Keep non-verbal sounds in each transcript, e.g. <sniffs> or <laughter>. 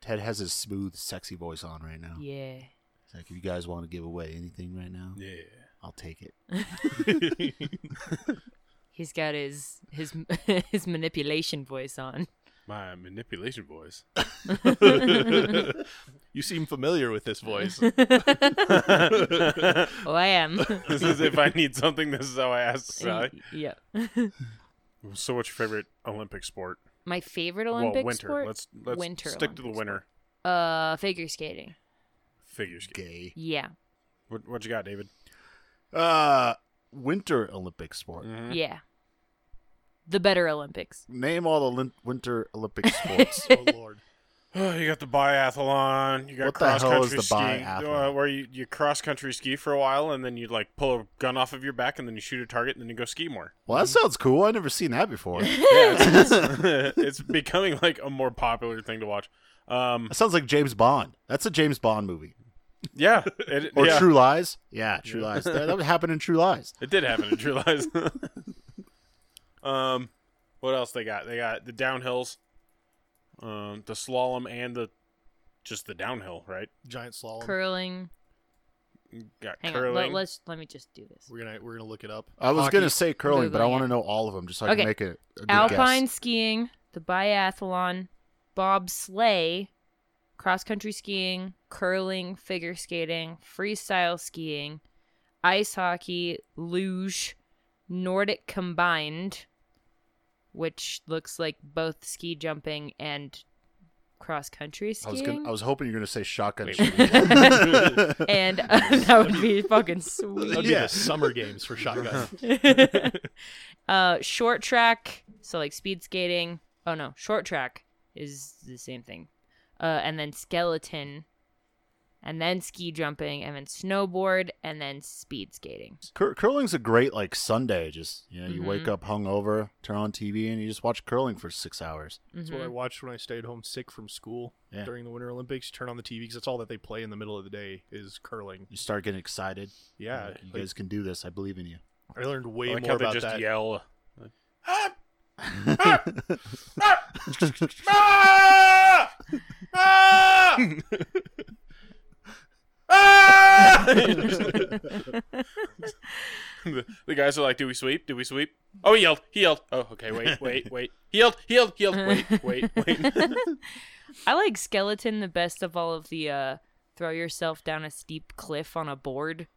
Ted has his smooth, sexy voice on right now. Yeah. It's like, if you guys want to give away anything right now, Yeah. I'll take it. He's got his his <laughs> his manipulation voice on. My <laughs> manipulation voice. you seem familiar with this voice. <laughs> Oh, I <laughs> am. This is if I need something, this is how I ask Sally. <laughs> yeah. So what's your favorite Olympic sport? My favorite Olympic well, winter. sport. Let's let's Winter stick to the Olympic winter Uh, figure skating. figure skating. Gay. Yeah. What, what you got, David? Uh, winter Olympic sport. Mm-hmm. Hmm. Yeah. The better Olympics. Name all the lin- winter <laughs> Olympic sports. oh lord. Oh, you got the biathlon. You got What the hell cross is country the ski, biathlon? uh, where you, you cross country ski for a while, and then you like pull a gun off of your back, and then you shoot a target, and then you go ski more. well, that sounds cool. I've never seen that before. that <laughs> Yeah, it's, it's- <laughs> it's becoming like a more popular thing to watch. Um, sounds like James Bond. That's a James Bond movie. yeah, it, Or yeah, True Lies. Yeah, True Lies. That, that would happen in True Lies. it did happen in True Lies. <laughs> um, what else they got? They got the downhills, um, the slalom, and the just the downhill. Right? Giant slalom. Curling. Got Hang on. curling. Let, let's let me just do this. we're gonna we're gonna look it up. I was Hockey. gonna say curling, but I Googling want it. to know all of them just so I Okay. can make it. A good Alpine guess. skiing, the biathlon, bobsleigh, cross country skiing, curling, figure skating, freestyle skiing, ice hockey, luge, Nordic combined, which looks like both ski jumping and cross country I was skiing. gonna, I was hoping you were gonna say shotgun. Wait, shooting. <laughs> <laughs> and <laughs> uh, that would be fucking sweet. That'd Yeah. be the summer <laughs> games for shotgun. <laughs> uh, short track, so like speed skating. Oh no, short track is the same thing. Uh, and then skeleton, and then ski jumping, and then snowboard, and then speed skating. Cur- curling's a great like Sunday. Just you know, Mm-hmm. you wake up hungover, turn on TV, and you just watch curling for six hours. That's Mm-hmm. what I watched when I stayed home sick from school Yeah. during the Winter Olympics. Turn on the TV because that's all that they play in the middle of the day is curling. You start getting excited. Yeah, Like, you like, guys can do this. I believe in you. I learned way I like more how they about just that. yell. <laughs> the, the guys are like, "Do we sweep? Do we sweep?" Oh, he yelled. He yelled. Oh, okay. <laughs> Wait, wait, wait. He yelled. He yelled. He yelled. Wait, wait, wait. I like skeleton the best of all of the uh, throw yourself down a steep cliff on a board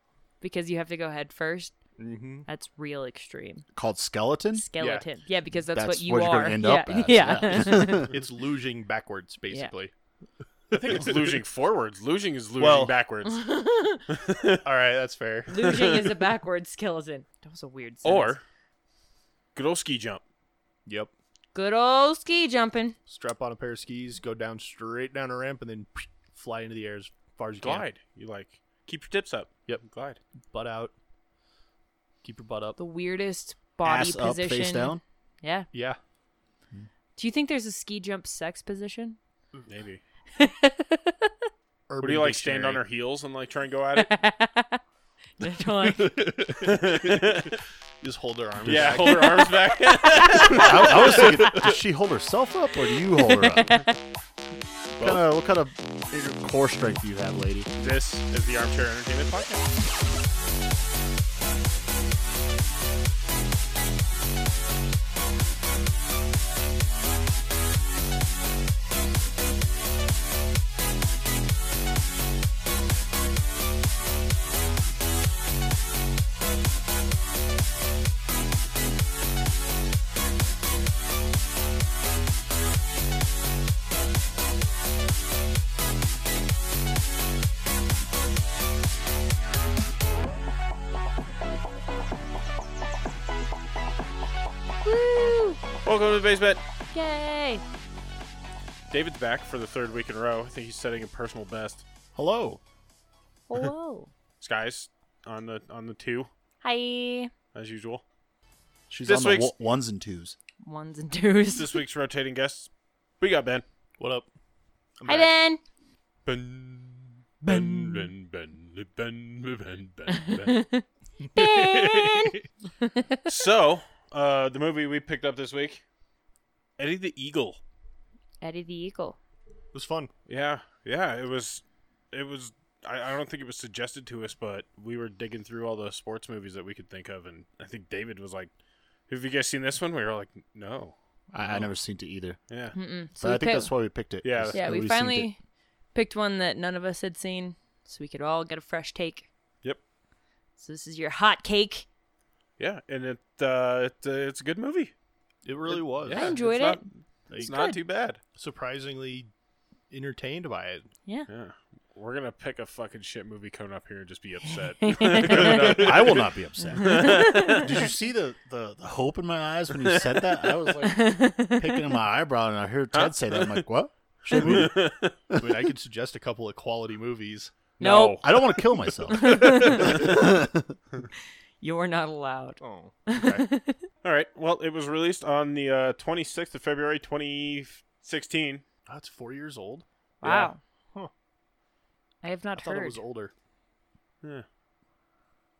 because you have to go head first. <laughs> Mm-hmm. That's real extreme. Called skeleton. Skeleton. Yeah, because that's, That's what you what you're are. gonna end yeah. up as, yeah. <laughs> it's luging backwards, basically. I think it's losing forwards. Losing is losing Well- backwards. <laughs> all right, that's fair. Luging is a backwards skeleton. That was a weird sentence. <laughs> Or good old ski jump. Yep. good old ski jumping. Strap on a pair of skis, go down straight down a ramp, and then <sniffs> fly into the air as far as you can. Glide. You like keep your tips up. Yep. Glide. Butt out. Keep your butt up. The weirdest body Ass position. up, face <laughs> down. Yeah. Yeah. Do you think there's a ski jump <laughs> sex position? <laughs> Maybe. Urban Or do you like stand on her Dictionary. heels and like try and go at <laughs> it? It's like, Just hold her arms. yeah, back. hold her arms <laughs> back. I, I was thinking, does she hold herself up or do you hold her <laughs> up? What kind of, what kind of core strength do you have, lady? this is the Armchair Entertainment Podcast. Woo! Welcome to the basement. Yay! David's back for the third week in a row. I think he's setting a personal best. Hello. Oh, Hello. Skies on the on the two Hi. as usual. She's This on the week's- w- ones and twos. Ones and twos. This week's rotating guests, we got Ben. What up? I'm Hi Ben. back. Ben. Ben. Ben. Ben. Ben. Ben. Ben. ben. <laughs> Ben. <laughs> so, uh, the movie we picked up this week, Eddie the Eagle. Eddie the Eagle. was fun. Yeah, yeah. It was, it was. I, I don't think it was suggested to us, but we were digging through all the sports movies that we could think of, and I think David was like, "Have you guys seen this one?" We were like, "No." I, I never seen it either. Yeah. Mm-mm. So So we I think picked- that's why we picked it. Yeah. 'cause yeah, we nobody's seen it. finally picked one that none of us had seen, so we could all get a fresh take. Yep. So this is your hot cake. Yeah, and it uh, it, uh, it's a good movie. It really was. Yeah, I enjoyed it's not- it. it's It's not good. too bad. Surprisingly entertained by it. Yeah. Yeah. We're gonna pick a fucking shit movie coming up here and just be <laughs> upset. <laughs> I will not be upset. Did you see the, the, the hope in my eyes when you said that? I was <laughs> like picking my eyebrow and I heard Ted say that. I'm like, what? Shit movie. <laughs> I mean, I could suggest a couple of quality movies. Nope. I don't want to kill myself. You're not allowed. Oh. All right. Well, it was released on the uh, 26th of February 2016. That's Ah, four years old. Wow. Huh. I have not I thought heard. it was older. Yeah.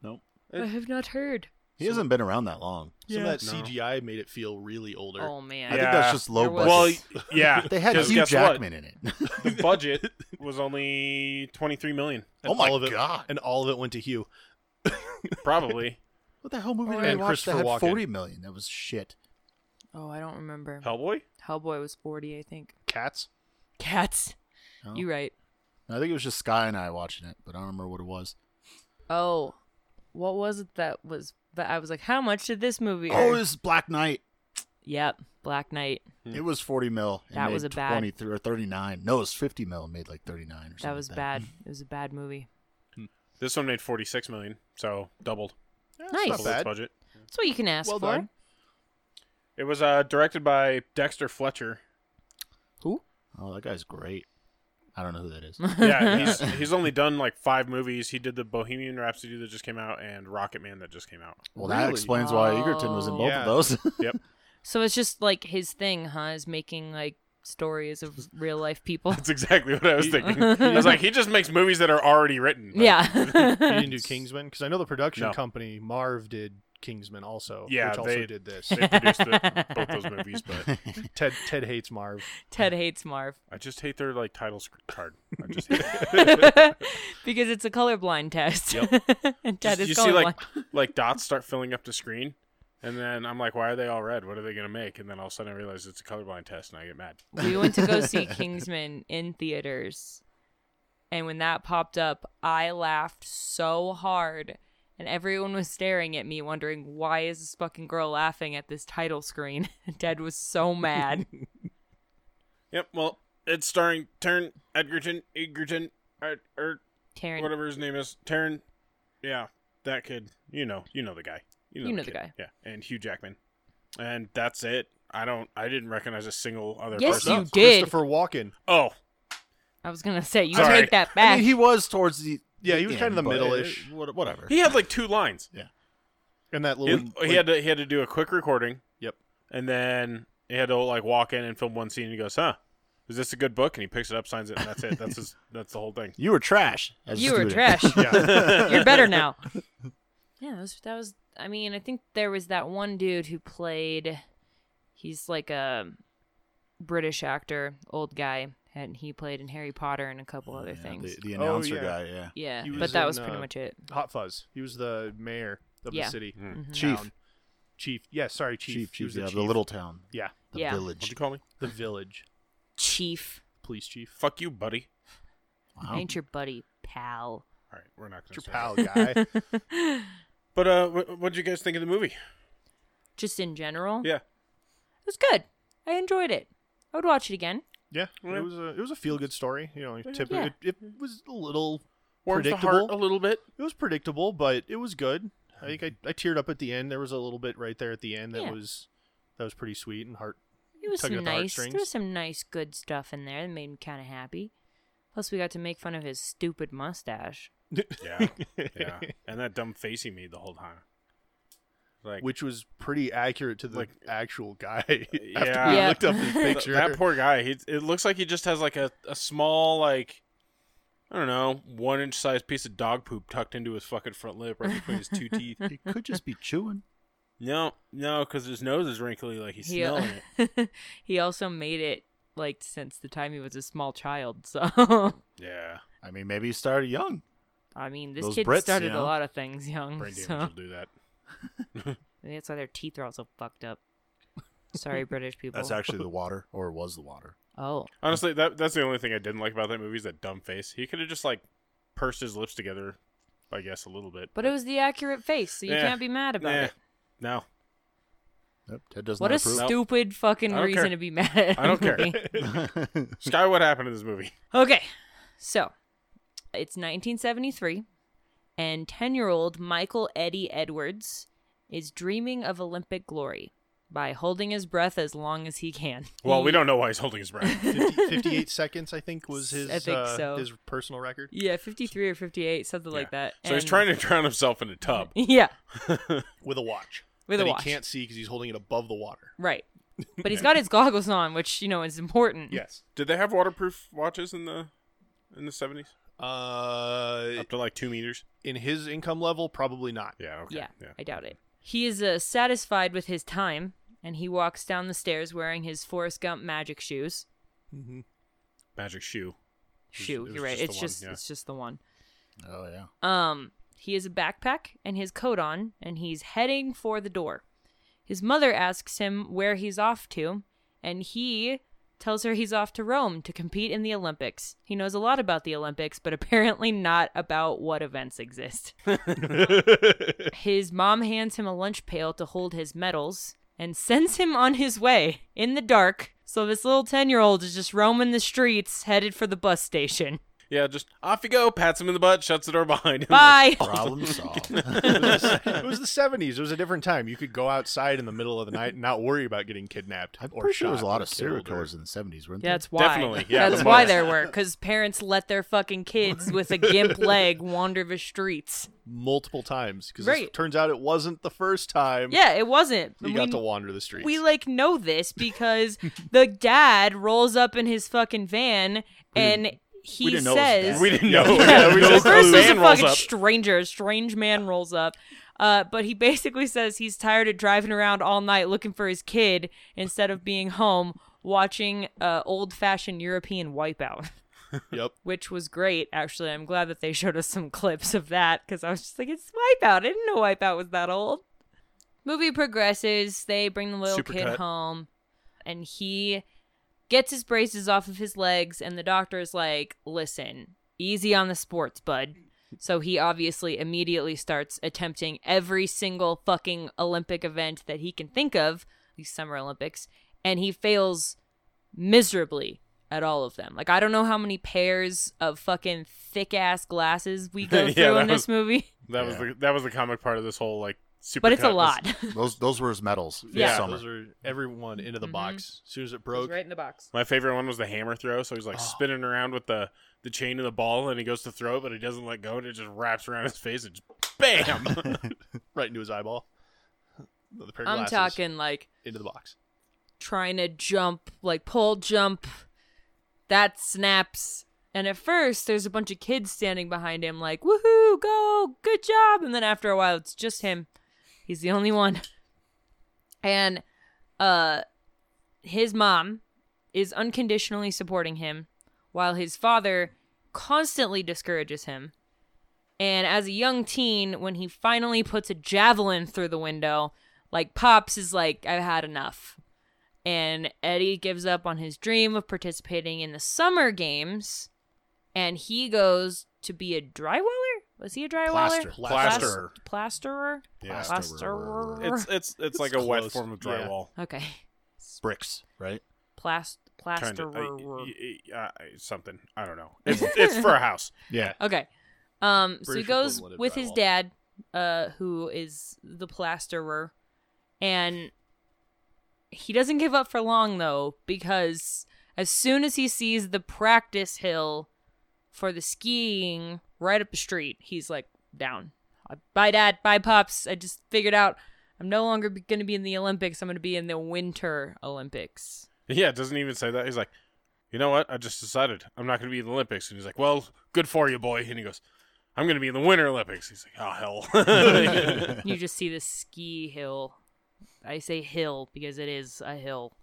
nope. I have not heard. He hasn't been around that long. Some of that No. CGI made it feel really older. Oh man. I think Yeah. that's just low There was- budget. Well, yeah. <laughs> they had 'cause Hugh guess what? Jackman in it. <laughs> The budget was only 23 million, And Oh my all of it, God. And all of it went to Hugh. <laughs> probably. what the hell movie Or- did I And watch that Christopher had Walken. 40 million? That was shit. Oh, I don't remember. Hellboy. Hellboy was 40, I think. Cats. Cats. Oh. You right. I think it was just Sky and I watching it, but I don't remember what it was. Oh, what was it that was that I was like, how much did this movie? Oh, earn? this is Black Knight. yep, Black Knight. It was 40 mil. and That made was a bad- 23 or 39. No, it was 50 mil and made like 39 or something. That was like bad. It was a bad movie. This one made 46 million, so doubled Yeah, Eh, it's Nice. Not doubled bad. its budget. That's what you can ask Well for. done. It was uh, directed by Dexter Fletcher. Who? Oh, that guy's great. I don't know who that <laughs> is. <laughs> Yeah, he's he's only done like five movies. He did the Bohemian Rhapsody that just came out and Rocket Man that just came out. <laughs> Well, that Really? explains why Egerton was in both Yeah. of <laughs> those. Yep. So it's just like his thing, huh? Is making like stories of <laughs> real life people. That's exactly what I was thinking. I was like, he just makes movies that are already written. Like, <laughs> You yeah. didn't do Kingsman because I know the production No. company Marv did Kingsman also. Yeah, which also they- did this. They produced the, both <laughs> those movies, but Ted Ted hates Marv. <laughs> Ted hates Marv I just hate their like title sc- card. I just hate it. <laughs> because it's a colorblind test. <laughs> and Ted Just- is you see colorblind. like <laughs> like dots start filling up the screen, and then I'm like, why are they all red? What are they gonna make? And then all of a sudden I realize it's a colorblind test, and I get mad. we went to go see Kingsman in theaters. And when that popped up, I laughed so hard. And everyone was staring at me, wondering, why is this fucking girl laughing at this title screen? <laughs> Ted was so <laughs> mad. Yep. Well, it's starring Taryn Edgerton, Edgerton, or, or Taryn, er, whatever his name is, Taryn. Yeah, that kid. You know, you know the guy. You know the kid. guy. Yeah, and Hugh Jackman, and that's it. I don't. I didn't recognize a single other Yes, person. you Up, did. Christopher Walken. Oh, I was going to say, you Sorry. take that I back. mean, he was towards the. Yeah, he was kind of the but- middle-ish. What- Whatever. he had like two lines. And that He, little he had to he had to do a quick recording. Yep. And then he had to like walk in and film one scene. and He goes, "Huh, is this a good book?" And he picks it up, signs it, and that's it. That's his. <laughs> That's the whole thing. You were trash. as a you were student. <laughs> trash. <laughs> Yeah. You're better now. <laughs> Yeah, that was, that was. I mean, I think there was that one dude who played. He's like a British actor, old guy, and he played in Harry Potter and a couple other Yeah, things. The, the Oh, announcer yeah. guy, yeah. yeah, He but was that in, was pretty uh, much it. Hot Fuzz. He was the mayor of Yeah. the city. Hmm. Chief. Town. Chief. Yeah, sorry, chief. Chief, He was chief, yeah, the, chief. little town, Yeah, the Yeah. What'd village. you call me? the village Chief, police chief. Fuck you, buddy. Oh. Wow. ain't your buddy, pal. All right, we're not gonna. It's your say pal that. guy. But uh, what what'd you guys think of the movie? Just in general, Yeah. it was good. I enjoyed it. I would watch it again. yeah, it was a it was a feel good story. You know, typically Yeah. it, it was a little Warms the predictable. heart a little bit. It was predictable, but it was good. I think I, I teared up at the end. There was a little bit right there at the end that Yeah. was that was pretty sweet <laughs> and heart. It was Tugging some at the nice. There heartstrings. was some nice, good stuff in there that made me kind of happy. Plus, we got to make fun of his stupid mustache. Yeah, <laughs> yeah, and that dumb face he made the whole time. Like, which was pretty accurate to the Like- actual guy. <laughs> after Yeah. we Yeah. looked up his th- picture. that poor guy. He, it looks like he just has like a, a small like. I don't know, one inch sized piece of dog poop tucked into his fucking front lip right between his <laughs> two teeth. <laughs> It could just be chewing. No, no, because his nose is wrinkly, like <laughs> he's he, smelling it. he also made it liked since the time he was a small child. <laughs> So, Yeah. I mean, maybe he started young. I mean, this Those kid Brits, started you know? a lot of things young. Brain <laughs> damage so- will do that. Maybe that's why their teeth are all so fucked <laughs> up. Sorry, British people. That's actually <laughs> the water, or was the water. oh, Honestly, that that's the only thing I didn't like about that movie is that dumb face. He could have just like pursed his lips together, I guess, a little bit. but it was the accurate face, so you Yeah. can't be mad about Yeah. it. No, Nope, Ted does What a not approve. stupid fucking I don't reason care. to be mad at. I don't care. me. Sky, what happened in <laughs> this movie? Okay, so it's 1973, and 10 year old Michael Eddie Edwards is dreaming of Olympic glory by holding his breath as long as he can. Well, He- we don't know why he's holding <laughs> his breath. 50, 58 seconds, I think, was his I think uh, so. his personal record. Yeah, 53 or 58, something like that. So he's and- trying to drown himself in a tub. <laughs> Yeah, with a watch with that a watch. he can't see because he's holding it above the water. <laughs> Right. But he's <laughs> got his goggles on, which, you know, is important. Yes. Did they have waterproof watches in the in the seventies? Uh, Up to like two meters. in his income level, probably not. <laughs> Yeah. Okay. Yeah, I doubt it. He is uh, satisfied with his time, and he walks down the stairs wearing his Forrest Gump magic shoes. Magic shoe. Shoe, it was you're right. just it's the one, just yeah. it's just the one. oh <laughs> yeah. Um, he has a backpack and his coat on, and he's heading for the door. His mother asks him where he's off to, and he tells her he's off to Rome to compete in the Olympics. He knows a lot about the Olympics, but <laughs> apparently not about what events exist. his mom hands him a lunch pail to hold his medals and sends him on his way in the dark. So this little 10-year-old is just roaming the streets headed for the bus station. Yeah. Just off you go. Pats him in the butt. Shuts the door behind him. Bye. Problem solved. it was the seventies. It was a different time. You could go outside in the middle of the night and not worry about getting kidnapped. <laughs> I'm or pretty sure there was a shot lot or of serial killed or- killers in the 70s, weren't Yeah, there? that's why. Definitely, yeah, that's the why most. there were because parents let their fucking kids with a <laughs> gimp leg wander the streets. multiple times because Right. it turns out it wasn't the first time. Yeah, it wasn't. he we, got to wander the streets. we like know this because the dad rolls up in his fucking van and he we didn't know it was his says, <laughs> dad. We didn't know. <laughs> Yeah, we first just there's man a rolls fucking up. stranger, a strange man rolls up. Uh, but he basically says he's tired of driving around all night looking for his kid instead of being home watching uh, old-fashioned European Wipeout, yep. which was great. Actually, I'm glad that they showed us some <laughs> clips of that because I was just like, it's Wipeout. I didn't know Wipeout was that old. Movie progresses. They bring the little kid Supercut. home, and he gets his braces off of his legs and the doctor's like listen easy on the sports bud so he obviously immediately starts attempting every single fucking olympic event that he can think of these summer olympics and he fails miserably at all of them like i don't know how many pairs of fucking thick ass glasses we go <laughs> Yeah, through in that this was- <laughs> movie That was Yeah. the that was the comic part of this whole like super. but it's a cut was- lot Those those were his medals for Yeah. the summer. Those are everyone into the Mhm. box. As soon as it broke, right in the box My favorite one was the hammer throw. So he's like Oh. spinning around with the the chain and the ball, and he goes to throw it, but he doesn't let go, and it just wraps around his face and just bam. right into his eyeball. <laughs> Another pair of i'm glasses talking like into the box. trying to jump, like pole jump. That snaps. And at first, there's a bunch of kids standing behind him, like, woohoo, go, good job. And then after a while, it's just him. He's the only one. And uh, his mom is unconditionally supporting him, while his father constantly discourages him. And as a young teen, when he finally puts a javelin through the window, like, Pops is like, I've had enough and Eddie gives up on his dream of participating in the summer games, and he goes to be a dryweller. Was he a Plaster. dryweller? Plasterer. Plast- plasterer. Yeah. Plasterer. Plasterer. <laughs> it's it's it's, like a wet close. form of Yeah. drywall. Okay. Bricks, right? Plast. Kind Plasterer. of something. uh, I don't know. <laughs> It's it's for a house. Yeah. Okay. Um, so he British goes equivalent of with his drywall. dad, uh, who is the plasterer, and he doesn't give up for long though, because as soon as he sees the practice hill for the skiing right up the street, he's like down. "Uh, Bye, Dad. Bye, pops. I just figured out I'm no longer going to be in the Olympics. I'm going to be in the Winter Olympics. Yeah, it doesn't even say that. He's like, you know what? I just decided I'm not going to be in the Olympics. And he's like, well, good for you, boy. And he goes, I'm going to be in the Winter Olympics. He's like, oh hell. <laughs> <laughs> you just see this ski hill. I say hill because it is a hill.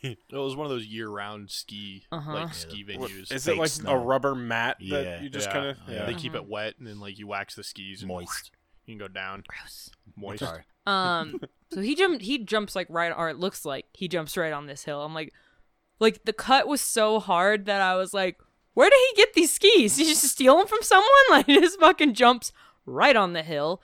It was one of those year-round ski Uh-huh. like Yeah, ski What- venues. Is it like snow. a rubber mat that Yeah. you just Yeah. kind of? Oh, Yeah. They Yeah. keep it wet and then like you wax the skis and Moist. <laughs> You can go down Gross. moist. Sorry. <laughs> Um, so he jumped. He jumps like right, or it looks like he jumps right on this hill. I'm like, like the cut was so hard that I was like, where did he get these skis? Did he just steal them from someone? <laughs> Like he just fucking jumps right on the hill,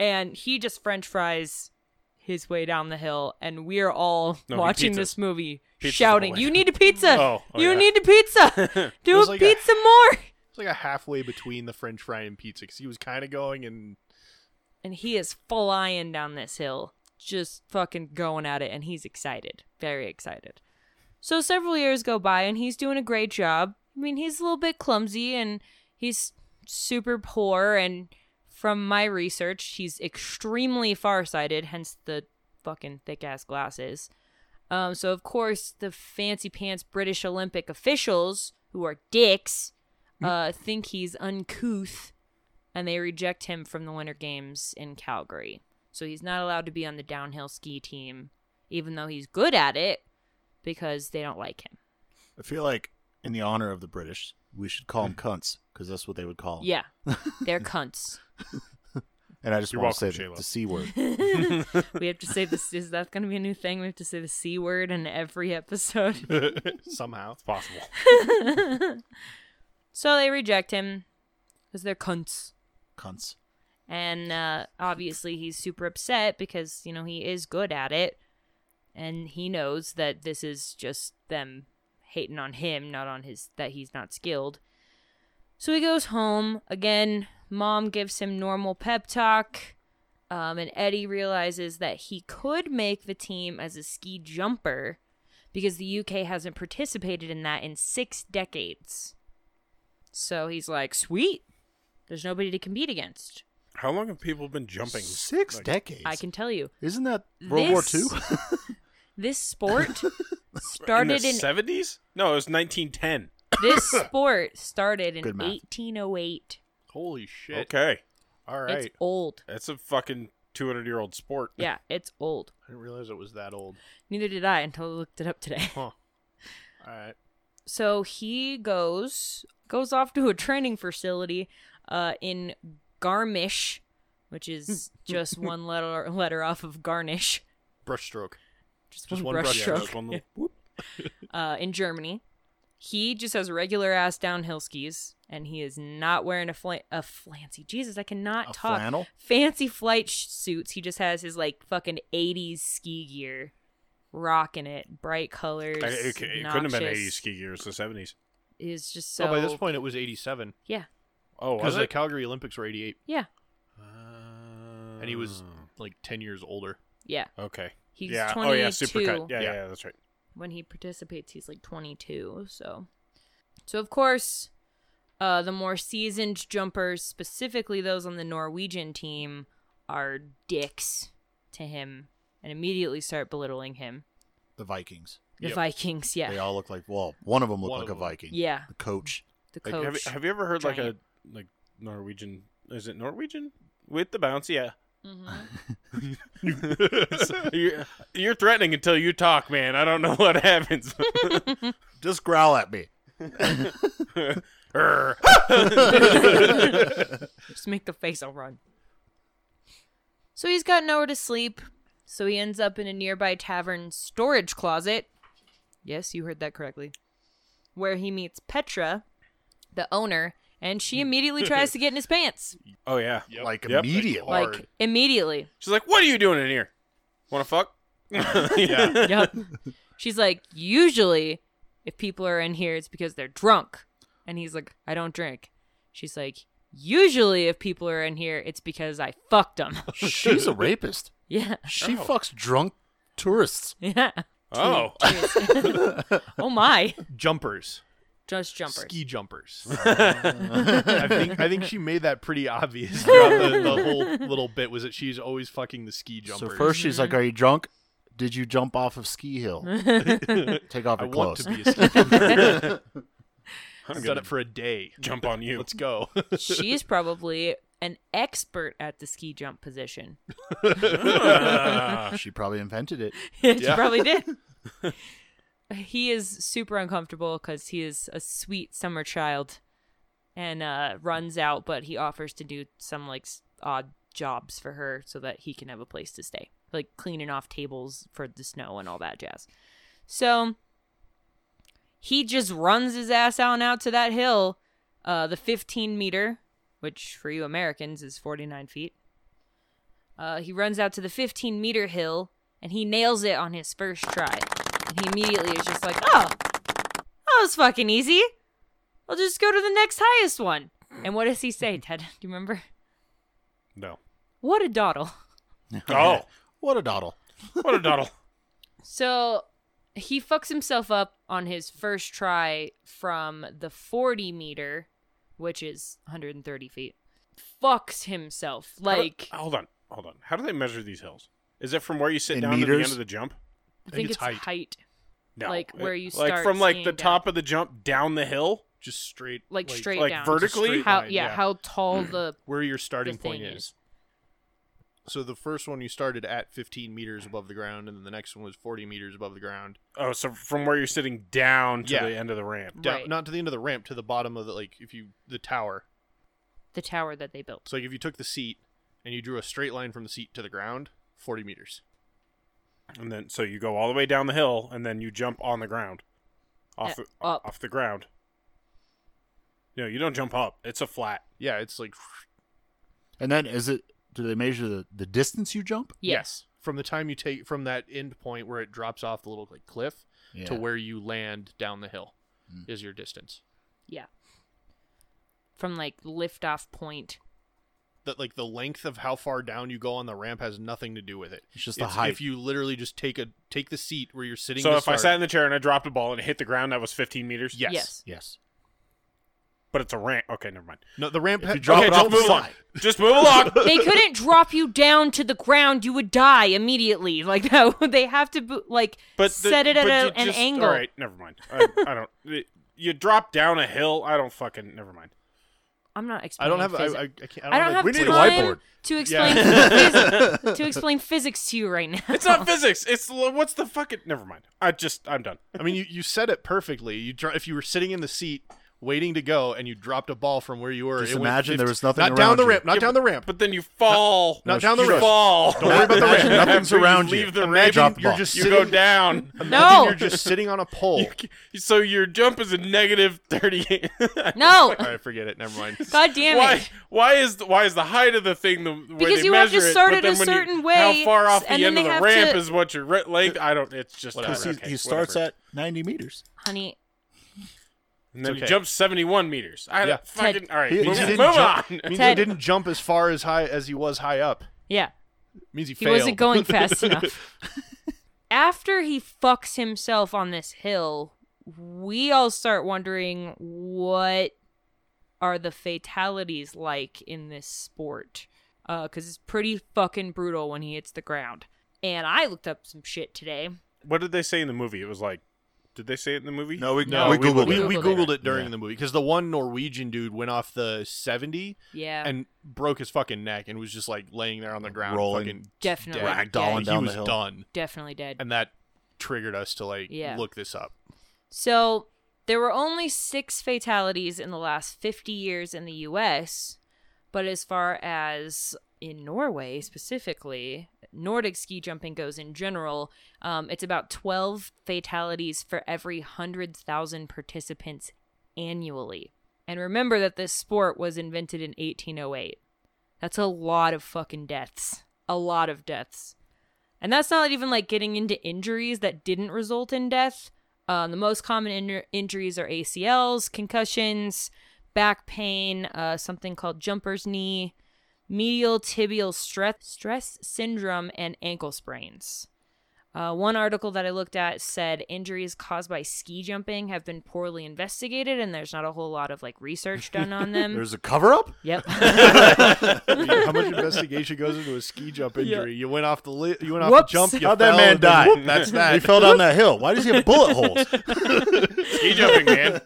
and he just French fries his way down the hill, and we're all No, <laughs> he watching pizzas. this movie, Pizzas the shouting, whole way. "You need a pizza! <laughs> Oh, oh, you yeah. need a <laughs> pizza! It Do a was like a- pizza more!" It's like a halfway between the French fry and pizza because he was kind of going and and he is flying down this hill, just fucking going at it, and he's excited, very excited. So several years go by, and he's doing a great job. I mean, he's a little bit clumsy, and he's super poor, and from my research, he's extremely farsighted, hence the fucking thick ass glasses. Um, so of course, the fancy pants British Olympic officials, who are dicks, uh, think he's uncouth and they reject him from the Winter Games in Calgary. So he's not allowed to be on the downhill ski team, even though he's good at it, because they don't like him. I feel like in the honor of the British, we should call Hmm. them cunts because that's what they would call them. Yeah, they're cunts. And I just You're want welcome, to say the, J-Lo. the c <laughs> word. we have to say this. Is that going to be a new thing? We have to say the c word in every episode. <laughs> somehow. It's possible. so they reject him because they're cunts. cunts. and uh, obviously he's super upset because you know he is good at it and he knows that this is just them hating on him not on his that he's not skilled so he goes home again mom gives him normal pep talk um, and eddie realizes that he could make the team as a ski jumper because the uk hasn't participated in that in six decades so he's like sweet there's nobody to compete against How long have people been jumping? Six Like, decades. I can tell you. Isn't that World This- War II? This sport in started the in, seventies. No, it was nineteen ten. this sport started in Good math. 1808. Holy shit! Okay, All right, It's old. that's a fucking two hundred year old sport. <laughs> Yeah, it's old. I didn't realize it was that old. Neither did I until I looked it up today. <laughs> Huh. All right. So he goes goes off to a training facility uh, in Garmisch, which is just one letter letter off of garnish. Brushstroke. Just, Just one, one brush brush, yeah, stroke. just <laughs> one little uh, in Germany. He just has regular ass downhill skis, and he is not wearing a fla- a flancy. Jesus, I cannot A talk. flannel? Fancy flight sh- suits. He just has his like fucking eighties ski gear, rocking it, bright colors. I- it, c- it couldn't have been noxious. eighties ski gear. It's the seventies. It's just so. So Oh, by this point, it was 87 yeah, Oh, because was the it? Calgary Olympics were 88, yeah, and he was Mm. like 10 years older. yeah. okay. He's yeah. twenty-two Oh yeah, supercut. Yeah, yeah, Yeah. yeah, that's right. when he participates he's like 22 so so of course uh the more seasoned jumpers specifically those on the norwegian team are dicks to him and immediately start belittling him <laughs> The Vikings. the Yep. vikings yeah They all look like, well, one of them looked One like of a them. Viking. yeah The coach. the Like, have, coach you- have you ever heard like a Giant. like Norwegian? Is it Norwegian with the bounce? Yeah. Mhm. <laughs> <laughs> you're, you're threatening until you talk, man. I don't know what happens. <laughs> Just growl at me. Err. just make the face i'll run so he's got nowhere to sleep so he ends up in a nearby tavern storage closet yes you heard that correctly where he meets petra the owner and she immediately tries to get in his pants oh yeah. Like Yep. immediately. <laughs> Hard. like immediately She's like, "What are you doing in here? Want to fuck?" <laughs> yeah. yep she's like usually if people are in here it's because they're drunk and he's like i don't drink she's like usually if people are in here it's because i fucked them She's a rapist. <laughs> yeah She fucks drunk tourists. yeah <laughs> Oh. oh my Jumpers, just jumpers <laughs> <laughs> ski jumpers. I think I think she made that <laughs> pretty obvious. Throughout the, the whole little bit was that she's always fucking the ski So jumpers. first she's Mm-hmm. like, "Are you drunk? Did you jump off of ski <laughs> hill? Take off I your want clothes." to be a <laughs> ski jumper. I'm I've gonna done it for a day. jump on you. Let's go. <laughs> she's probably an expert at the ski jump position <laughs> <laughs> she probably invented it. she probably did he is super uncomfortable because he is a sweet summer child and uh, runs out, but he offers to do some like s- odd jobs for her so that he can have a place to stay, like cleaning off tables for the snow and all that jazz. So he just runs his ass out and out to that hill, uh, the 15 meter, which for you Americans is 49 feet. Uh, he runs out to the 15 meter hill and he nails it on his first try. And he immediately is just like, oh, that was fucking easy. I'll just go to the next highest one. And what does he say, <laughs> Ted? Do you remember? No. What a dawdle. Oh. <laughs> what a doddle. What a doddle. So he fucks himself up on his first try from the 40 meter, which is 130 feet. Fucks himself. How <laughs> do- Like, hold on, hold on. How do they measure these hills? Is it from where you sit In down to the meters? end of the jump? I think it's height. No, Like, where you like start from like seeing the down. top of the jump down the hill. Just straight, Like, straight like down. verti- just a straight how, line, yeah, Mm. how tall the where your starting the thing point is. So the first one you started at 15 meters above the ground, and then the next one was 40 meters above the ground. Oh, so from where you're sitting down to Yeah. the end of the ramp. Down, Right. Not to the end of the ramp, to the bottom of the like if you the tower. the tower that they built. So like if you took the seat and you drew a straight line from the seat to the ground, 40 meters. And then so you go all the way down the hill and then you jump on the ground. Off Uh, the, up. off the ground. No, you don't jump up. It's a flat. Yeah, it's like And then is it? Do they measure the, the distance you jump? Yes. from the time you take from that end point where it drops off the little like cliff Yeah. Hmm. to where you land down the hill is your distance. Yeah. From like liftoff point. That like the length of how far down you go on the ramp has nothing to do with it. It's just the height. If you literally just take a take the seat where you're sitting. So to if I start- sat in the chair and I dropped a ball and it hit the ground, that was 15 meters. yes, Yes. Yes. But it's a ramp. Okay, never mind. no, the ramp. If ha- you drop okay, it just off move the along. side. Just move <laughs> along. they couldn't drop you down to the ground. You would die immediately. Like <laughs> no, they have to bo- like But the- set it at but a, you an just- angle. All right, never mind. I, I don't. it- You drop down a hill. I don't fucking. Never mind. I'm not I explaining. don't have. I, physics. I, I can't. I don't have We need a time whiteboard. to Yeah. explain physics, to explain physics to you right now. <laughs> It's not physics. It's l- what's the fucking. Never mind. I just. I'm done. I mean, you, you said it perfectly. You dro- if you were sitting in the seat waiting to go and you dropped a ball from where you were. Just it went imagine there 50 was nothing Not down around the you. ramp. Not Yeah, down the ramp. But then you fall. Not down the you ramp. fall. Don't worry <laughs> about the ramp. Nothing's After you around <laughs> leave you. the Imagine ramp, drop the you're ball. just you sitting. go <laughs> down. No. You're just <laughs> sitting on a pole. So your jump is a negative 38. <laughs> No, All right, forget it. Never mind. god damn why? it. Why is the, why is the height of the thing the where Because they you have to measure it, start but it then a when you- certain way, How far off and the then end of they the have ramp to- is what your re- length? I don't. It's just <laughs> Whatever. Because whatever. he, Okay, he starts whatever. at 90 meters. Honey, and then It's you okay. jump 71 meters. I Yeah. don't fucking all right. He- he move didn't move on. jump, Means he Ted. didn't jump as far as high as he was high up. yeah. Means he, He failed. wasn't <laughs> going fast enough. <laughs> After he fucks himself on this hill, we all start wondering what are the fatalities like in this sport? Because it's pretty fucking brutal when he hits the ground. And I looked up some shit today. What did they say in the movie? It was like, did they say it in the movie? we, No, we Googled googled, it. it. We, Googled googled it. it during Yeah. the movie because the one Norwegian dude went off the seventy Yeah, and broke his fucking neck and was just like laying there on the ground, Rolling. fucking definitely, dead. dead. Ragdolling he down the was hill. done, definitely dead. and that triggered us to like Yeah. look <laughs> this up. So there were only six fatalities in the last 50 years in the US, but as far as in Norway specifically, Nordic ski jumping goes in general, um, it's about 12 fatalities for every 100,000 participants annually. And remember that this sport was invented in 1808. That's a lot of fucking deaths. A lot of deaths. And that's not even like getting into injuries that didn't result in death. Um, the most common inju- injuries are ACLs, concussions, back pain, uh, something called jumper's knee, medial tibial stress, stress syndrome, and ankle sprains. Uh, one article that I looked at said injuries caused by ski jumping have been poorly investigated, and there's not a whole lot of like research done on <laughs> them. There's a cover up? Yep. How much investigation goes into a ski jump injury? You went off the li- you went off Whoops. the jump. You How'd that fell, man and then die? <laughs> whoop, that's that. He fell down that hill. Why does he have <laughs> bullet holes? Ski jumping, <laughs> man.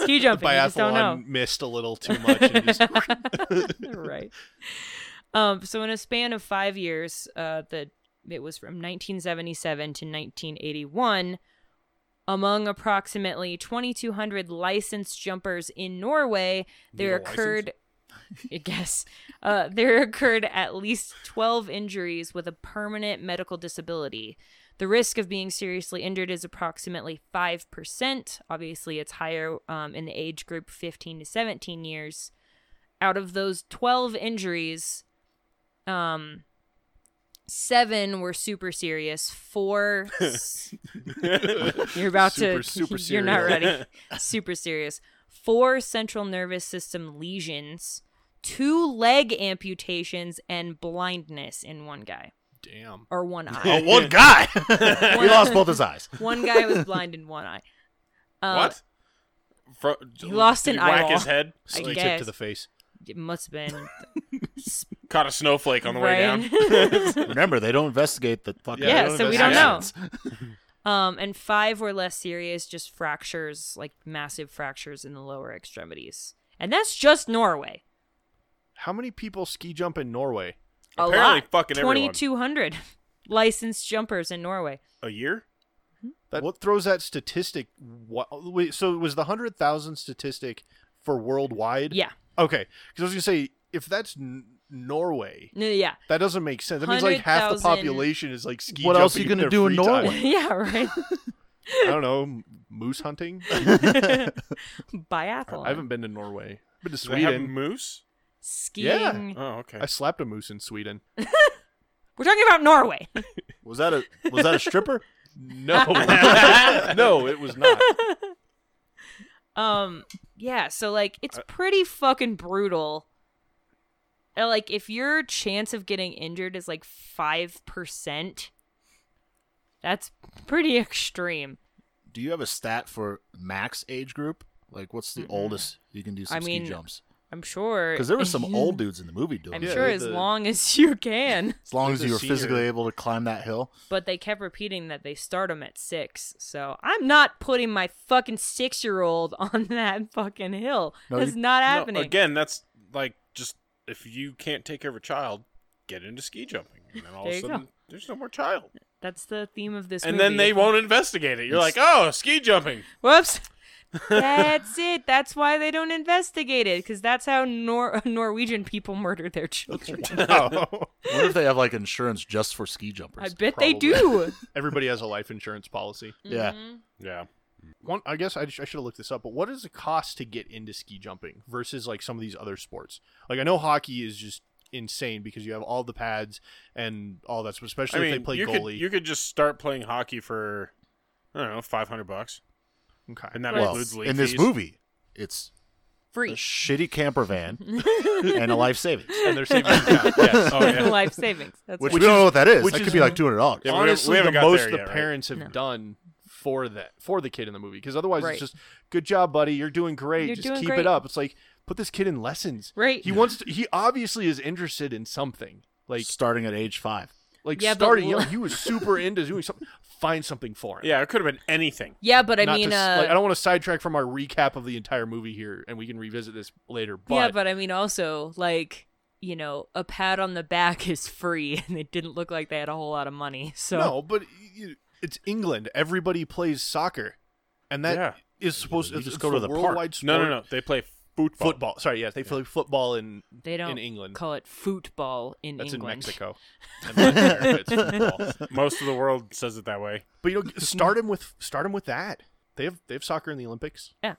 Ski jumping. you just don't know. biathlon missed a little too much. And <laughs> just, right. Um, so in a span of five years, uh, the it was from 1977 to 1981, Among approximately 2,200 licensed jumpers in Norway, Need there a license? <laughs> occurred I guess uh, there occurred at least 12 injuries with a permanent medical disability. The risk of being seriously injured is approximately 5%. Obviously, it's higher um, in the age group 15 to 17 years. Out of those 12 injuries, um, seven were super serious, <laughs> four. s- you're about Super, to. super you're not serial. ready. <laughs> super serious. Four central nervous system lesions, two leg amputations, and blindness in one guy Damn. or <laughs> one eye. Oh, one guy. <laughs> he lost both his eyes. one guy was blind in one <laughs> eye. Uh, what? Fro- he lost did an he whack eyeball. his head. I Ski tip guess. to the face. It must have been Caught a snowflake <laughs> on the way down. <laughs> right. <laughs> Remember, they don't investigate the fucking. Yeah, yeah, they so don't we don't know. accidents. Um, and five were less serious, just fractures, like massive fractures in the lower extremities. And that's just Norway. How many people ski jump in Norway? A Apparently, lot. fucking everyone. 2,200 <laughs> licensed jumpers in Norway. A year? That what throws that statistic? What, wait, so was the hundred thousand statistic for worldwide? Yeah. Okay, because I was gonna say if that's n- Norway, No, yeah. <laughs> that doesn't make sense. That means like half the 100,000 population is like ski. What jumping else you in gonna their do in free time. Norway? yeah, <laughs> right. I don't know, m- moose hunting. Biathlon. <laughs> I haven't been to Norway. I've been to Does that have <laughs> Sweden. moose? Skiing. Oh, okay. I slapped a moose in Sweden. We're talking about Norway. Was that a was that a stripper? <laughs> <laughs> No, no, it was not. Um, yeah, so like it's I- pretty fucking brutal. And, like if your chance of getting injured is like 5%, that's pretty <laughs> extreme. <laughs> Do you have a stat for max age group? Like, what's the oldest you can do some I mean, ski jumps? I'm sure Because there were <laughs> some old dudes in the movie doing I'm it. Yeah, sure they're as the- long as <laughs> you can. As long as they're you were senior. physically able to climb that hill. But they kept repeating that they start them at six. So I'm not putting my fucking six year old <laughs> on that fucking hill. No, That's you- not No, happening. again, that's like just if you can't take care of a child, get into ski jumping, and then all There of a you go. sudden there's no more child, That's the theme of this and movie. then they won't investigate it. You're like, oh, ski jumping. Whoops. that's it. That's why they don't investigate it, because that's how Nor- <laughs> Norwegian people murder their children. No. What if they have like insurance just for ski I jumpers? bet they Probably. <laughs> do. Everybody has a life insurance policy. yeah. Yeah, One, I guess I, sh- I should have looked this up, but what is the cost to get into ski jumping versus like some of these other sports? Like I know hockey is just insane because you have all the pads and all that, stuff, especially I if mean, they play you goalie. could you could just start playing hockey for I don't know five hundred bucks, Okay. and that Well, includes league in this <laughs> fees. movie, it's a Free. shitty camper van <laughs> and a life <laughs> savings, and they're saving <laughs> yeah, <laughs> yes. Oh <laughs> yeah, Life savings. That's which, right. we don't know what that is. which that could is- be like two hundred dollars. Yeah, we haven't- honestly we haven't the got most there the yet, right? parents have No. done for that for the kid in the movie because otherwise Right. it's just good job buddy you're doing great You're just doing keep great." it up it's like put this kid in lessons Right. he wants to he obviously is interested in something like starting at age five. like Yeah, but starting l- young he was super into doing something find something <laughs> for him yeah, it could have been anything. Yeah, but I Not to mean, s- uh, like, I don't want to sidetrack from our recap of the entire movie here, and we can revisit this later. But, yeah, but I mean, also like you know, a pat on the back <laughs> is free, and it didn't look like they had a whole lot of money. So no, but y- y- it's England. Everybody plays soccer, and that is Yeah. supposed You it's just go to the park. worldwide sport. No, no, no. They play football. football. Sorry, yes, they play football in they don't in England. call it football in That's England. in Mexico. And not America, it's football. <laughs> Most of the world says it that way. <laughs> But you know, start him with start him with that. They have they have soccer in the Olympics, Yeah,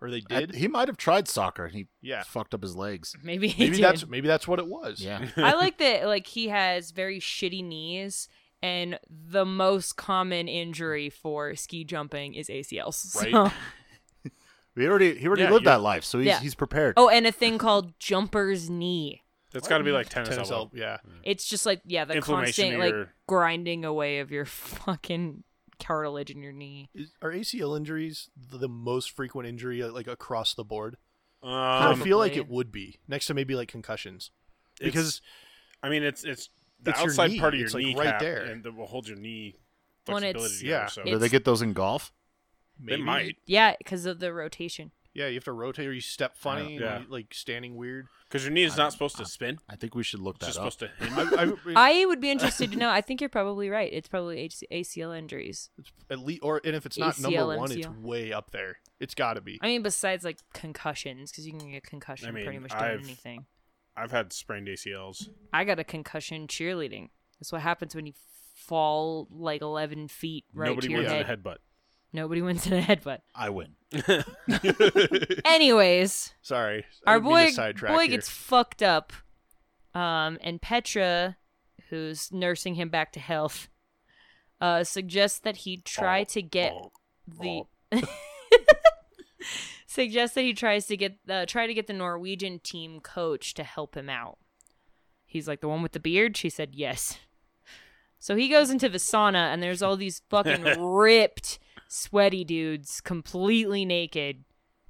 or they I- did. he might have tried soccer and he Yeah. fucked up his <laughs> legs. <laughs> maybe he maybe did. that's maybe that's what it was. Yeah. I like that. Like he has very shitty knees, and the most common injury for ski jumping is ACLs. So- Right. He already he already Yeah, lived you're- that life, so he's Yeah. he's prepared. Oh, and a thing called jumper's knee. That's got to be like tennis, Tennis elbow. elbow, yeah. It's just like yeah, the Mm. Inflammation constant in like your- grinding away of your <laughs> fucking cartilage in your knee. Is- are ACL injuries the, the most frequent injury uh, like across the board? I Um, feel like it Probably. would be next to maybe like concussions it's- because I mean, it's it's the It's your outside knee. part of your It's, like, knee right there. and that will hold your knee When flexibility it's- together. Yeah. so Do they It's- get those in golf? they maybe might. Yeah, because of the rotation. Yeah, you have to rotate or you step funny, Yeah. and you, like standing weird. Because your knee is I not don't- supposed to I- spin. I think we should look It's that just up. supposed to <laughs> hinge. I, I, I would be interested to know. I think you're probably right. It's probably AC- ACL injuries. at least, or and if it's not number ACL, one, it's MCL. way up there. It's got to be. I mean, besides like concussions, because you can get concussion I mean, pretty much doing I've- anything. I've had sprained ACLs. I got a concussion cheerleading. That's what happens when you fall like 11 feet right Nobody to your wins head. in a headbutt. Nobody wins in a headbutt. I win. Anyways, Sorry, I our didn't mean boy to sidetrack boy here. gets fucked up, um, and Petra, who's nursing him back to health, uh, suggests that he try Oh, to get oh, the <laughs> suggests that he tries to get uh, try to get the Norwegian team coach to help him out. He's like the one with the beard. She said yes. So he goes into the sauna and there's all these <laughs> fucking ripped, sweaty dudes, completely naked,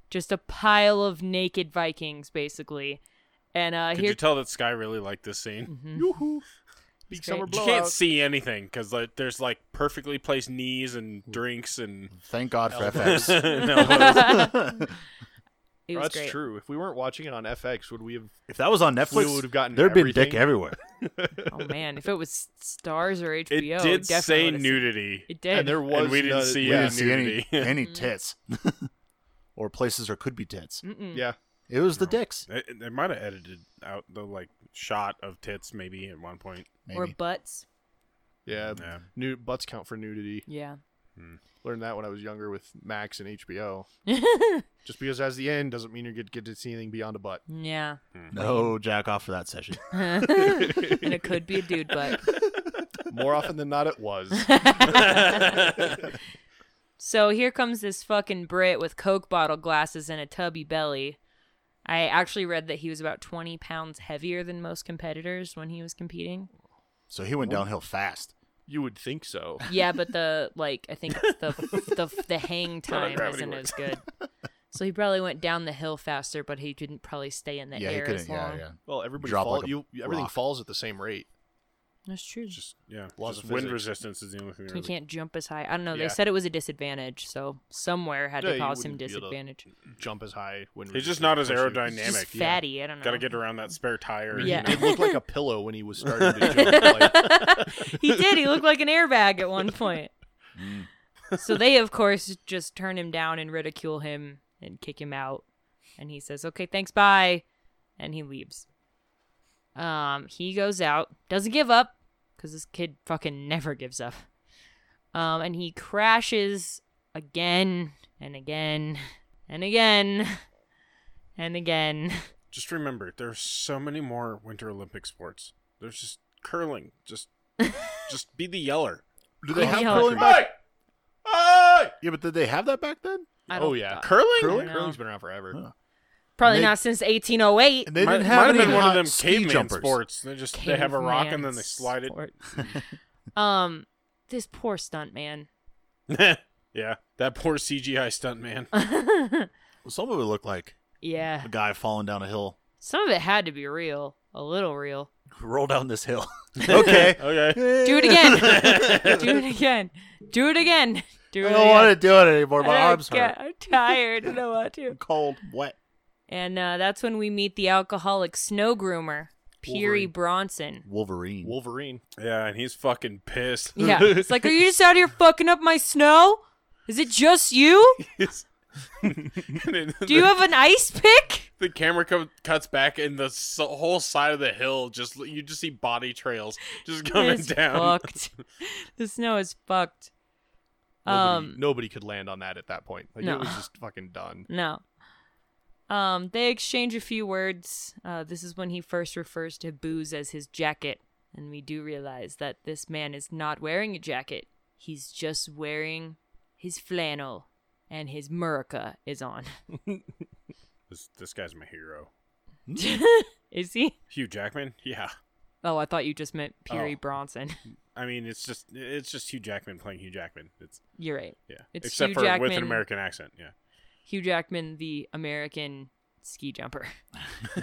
just a pile of naked Vikings basically. And uh, Could here, you tell that Sky really liked this scene? Mhm. Yoo-hoo. Big It's summer great. You blowout. can't see anything because like, there's like perfectly placed knees and drinks and. <laughs> Thank God for <laughs> <laughs> Elbows. FX. No, it was That's great. true. If we weren't watching it on FX, would we have? If that was on We Netflix, would have gotten. there'd been everything. dick everywhere. Oh man, if it was Stars or HBO, it did definitely say would've seen- nudity. It did. and there was. we didn't none- see we Yeah, didn't see any nudity. any tits, <laughs> or places there could be tits. Mm-mm. Yeah, It was the No. dicks, They, they might have edited out the like shot of tits maybe at one point. Or maybe. butts. yeah. Yeah. Nu- butts count for nudity. Yeah. Learned that when I was younger with Max and <laughs> HBO. Just because it has the end doesn't mean you get get to see anything beyond a butt. yeah. No jack off for that session. and it could be a dude butt. More often than not, <laughs> it was. So here comes this fucking Brit with Coke bottle glasses and a tubby belly. I actually read that he was about 20 pounds heavier than most competitors when he was competing. So he went downhill fast. You would think so. Yeah, but the like I think it's the the the hang time gravity isn't works. as good. So he probably went down the hill faster, but he didn't probably stay in the yeah, he air couldn't. as Yeah, long. yeah. Well, everybody Drop fall, like a you everything rock. falls at the same rate. That's true. Just yeah, Laws just of wind physics. resistance is the only thing. He Really. <laughs> can't jump as high. I don't know. They Yeah. said it was a disadvantage, so somewhere had Yeah, to you cause him wouldn't be able to- disadvantage. Jump as high when He's just resistance not as pushes. aerodynamic. Just yeah. fatty. I don't know. Got to get around that spare tire. He- you Yeah. know? <laughs> it looked like a pillow when he was starting <laughs> to jump. Like, he did. He looked like an airbag at one point. Mm. so they, of course, just turn him down and ridicule him and kick him out. And he says, "Okay, thanks, bye," and he leaves. Um, he goes out, doesn't give up, because this kid fucking never gives up. Um, and he crashes again and again and again and again. Just remember, there's so many more Winter Olympic sports. There's just curling. Just, just be the yeller. Do they have Yeah. curling back? Oh, Yeah, but did they have that back then? I don't- oh yeah, Curling? curling. No. Curling's been around forever. Huh. Probably They- not since 1808. And they might, didn't have might any have been one of hot them ski caveman jumpers. sports. They just they have a rock and then Caveman they slide <laughs> sport. <laughs> um, this poor stunt man. <laughs> it. <laughs> yeah, that poor CGI stunt <laughs> man. Some of it looked like yeah, a guy falling down a hill. <laughs> some of it had to be real, a little real. Roll down this hill. <laughs> okay. okay. Do <laughs> it again. do it again. Do it again. Do it I again. don't want to do it anymore. My I don't arms care. hurt. I'm tired. I don't want to. I'm cold, wet. And uh, that's when we meet the alcoholic snow groomer, Peary Wolverine. Bronson. <laughs> Wolverine. Wolverine. Yeah, and he's fucking pissed. Yeah, it's <laughs> like, are you just out here fucking up my snow? Is it just you? <laughs> And then Do <laughs> you the, have an ice pick? the camera co- cuts back, and the s whole side of the hill just you just see body trails just <laughs> coming It's down. fucked. <laughs> the snow is fucked. Nobody, Um, nobody could land on that at that point. Like No. it was just fucking done. no. Um, they exchange a few words. Uh, this is when he first refers to booze as his jacket, and we do realize that this man is not wearing a jacket. He's just wearing his flannel, and his murica is on. <laughs> This, this guy's my hero. is he? Hugh Jackman? Yeah. Oh, I thought you just meant Peary Oh. Bronson. <laughs> I mean, it's just it's just Hugh Jackman playing Hugh Jackman. It's You're right. yeah, It's except Hugh for with Jackman. an American accent. Yeah, Hugh Jackman, the American ski jumper <laughs>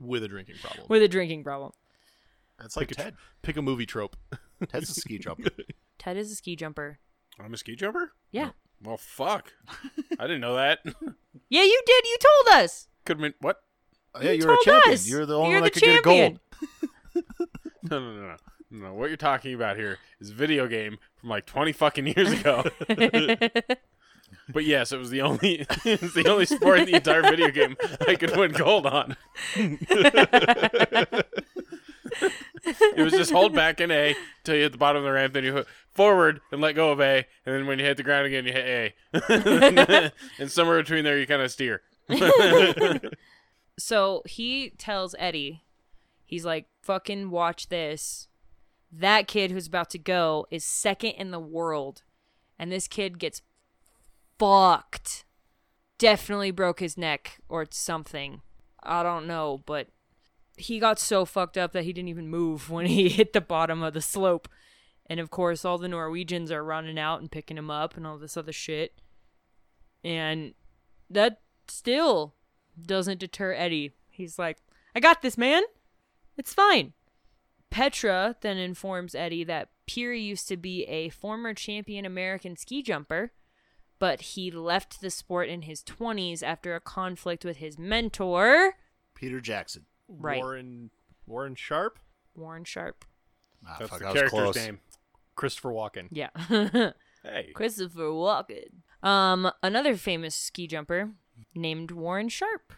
With a drinking problem. with a drinking problem. That's like Ted. Pick a movie trope. Ted's a ski jumper. Ted is a ski jumper. I'm a ski jumper. Yeah. Well, fuck. I didn't know that. <laughs> Yeah, you did. You told us. Could mean what? yeah, You you're a told champion. us. You're the only You're one that the could get a champion. gold. No, no, no, no. No, what you're talking about here is a video game from like 20 fucking years ago. <laughs> but yes, it was the only <laughs> it was the only sport in the entire video game I could win gold on. <laughs> It was just hold back in A until you hit the bottom of the ramp, then you hit forward and let go of A, and then when you hit the ground again, you hit A. <laughs> and somewhere between there, you kind of steer. so he tells Eddie, he's like, fucking watch this. That kid who's about to go is second in the world. And this kid gets fucked. Definitely broke his neck or something. I don't know, but he got so fucked up that he didn't even move when he <laughs> hit the bottom of the slope. And of course, all the Norwegians are running out and picking him up and all this other shit. And that still doesn't deter Eddie. He's like, I got this, man. It's fine. Petra then informs Eddie that Peary used to be a former champion American ski jumper, but he left the sport in his 20s after a conflict with his mentor, Peter Jackson. Right. Warren Warren Sharp, Warren Sharp. Ah, That's fuck, the I was character's close. name. Christopher Walken. Yeah. Hey, Christopher Walken. Um, another famous ski jumper named Warren Sharp.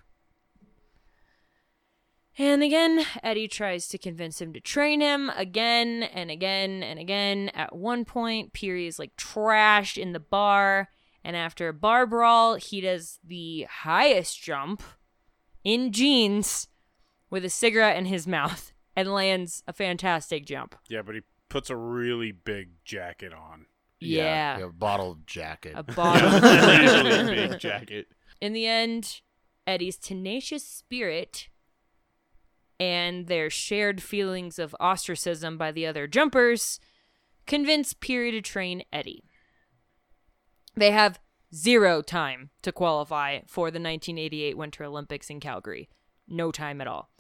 And again, Eddie tries to convince him to train him again and again and again. At one point, Peary is like trashed in the bar. And after a bar brawl, he does the highest jump in jeans with a cigarette in his <laughs> mouth and lands a fantastic jump. yeah, but he puts a really big jacket on. Yeah. yeah, bottle jacket. A <laughs> <laughs> Really bottle. <laughs> big jacket. In the end, Eddie's tenacious spirit and their shared feelings of ostracism by the other jumpers convince Peary to train Eddie. They have zero time to qualify for the 1988 Winter Olympics in Calgary. No time at all.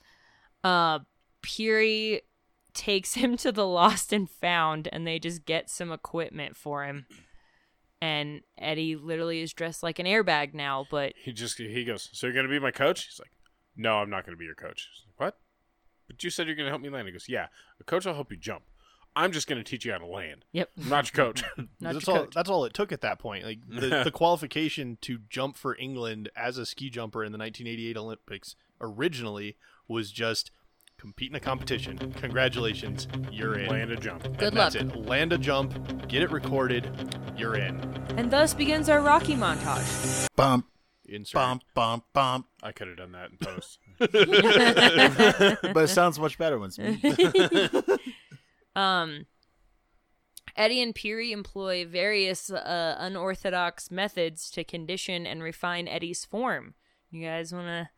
Uh, Peary takes <laughs> him to the lost and found, and they just get some equipment for him. And Eddie literally is dressed like an airbag now, but He just he goes, "So you're gonna be my coach?" He's like, "No, I'm not gonna be your coach." He's like, what? But you said you're gonna help me land. He goes, "Yeah, a coach will help you jump. I'm just gonna teach you how to land. Yep. I'm not your coach." Not that's your all. coach. That's all it took at that point. Like <laughs> the, the qualification to jump for England as a ski jumper in the 1988 Olympics originally was just compete in a competition. Congratulations, <laughs> <laughs> you're in. Land a jump. And Good that's luck. it. Land a jump, get it recorded, you're in. And thus begins our Rocky montage. bump, Insert. bump, bump, bump. I could have done that in post. but it sounds much better when it's me. <laughs> Um, Eddie and Peary employ various uh, unorthodox methods to condition and refine Eddie's form. You guys want to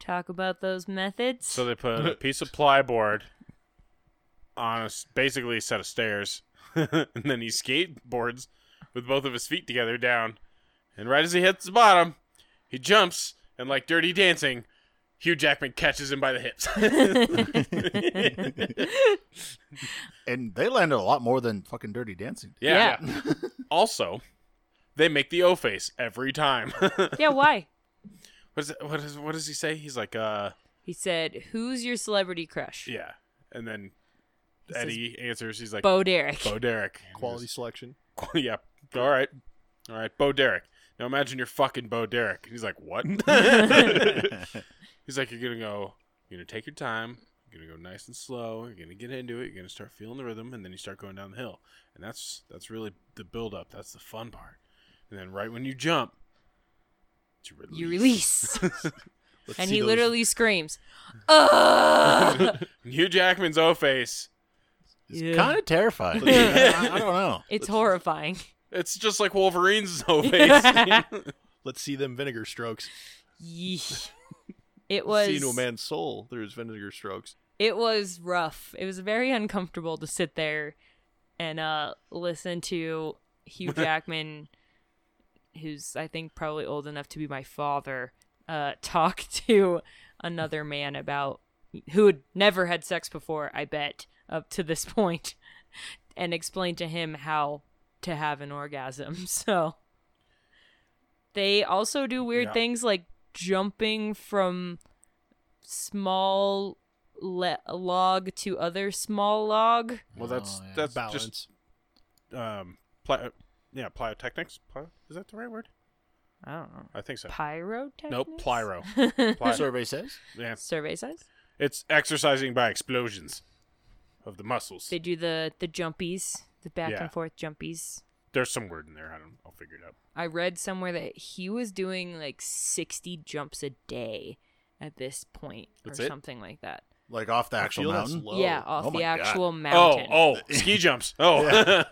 talk about those methods? so they put a piece of plyboard on a, s- basically a set of stairs, <laughs> and then he skateboards with both of his feet together down, and right as he hits the bottom, he jumps and like Dirty Dancing. Hugh Jackman catches him by the hips. <laughs> And they landed a lot more than fucking Dirty Dancing. did. Yeah. also, they make the O face every time. <laughs> what <laughs> yeah, why? is it, what is what does he say? He's like, uh, He said, Who's your celebrity crush? yeah, and then He says, Eddie answers. He's like, Bo, Bo Derek. Derek. Quality selection. <laughs> yeah. All right. All right. Bo Derek. Now imagine you're fucking Bo Derek. And he's like, <laughs> what? <laughs> he's like, you're gonna go. You're gonna take your time. You're gonna go nice and slow. You're gonna get into it. You're gonna start feeling the rhythm, and then you start going down the hill. And that's that's really the build up. That's the fun part. And then right when you jump, you release. You <laughs> release. Let's and see he those- literally <laughs> screams, Ugh! And Hugh Jackman's O face. It's Yeah. kind of terrifying. I, I don't <laughs> know. It's horrifying. It's just like Wolverine's <laughs> <laughs> O face. Let's see them vinegar strokes. Yeesh. It was. Was... See into a man's soul through his vinegar strokes. it was rough. It was very uncomfortable to sit there and uh listen to <laughs> Hugh Jackman, who's I think probably old enough to be my father, uh, <laughs> talk to another man about who had never had sex before, I bet, up to this <laughs> point, and explain to him how to have an orgasm. <laughs> So They also do weird Yeah. things like jumping from small le- log to other small log. Well, that's Oh, yeah. that's just balance. um, pli- yeah, pyrotechnics. Pli- is that the right word? I don't know. I think so. Pyrotechnics? Nope, pyro. Ply- Survey says <laughs> yeah, Survey says it's exercising by explosions of the muscles. they do the the jumpies, the back Yeah. and forth jumpies. There's some word in there. I don't. I'll figure it out. I read somewhere that he was doing like 60 jumps a day at this point That's or it? something like that. like off the I actual feel that's mountain. low. Yeah, off Oh my the God. actual mountain. Oh, oh, <laughs> ski jumps. Oh, <laughs> I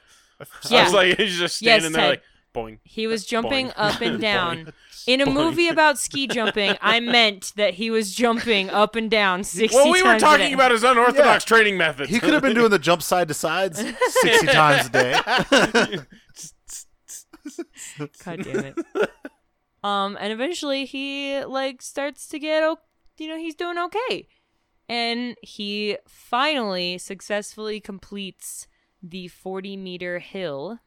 Yeah. was like, he's just Yes, standing there, Ted. like boing. He was jumping Boing. up <laughs> and down. Boing. In a Boing. movie about ski jumping, I meant that he was jumping up and down 60 Well, we were times a talking day. about his unorthodox Yeah. training methods. He could have been doing the jump side to sides sixty times a day. God damn it. um, and eventually he like starts to get, o- you know, he's doing okay, and he finally successfully completes the forty meter hill,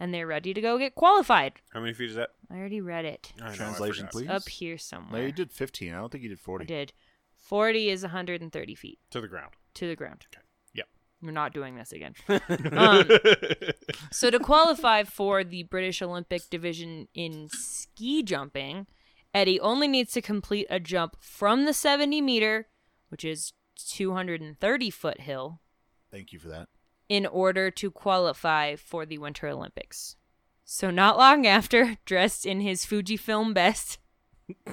and they're ready to go get qualified. <laughs> How many feet is that? I already read it I know, I Translation, forgot. please. up here No, somewhere. you did fifteen. I don't think you did I forty. did. Forty is one hundred and thirty feet To the ground. to the ground. Okay. Yep. We're not doing this again. um, so to qualify for the British Olympic division in ski jumping, Eddie only needs to complete a jump from the 70 meter, which is 230 foot hill, Thank you for that. in order to qualify for the Winter Olympics. So not long after, <laughs> dressed in his Fujifilm best, <laughs>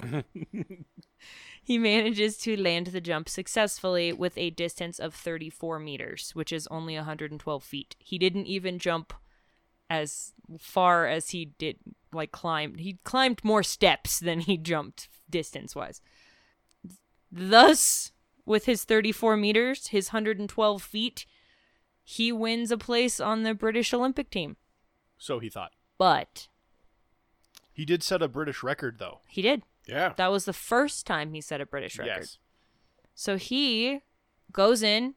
he manages to land the jump successfully with a distance of 34 meters, which is only 112 feet. He didn't even jump as far as he did like climbed. He climbed more steps than he jumped distance wise. Thus, with his 34 meters, his 112 feet, he wins a place on the British Olympic team. So he thought. But He did set a British record, though. he did. Yeah. That was the first time he set a British record. Yes. So he goes in.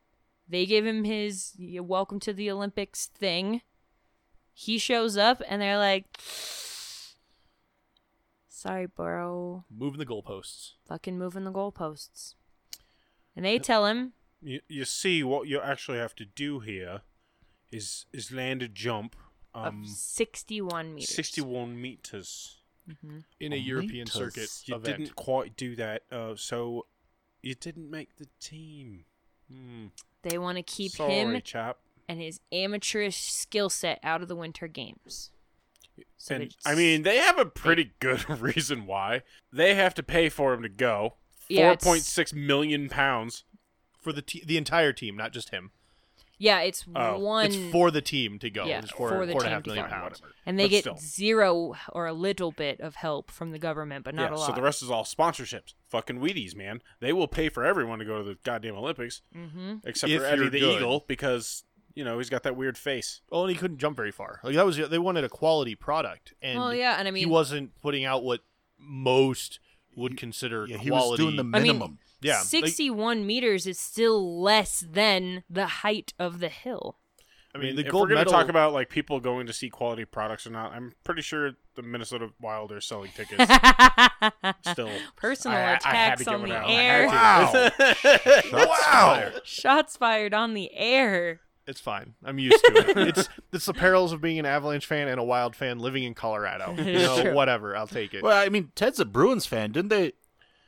They give him his y- welcome to the Olympics thing. He shows up and they're like, sorry, bro. Moving the goalposts. Fucking moving the goalposts. And they tell him, You, you see, what you actually have to do here is is land a jump um, of 61 meters. Mm-hmm. 61 meters. In a Oh, European meters. circuit You event. didn't quite do that, uh, so you didn't make the team. Hmm. They want to keep Sorry, him chap. and his amateurish skill set out of the Winter Games. So they and just- I mean, they have a pretty good <laughs> reason why they have to pay for him to go. Yeah, Four it's- point six million pounds. For the te- the entire team, not just him. yeah, it's Oh, one. it's It's for the team to go. Yeah, It's for, for the four and a team half to million go. pounds. and they but get still. zero or a little bit of help from the government, but not yeah, a lot. So the rest is all sponsorships. Fucking Wheaties, man. They will pay for everyone to go to the goddamn Olympics, mm-hmm. except If for Eddie you're the good. Eagle because you know he's got that weird face. Well, and he couldn't jump very far. Like that was they wanted a quality product, and Well, yeah, and I he mean, wasn't putting out what most would consider Yeah, quality. he was doing the I mean- minimum. yeah, like- 61 meters is still less than the height of the hill. <laughs> I mean, the if gold we're medal. gonna talk about like people going to see quality products or not, I'm pretty sure the Minnesota Wild are selling <laughs> tickets still. Personal I- I- I had to attacks get on one the out. I air. had to. wow. Shots fired on the air. it's fine. I'm used to it. <laughs> it's it's the perils of being an Avalanche fan and a Wild fan living <laughs> in Colorado. You It's know, true. whatever. I'll take it. Well, I mean, Ted's a Bruins fan. Didn't they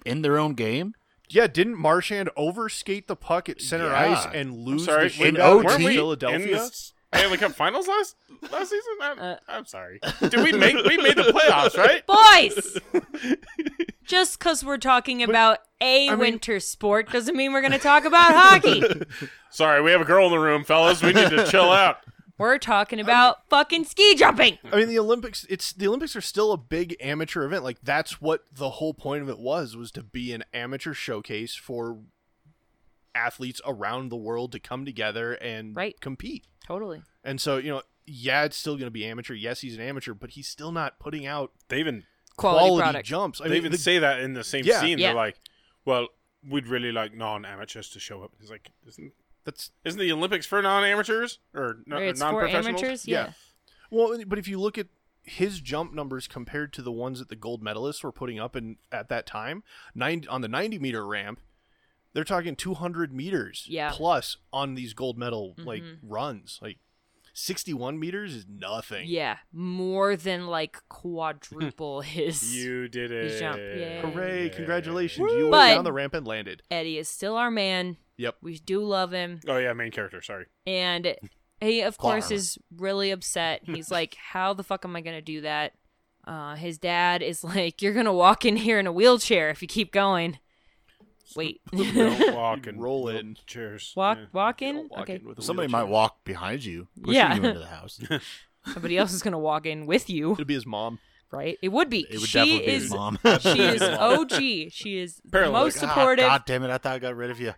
in their own game? Yeah, didn't Marchand overskate the puck at center Yeah. ice and I'm lose sorry, the In shootout OT? against Weren't we in the Philadelphia? S- <laughs> Stanley Cup Finals last last season. I'm, Uh. I'm sorry. Did <laughs> we make we made the playoffs right? Boys! Just because we're talking about a I mean- winter sport doesn't mean we're going to talk about <laughs> hockey. Sorry, we have a girl in the room, fellas. We need to chill out. We're talking about fucking ski jumping. I mean, the Olympics. It's the Olympics are still a big amateur event. Like that's what the whole point of it was was to be an amateur showcase for athletes around the world to come together and Right. compete. Totally. And so you know, yeah, it's still going to be amateur. Yes, he's an amateur, but he's still not putting out They even Quality, quality, product. jumps. I they mean, even the- say that in the same Yeah. scene. Yeah. They're like, "Well, we'd really like non-amateurs to show up." It's like, isn't that's isn't the Olympics for non-amateurs or no, Or it's for non-professionals? amateurs? Yeah. well. But if you look at his jump numbers compared to the ones that the gold medalists were putting up in at that time, nine on the 90 meter ramp, they're talking 200 meters Yeah. plus on these gold medal like Mhm. runs. Like 61 meters is nothing. Yeah, more than like <laughs> quadruple his. You did it. He's jumped. Yay. Hooray, congratulations. You But- went down the ramp and landed. Eddie is still our man. Yep. We do love him. Oh yeah, main character, sorry. And he, of course, Clark. is really upset. <laughs> He's like, How the fuck am I going to do that? Uh, his dad is <laughs> like, You're going to walk in here in a wheelchair if you keep going. <laughs> Wait. <laughs> Don't walk You and roll in. Cheers. walk, Yeah. walk You don't in? walk okay. in with a Somebody wheelchair. might walk behind you, pushing Yeah. you into the house. <laughs> Somebody else is going to walk in with <laughs> you, It'd be his mom. right? It would be. It would she definitely be is. his mom. <laughs> <laughs> ah, She is OG. She is the Apparently. most God, supportive. God damn it! I thought I got rid of you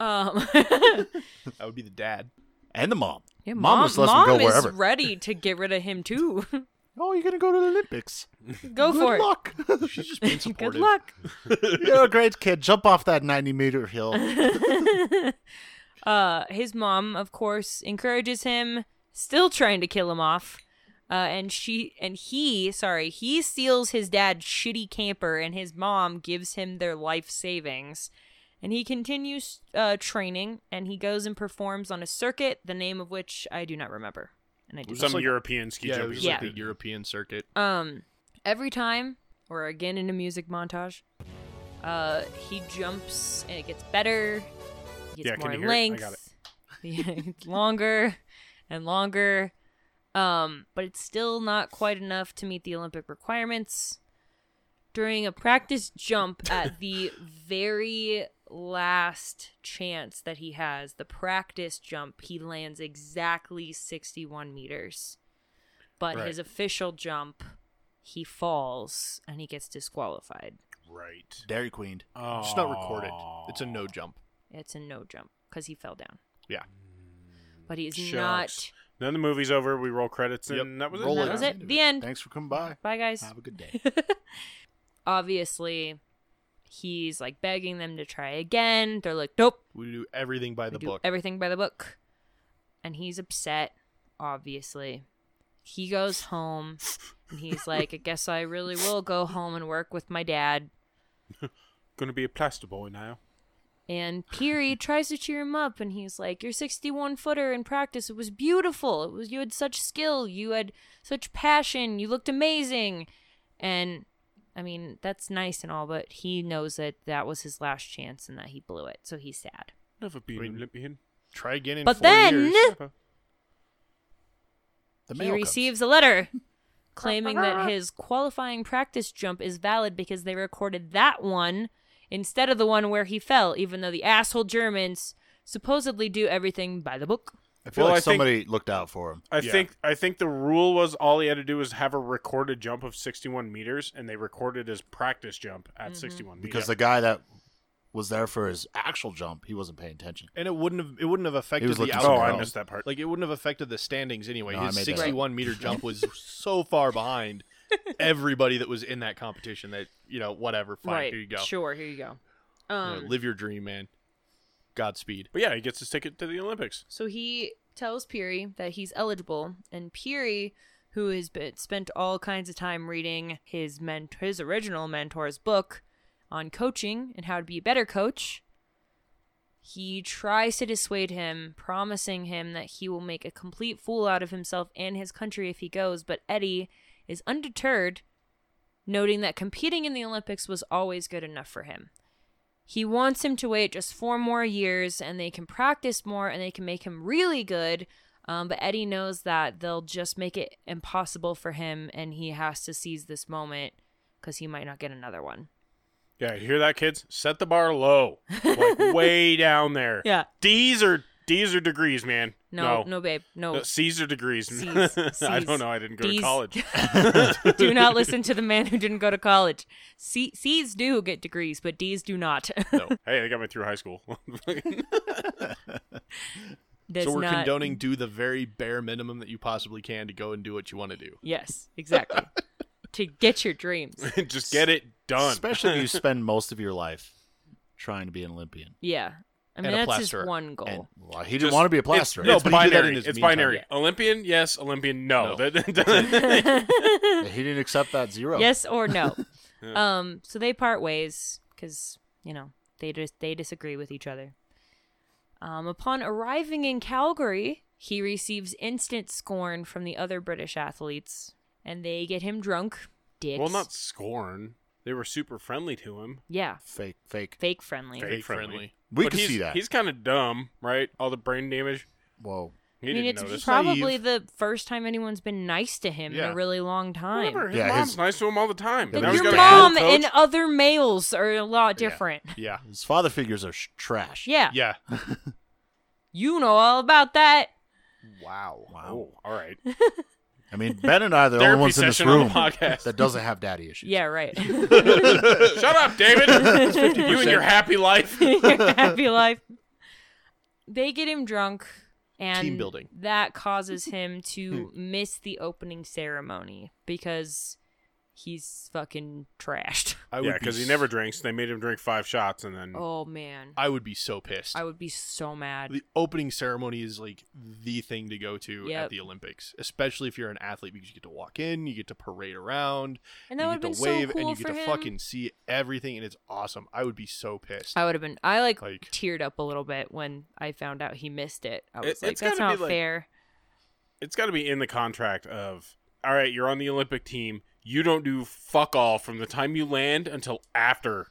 Um, <laughs> That would be the dad. and the mom. Yeah, Mom mom, mom, just lets them go is wherever. ready to get rid of him too. <laughs> Oh, you're gonna go to the Olympics. go Good for luck. She's just being it. <laughs> Good supportive. luck. <laughs> you're a great kid. Jump off that 90 meter hill. <laughs> uh, his mom, of course, encourages him, still trying to kill him off. Uh, and she and he, sorry, he steals his dad's shitty camper, and his mom gives him their life savings. And he continues uh, training, and he goes and performs on a circuit, the name of which I do not remember. And I do Some like- European ski Yeah, it jumping. was Yeah. like the European circuit. Um, every time we're again in a music montage, uh, he jumps and it gets better. He Yeah, gets can more you hear it? I length. <laughs> got it. Yeah, it's longer and longer. Um, but it's still not quite enough to meet the Olympic requirements. During a practice <coughs> jump at the very last chance that he has, the practice jump, he lands exactly 61 meters. But Right. his official jump, he falls and he gets disqualified. Right. Dairy Queen. Oh. It's not recorded. It's a no jump. It's a no jump because he fell down. Yeah. But he's Shucks. Then the movie's over. We roll credits, and Yep. that was Roll it. That was it. The end. Thanks for coming by. not. Bye, guys. Have a good day. <laughs> obviously he's like begging them to try again. They're like, nope, We do everything by we the do book. everything by the book. And he's upset, obviously. He goes home and he's like, I guess I really will go home and work with my dad. Gonna be a plaster boy now. And Peary tries to cheer him up, and he's like, "Your 61 footer in practice, it was beautiful. It was you had such skill, you had such passion, you looked amazing." And I mean, that's nice and all, but he knows that that was his last chance and that he blew it, so he's sad. Never been Wait. an Olympian. Try again in But four then- years. Never. The he mail comes. receives a letter claiming that his qualifying practice jump is valid because they recorded that one instead of the one where he fell, even though the asshole Germans supposedly do everything by the book. I feel Well, like I think- somebody looked out for him. I Yeah. think I think the rule was all he had to do was have a recorded jump of 61 meters, and they recorded his practice jump at Mm-hmm. 61 because meters. the guy that was there for his actual jump, he wasn't paying attention. and it wouldn't have it wouldn't have affected was the looking outcome. oh, I missed that part. Like it wouldn't have affected the standings anyway. No, I His made that up. 61 meter <laughs> jump was so far behind everybody that was in that competition that you know whatever. Fine, right. here you go. Sure, here you go. You know, Um, live your dream, man. Godspeed. but yeah, he gets his ticket to the Olympics. so he tells Peary that he's eligible, and Peary, who has been, spent all kinds of time reading his ment- his original mentor's book on coaching and how to be a better coach, he tries to dissuade him, promising him that he will make a complete fool out of himself and his country if he goes. But Eddie is undeterred, noting that competing in the Olympics was always good enough for him. He wants him to wait just four more years and they can practice more and they can make him really good. Um, but Eddie knows that they'll just make it impossible for him and he has to seize this moment because he might not get another one. Yeah, you hear that, kids? Set the bar low, like <laughs> way down there. Yeah. D's are D's are degrees, man. No, no, babe. No. No, C's are degrees. C's, <laughs> I C's. don't know. I didn't go D's. to <laughs> college. do <laughs> not listen to the man who didn't go to college. C- C's do get degrees, but D's do not. <laughs> Hey, I got me through high school. <laughs> Does so we're not- condoning do the very bare minimum that you possibly can to go and do what you want to do. Yes, <laughs> exactly. to get your dreams. Just get it done. Especially if you spend most of your life trying to be an Olympian. Yeah. I mean, and a that's his plasterer. one goal. And, well, he didn't Just- want to be a It's- plasterer. No, It's- it's but he did that binary. in his It's meantime. binary. Yeah. Olympian, yes. Olympian, no. <laughs> No. he didn't accept that <laughs> zero. yes or no. Yeah. um, so they part ways because you know they just they disagree with each other. Um, upon arriving in Calgary, he receives instant scorn from the other British athletes, and they get him drunk. Dicks. well, not scorn. They were super friendly to him. yeah, Fake, fake. fake friendly. Fake. Fake friendly. friendly. We But can he's- see that. He's kind of dumb, right? All the brain damage. Whoa. I He mean, didn't it's notice. probably Naive. the first time anyone's been nice to him in Yeah. a really long time. Whatever. His Yeah, mom's his- nice to him all the time. Yeah, But Now he's he's your got a mom head coach. and other males are a lot Yeah. different. Yeah. His father figures are sh- trash. Yeah. Yeah. You know all about that. Wow. Wow. Oh, all right. I mean, Ben and I are <laughs> the only Therapy ones in this session on the room podcast. that doesn't have daddy issues. Yeah, right. <laughs> Shut up, David. you and your <laughs> happy life. <laughs> Your happy life. They get him drunk and Team building. Hmm. that causes him to miss the opening ceremony because he's fucking trashed. I Yeah, be because he s- never drinks. They made him drink five shots, and then Oh man. Hmm. I would be so pissed. I would be so mad. the opening ceremony is like the thing to go to Yep. at the Olympics, especially if you're an athlete because you get to walk in, you get to parade around, And that you would get have been to wave, so cool and you get for to him. fucking see everything, and it's awesome. I would be so pissed. I would have been. I like, Like- teared up a little bit when I found out he missed it. I It- was like, it's "That's gotta not be, like- fair." it's got to be in the contract of all right you're on the olympic team you don't do fuck all from the time you land until after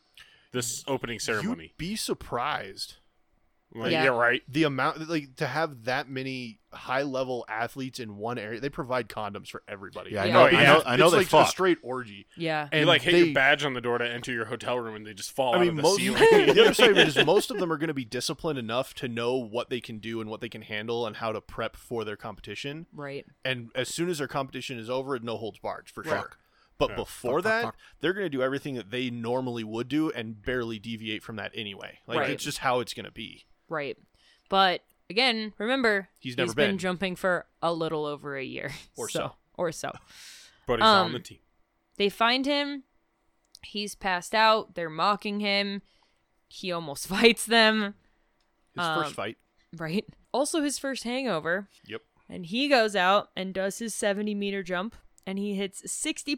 this opening ceremony You'd be surprised like, Yeah. yeah. right the amount like to have that many high level athletes in one area. They provide condoms for everybody. Yeah, I Yeah. know. Oh, I yeah. know, I know it's they like fuck. a straight orgy. Yeah, And you like hit they, your badge on the door to enter your hotel room and they just fall I out mean, of the most, <laughs> ceiling the other side of it <laughs> is most of them are going to be disciplined enough to know what they can do and what they can handle and how to prep for their competition. right. and as soon as their competition is over, no holds barred for Right. sure. But Yeah. before Fuck, fuck, that, fuck. they're going to do everything that they normally would do and barely deviate from that anyway. Like Right. it's just how it's going to be. Right. But again, remember He's never he's been. been. jumping for a little over a year Or so. Or <laughs> so. but he's Um, on the team They find him. He's passed out. They're mocking him. He almost <laughs> fights them. His Um, first fight. Right. Also, his first hangover. Yep. And he goes out and does his 70 meter jump, and he hits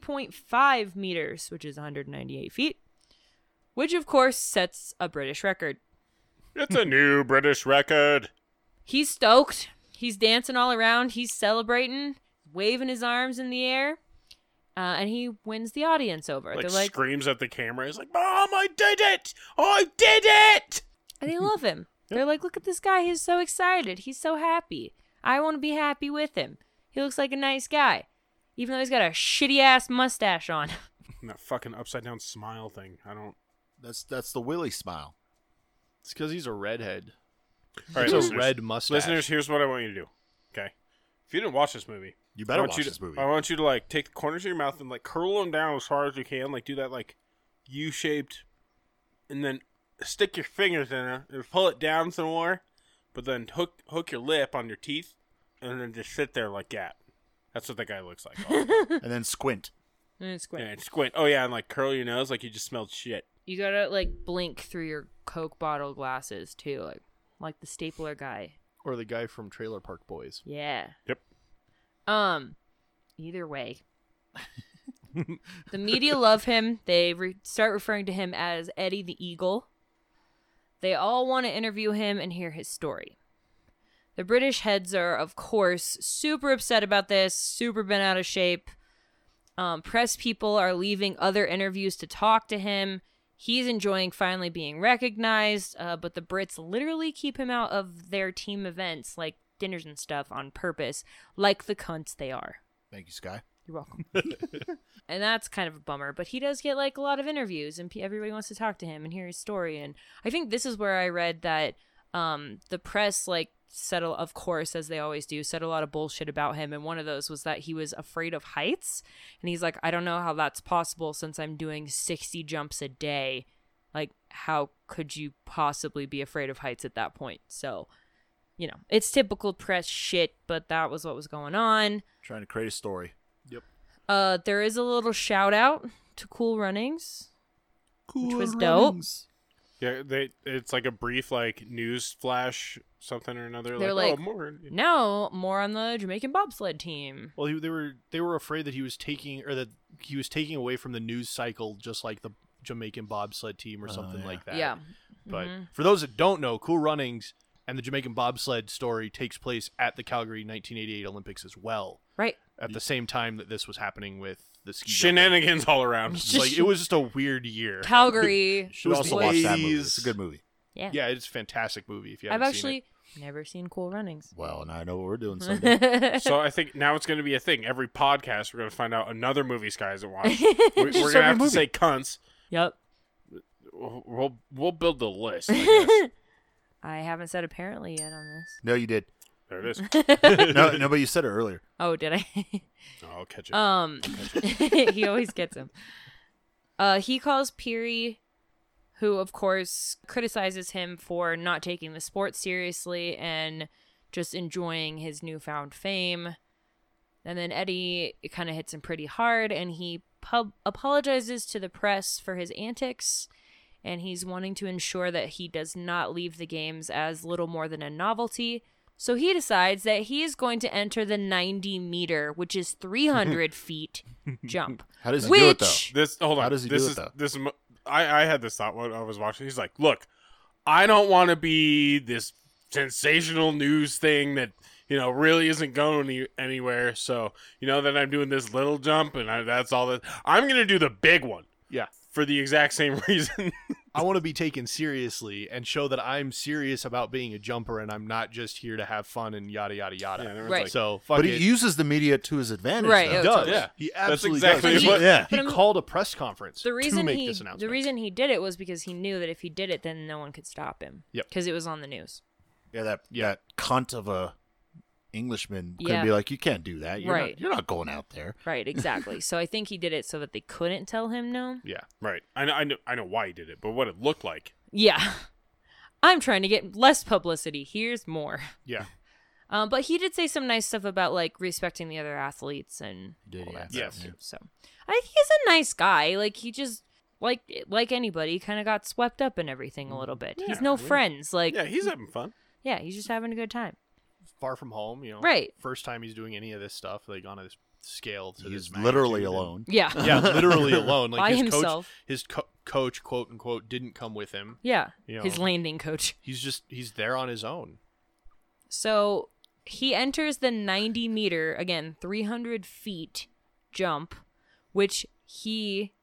60.5 meters, which is 198 feet, which of course sets a British record. it's a new british record He's stoked. He's dancing all around. He's celebrating, waving his arms in the air, uh, and he wins the audience over. like, They're like, screams at the camera he's like mom i did it i did it and they love him. They're like, look at this guy. He's so excited. He's so happy. I want to be happy with him. He looks like a nice guy, even though he's got a shitty ass mustache on. <laughs> And that fucking upside down smile thing i don't That's that's the Willy smile. It's because he's a redhead. all right it's a listeners, red mustache. listeners here's what i want you to do okay if you didn't watch this movie You I better want watch you to, this movie. I want you to like take the corners of your mouth and like curl them down as far as you can, like do that like U shaped, and then stick your fingers in it and pull it down some more, but then hook hook your lip on your teeth, and then just sit there like that. That's what that guy looks like. all the time. and then squint. And it's great. and squint. Oh yeah, and like curl your nose like you just smelled shit. You gotta like blink through your Coke bottle glasses too, like like the stapler guy. or the guy from Trailer Park Boys. Yeah. Yep. Um. Either way, the media love him. They re- start referring to him as Eddie the Eagle. They all want to interview him and hear his story. The British heads are, of course, super upset about this, super bent out of shape. Um, press people are leaving other interviews to talk to him. He's enjoying finally being recognized, uh, but the Brits literally keep him out of their team events, like dinners and stuff, on purpose, like the cunts they are. Thank you, Sky. You're welcome. <laughs> and that's kind of a bummer, but he does get like a lot of interviews, and pe- everybody wants to talk to him and hear his story. And I think this is where I read that um, the press, like, said, a- of course, as they always do, said a lot of bullshit about him. And one of those was that he was afraid of heights. And he's like, I don't know how that's possible since I'm doing 60 jumps a day. Like, how could you possibly be afraid of heights at that point? So, you know, it's typical press shit, but that was what was going on. Trying to create a story. Uh, there is a little shout out to Cool Runnings, Cool was dope. runnings. Yeah, they it's like a brief like news flash something or another. They're like, like- oh, more. Now, more on the Jamaican bobsled team. Well, he, they were they were afraid that he was taking or that he was taking away from the news cycle, just like the Jamaican bobsled team or Oh, something yeah. like that. <laughs> Yeah. But Mhm. for those that don't know, Cool Runnings and the Jamaican bobsled story takes place at the Calgary 1988 Olympics as well, Right. at the same time that this was happening with the ski. jumping. Shenanigans all <laughs> around. Like it was just a weird year. Calgary. Should was also the watch that movie. 80s. It's a good movie. Yeah. Yeah, it's a fantastic movie. If you I've haven't seen it. actually never seen Cool Runnings. Well, now I know what we're <laughs> doing Sunday. Just so I think now it's going to be a thing. Every podcast, we're going to find out another movie Sky's at watch. We, are going to every have to movie. say cunts. yep. We'll we'll, we'll build the list. I guess. I haven't said apparently yet on this. no, you did. there it is. No, no, but you said it earlier. Oh, did I? <laughs> Oh, I'll catch it. Um, <laughs> he always gets him. Uh, he calls Peary, who of course criticizes him for not taking the sport seriously and just enjoying his newfound fame. And then Eddie kind of hits him pretty hard, and he pub- apologizes to the press for his antics. And he's wanting to ensure that he does not leave the games as little more than a novelty. So he decides that he is going to enter the 90 meter, which is 300 feet jump. How does he which do it though? This hold on. How does he this do it, is though? this. mo- I I had this thought while I was watching. He's like, look, I don't want to be this sensational news thing that you know really isn't going any, anywhere. So you know that I'm doing this little jump, and I, that's all that I'm gonna do the big one Yeah. for the exact same <laughs> reason. I want to be taken seriously and show that I'm serious about being a jumper and I'm not just here to have fun and yada yada yada. Yeah, and everyone's Right. like, So fuck But it. he uses the media to his advantage. Right, though. it He was- does. Yeah. He absolutely exactly does. what- He, Yeah. he But I'm- called a press conference the to reason make he this announcement. the reason he did it was because he knew that if he did it, then no one could stop him. Yep. Because it was on the news. Yeah, that that cunt of a Englishman could Yeah. be like, you can't do that. You're Right. Not, you're not going out there. <laughs> Right. Exactly. so I think he did it so that they couldn't tell him no. yeah. right. I know, I know. I know why he did it, but what it looked like. Yeah. <laughs> I'm trying to get less publicity. Here's more. Yeah. Um, but he did say some nice stuff about like respecting the other athletes and He did, all yeah. that Yes. stuff. too. So I think he's a nice guy. Like he just like like anybody, kind of got swept up in everything a little bit. he's Yeah, no we- friends. Like Yeah, he's having fun. yeah, he's just having a good time. Far from home, you know. Right. First time he's doing any of this stuff, like on a scale to He's this literally magnitude. alone. <laughs> Yeah. Yeah, <laughs> literally alone. Like By his himself. coach his co- coach quote unquote didn't come with him. Yeah. You His know. landing coach. He's just he's there on his own. So he enters the 90 meter, again, 300 feet jump, which he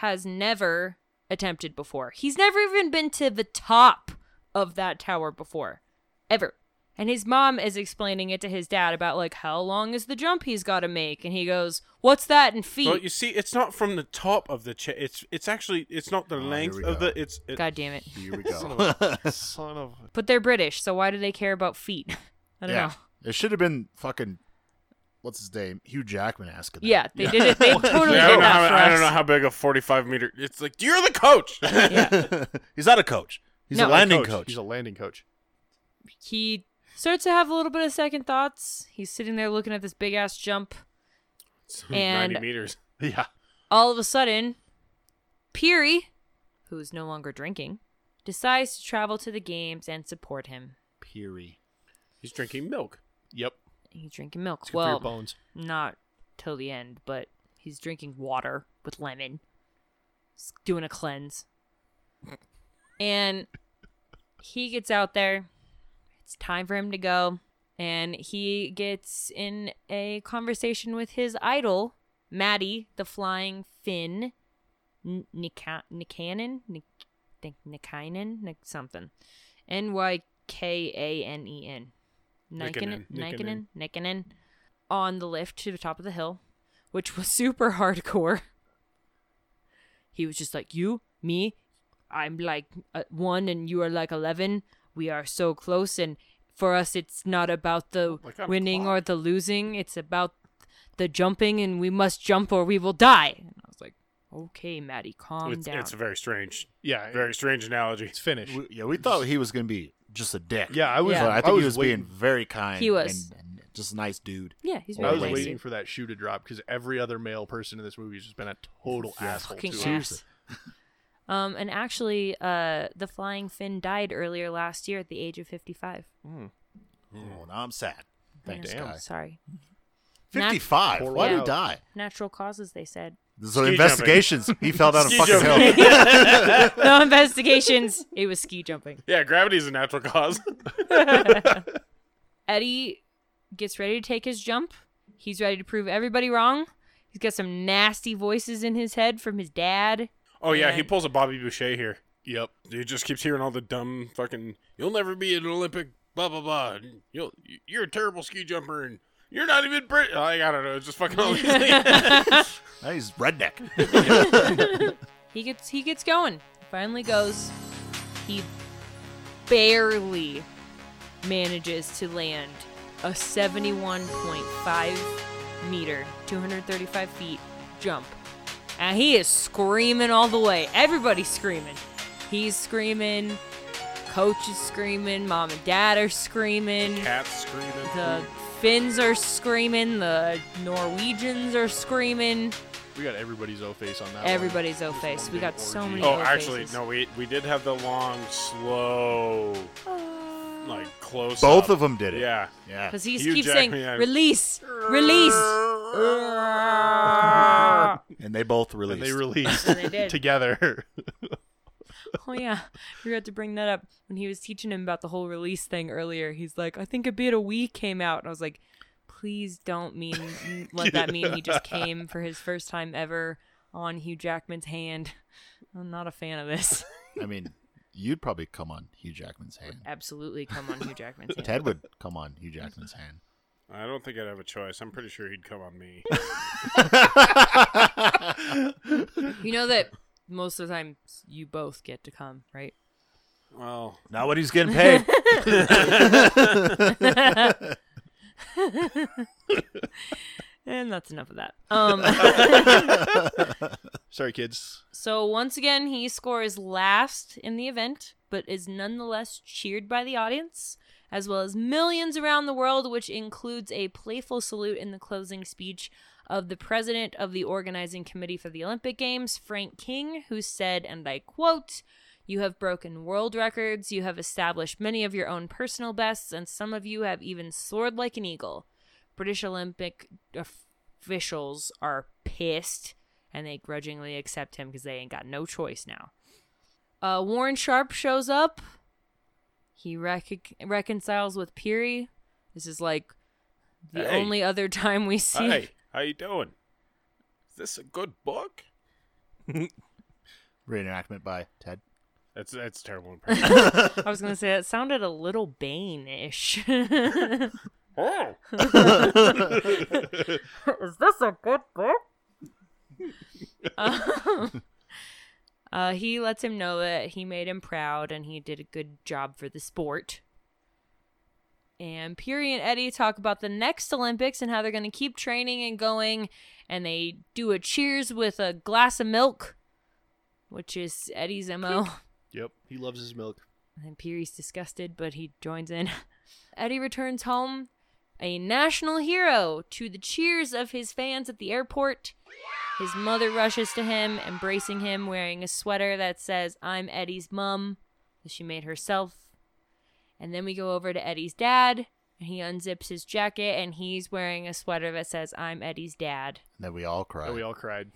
has never attempted before. He's never even been to the top of that tower before, ever. And his mom is explaining it to his dad about, like, how long is the jump he's got to make? And he goes, What's that in feet? Well, you see, it's not from the top of the chair. It's it's actually it's not the Oh, here length we of go. the. It's it, God damn it. Here we <laughs> go. Son of But they're British, so why do they care about feet? <laughs> I don't know. It should have been fucking what's his name? Hugh Jackman asking. that. Yeah, they did it. <laughs> They totally Yeah, did I, don't know that for how, I don't us. know how big a 45 meter. It's like you're the coach. Yeah. <laughs> He's not a coach. He's No. a landing coach. coach. He's a landing coach. he starts to have a little bit of second thoughts. He's sitting there looking at this big ass jump. And- 90 meters. Yeah. All of a sudden, Peary, who is no longer drinking, decides to travel to the games and support him. Peary. He's drinking milk. Yep. He's drinking milk. It's good for your well, bones. not till the end, but he's drinking water with lemon. He's doing a cleanse. And he gets out there. It's time for him to go. And he gets in a conversation with his idol, Maddie, the flying Finn, N- Nika- Nikanen? Nik- think Nikanen? Nik- something. N Y K A N E N. Nikanen? Nikanen? Nikanen. Nikanen. On the lift to the top of the hill, which was super hardcore. He was just like, You, me, I'm like uh, one and you are like 11. We are so close. And for us, it's not about the Like I'm winning clocked. or the losing, it's about the jumping, and we must jump or we will die. And I was like, okay, Maddie, calm It's, down. it's a very strange, Yeah. very strange analogy. It's finished. We- yeah, we thought he was gonna be just a dick. Yeah, I was. Yeah. But I think was he was waiting, being very kind. He was. and, and just a nice dude. yeah, he's very I was nice waiting dude. for that shoe to drop because every other male person in this movie has just been a total asshole. Fucking To him. ass. Seriously. <laughs> Um, and actually, uh, the flying Finn died earlier last year at the age of 55. Oh, now I'm sad. Thanks, Damn. guys. Sorry. Nat- 55. Poor Why did he lad. die? Natural causes, they said. So Ski investigations. He fell down a Ski fucking jumping. hill. no investigations. It was ski jumping. Yeah, gravity is a natural cause. <laughs> Eddie gets ready to take his jump. He's ready to prove everybody wrong. He's got some nasty voices in his head from his dad. Oh yeah, he And- pulls a Bobby Boucher here. Yep. He just keeps hearing all the dumb fucking. You'll never be an Olympic. Blah blah blah. and You'll you're a terrible ski jumper and you're not even Brit. Like, I don't know. It's just <laughs> fucking all these things. Now he's <laughs> redneck. He gets he gets going. Finally goes. He barely manages to land a 71.5 meter, 235 feet jump. And he is screaming all the way. Everybody's screaming. He's screaming. Coach is screaming. Mom and dad are screaming. Cats screaming. The Finns are screaming. The Norwegians are screaming. We got everybody's O face on that. one. Everybody's O Just face. one We big got so orgy. many. Oh, O actually, faces. no. We we did have the long, slow, like close. Both up. of them did it. Yeah. Yeah. Because he Hugh keeps saying, Jackman, yeah. release, <laughs> release. oh, And they both released. And they <laughs> released they did. Oh, together. yeah. We had to bring that up. When he was teaching him about the whole release thing earlier, he's like, I think a bit of we came out. And I was like, please don't mean, <laughs> let that mean he just came for his first time ever on Hugh Jackman's hand. I'm not a fan of this. I mean, you'd probably come on Hugh Jackman's hand. Absolutely come on Hugh Jackman's hand. Ted would come on Hugh Jackman's hand. I don't think I'd have a choice. I'm pretty sure he'd come on <laughs> me. You know that most of the time you both get to come, right? well, Not what he's getting paid. And that's enough of that. Um. <laughs> <laughs> Sorry, kids. So once again, he scores last in the event, but is nonetheless cheered by the audience, as well as millions around the world, which includes a playful salute in the closing speech of the president of the organizing committee for the Olympic Games, Frank King, who said, and I quote, you have broken world records, you have established many of your own personal bests, and some of you have even soared like an eagle. British Olympic officials are pissed and they grudgingly accept him because they ain't got no choice now. Uh, Warren Sharp shows up. He recon- reconciles with Peary. This is like the Hey. only other <laughs> time we see. hey, how you doing? Is this a good book? Reenactment by Ted. That's that's terrible <laughs> impression. I was gonna say that sounded a little <laughs> Bane-ish. oh, is this a good <laughs> book? uh, he lets him know that he made him proud and he did a good job for the sport. And Peary and Eddie talk about the next Olympics and how they're going to keep training and going. And they do a cheers with a glass of milk, which is Eddie's MO. Yep. He loves his milk. And Peary's disgusted, but he joins in. <laughs> Eddie returns home, a national hero, to the cheers of his fans at the airport. His mother rushes to him, embracing him, wearing a sweater that says, I'm Eddie's mum, that she made herself. And then we go over to Eddie's dad, and he unzips his jacket, and he's wearing a sweater that says, I'm Eddie's dad. And then we all cried. And we all <laughs> cried.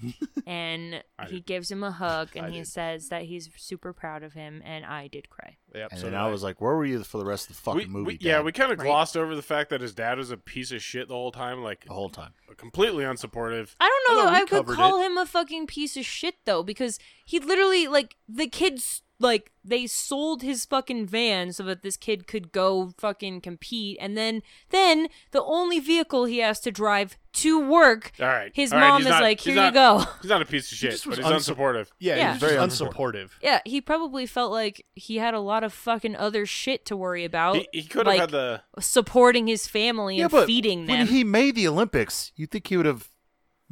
And I he did. gives him a hug, I and he did. says that he's super proud of him, and I did cry. Yep. and so then did I was like, where were you for the rest of the fucking we, movie? we- yeah, Dad? we kind of Right. glossed over the fact that his dad was a piece of shit the whole time, like the whole time. completely unsupportive. I don't know Although though. we I could covered call him a fucking piece of shit though, because he literally like the kids like they sold his fucking van so that this kid could go fucking compete, and then then the only vehicle he has to drive to work, All right, his all right, mom he's is not- like, he's "Here you not- go." <laughs> He's not a piece of shit, just but was he's unsu- unsupportive. yeah, Yeah. he was Very just unsupportive. Yeah, he probably felt like he had a lot of fucking other shit to worry about. He, he could have like, had the supporting his family yeah, and but feeding when them. he made the Olympics, you'd think he would have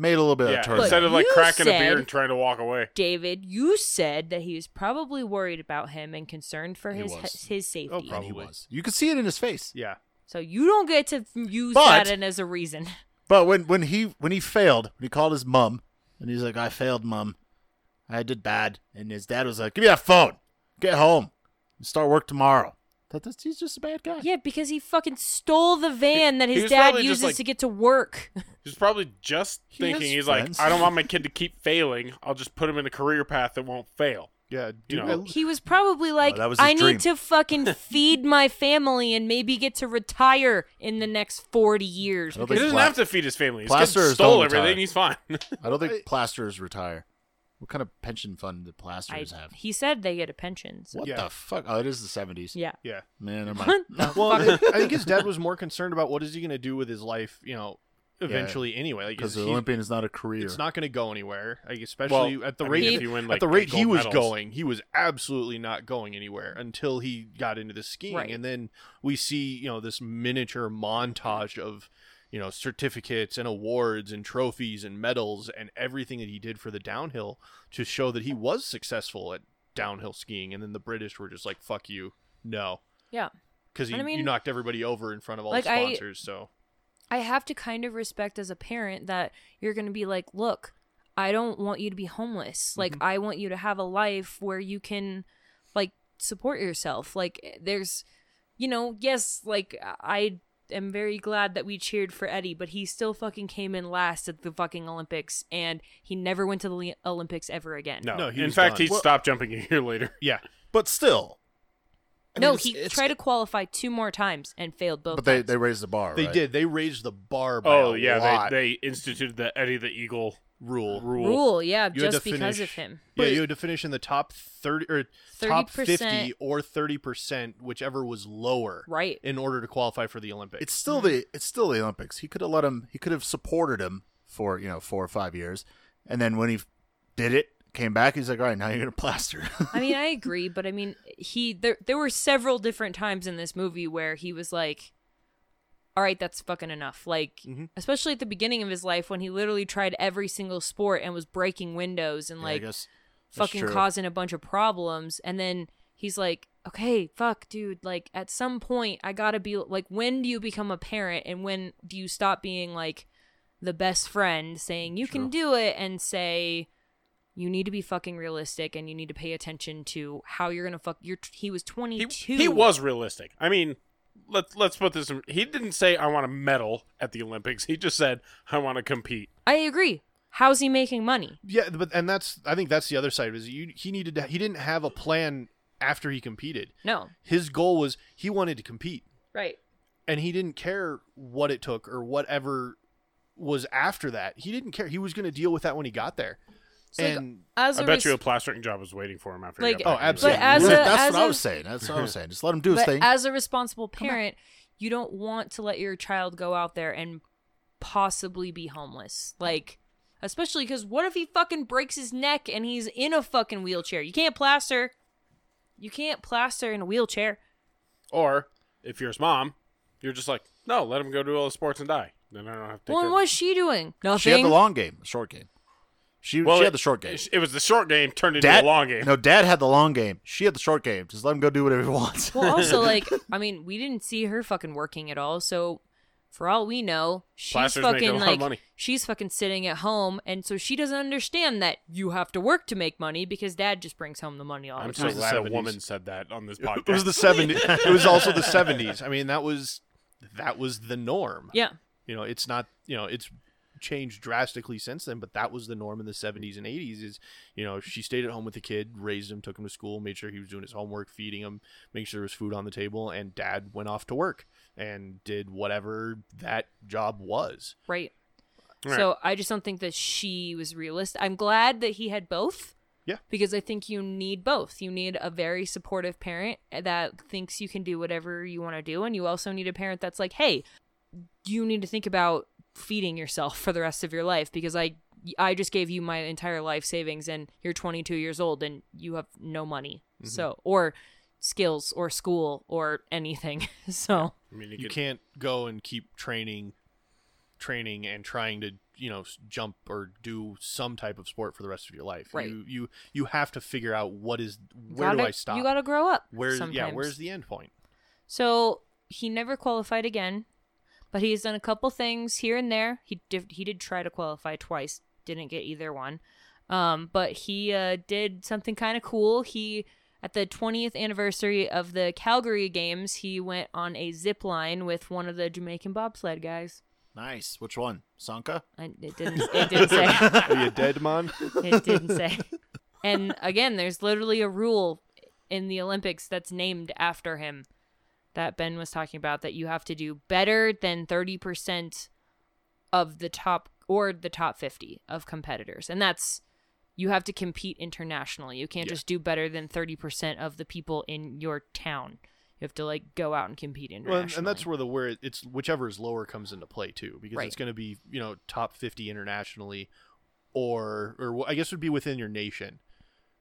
made a little bit yeah, of a instead turn. But of like you cracking a said- beer and trying to walk away. David, you said that he was probably worried about him and concerned for He his was. his safety. Oh, And he Probably. was. You could see it in his face. Yeah. So you don't get to use But- that in as a reason. <laughs> But when, when he when he failed, when he called his mum, and he's like, "I failed, mum," I did bad. And his dad was like, give me that phone. Get home. Start work tomorrow. That, that's, he's just a bad guy. Yeah, because he fucking stole the van that he his was dad probably just, uses like- to get to work. <laughs> He's probably just He has thinking he's friends. like, I don't want my kid to keep failing. I'll just put him in a career path that won't fail. Yeah, dude, know. I- He was probably like, Oh, that was his I dream." need <laughs> to fucking feed my family and maybe get to retire in the next 40 years. I don't think He because doesn't Pla- have to feed his family. His Plaster kid is stole done everything. retired. He's fine. <laughs> I don't think I- plasterers retire. What kind of pension fund did I- plasterers have? he said they get a pension. So. What Yeah. the fuck? Oh, it is the 70s. Yeah. yeah. Man, <laughs> never mind. What the Well, fuck? I I think his dad was more concerned about what is he going to do with his life, you know, eventually anyway. Like, Because is the he- Olympian is not a career. it's not going to go anywhere. Like, especially Well, at the I mean, rate if of- you win, at like, the rate eight he gold was medals. going, he was absolutely not going anywhere until he got into the skiing, Right. and then we see you know this miniature montage of you know certificates and awards and trophies and medals and everything that he did for the downhill to show that he was successful at downhill skiing, and then the British were just like, "Fuck you, no," yeah. because And I you mean, knocked everybody over in front of all like, the I- sponsors. so I have to kind of respect as a parent that you're going to be like, look, I don't want you to be homeless. Like, Mm-hmm. I want you to have a life where you can, like, support yourself. Like, eh, there's, you know, yes, like, I am very glad that we cheered for Eddie, but he still fucking came in last at the fucking Olympics and he never went to the Le- Olympics ever again. No. No, he in was fact, done. he Well- stopped jumping a year later. yeah, but still. I No, mean, it's- he it's- tried to qualify two more times and failed both But they, times. they raised the bar. they right? did. They raised the bar. By Oh a yeah, lot. they, they instituted the Eddie the Eagle rule. rule. Rule, yeah, You had just to because of finish- him. Yeah, But- you had to finish in the top thirty or top 30%. fifty or thirty percent, whichever was lower, Right. in order to qualify for the Olympics. It's still the it's still the Olympics. He could have let him. He could have supported him for you know four or five years, and then when he did it, came back. He's like, all right, now you're gonna <laughs> plaster. <laughs> I mean, I agree, but I mean, he there there were several different times in this movie where he was like, "All right, that's fucking enough." Like, Mm-hmm. especially at the beginning of his life when he literally tried every single sport and was breaking windows and Yeah, like I guess that's fucking true. causing a bunch of problems, and then he's like, "Okay, fuck, dude. Like, at some point, I gotta be like, when do you become a parent, and when do you stop being like the best friend, saying you can do it, and say." you need to be fucking realistic and you need to pay attention to how you're gonna fuck your he was He, 22 he was realistic. I mean, let's let's put this. In, he didn't say I want to medal at the Olympics. He just said I want to compete. i agree how's he making money yeah, but and that's I think that's the other side is you he needed to he didn't have a plan after he competed. no His goal was he wanted to compete, right and he didn't care what it took or whatever was after that. He didn't care. He was going to deal with that when he got there. so like, and as I a bet res- you a plastering job was waiting for him after. Like- he got Oh, back. absolutely. But as a- that's as what I a- was saying. That's <laughs> what I was saying. Just let him do his but thing. as a responsible parent you don't want to let your child go out there and possibly be homeless like especially because what if he fucking breaks his neck and he's in a fucking wheelchair you can't plaster you can't plaster in a wheelchair Or if you're his mom, you're just like, no, let him go do all the sports and die. Then I don't have to. Take well and care of what's she doing nothing she had the long game, the short game. She, Well, she it- had the short game. It was the short game turned into a long game. No, Dad had the long game. She had the short game. Just let him go do whatever he <laughs> wants. <laughs> Well, <laughs> also, like, I mean, we didn't see her fucking working at all. So, for all we know, she's Plaster's making fucking a lot of like money. she's fucking sitting at home, and so she doesn't understand that you have to work to make money because dad just brings home the money all I'm the so time. glad a 70s. woman said that on this podcast. it was the 70s. it was also the 70s. I mean, that was that was the norm. yeah, you know it's not you know it's changed drastically since then but that was the norm in the 70s and 80s is you know she stayed at home with the kid raised him took him to school made sure he was doing his homework feeding him making sure there was food on the table and dad went off to work and did whatever that job was right. Right. So I just don't think that she was realistic. I'm glad that he had both. Yeah. Because I think you need both. You need a very supportive parent that thinks you can do whatever you want to do. And you also need a parent that's like, hey, you need to think about feeding yourself for the rest of your life because I I just gave you my entire life savings and you're 22 years old and you have no money. Mm-hmm. So or skills or school or anything. <laughs> so I mean, you can't go and keep training training and trying to you know s- jump or do some type of sport for the rest of your life Right. you you, you have to figure out what is where do Gotta- i stop You got to grow up. Where's sometimes. yeah? Where's the end point? So he never qualified again, but he's done a couple things here and there. He did, he did try to qualify twice, didn't get either one. Um, but he uh, did something kind of cool. He at the 20th anniversary of the Calgary Games, he went on a zip line with one of the Jamaican bobsled guys. Nice. Which one? Sanka? I, it didn't. It didn't <laughs> say. Are you dead, Mon? It didn't say. And again, there's literally a rule in the Olympics that's named after him that Ben was talking about that you have to do better than 30% of the top or the top 50 of competitors. And that's you have to compete internationally. You can't Yeah. just do better than 30% of the people in your town. You have to like go out and compete Well, internationally. and- and that's where the where it- it's whichever is lower comes into play too, because Right. it's going to be you know top fifty internationally, or or wh- I guess would be within your nation,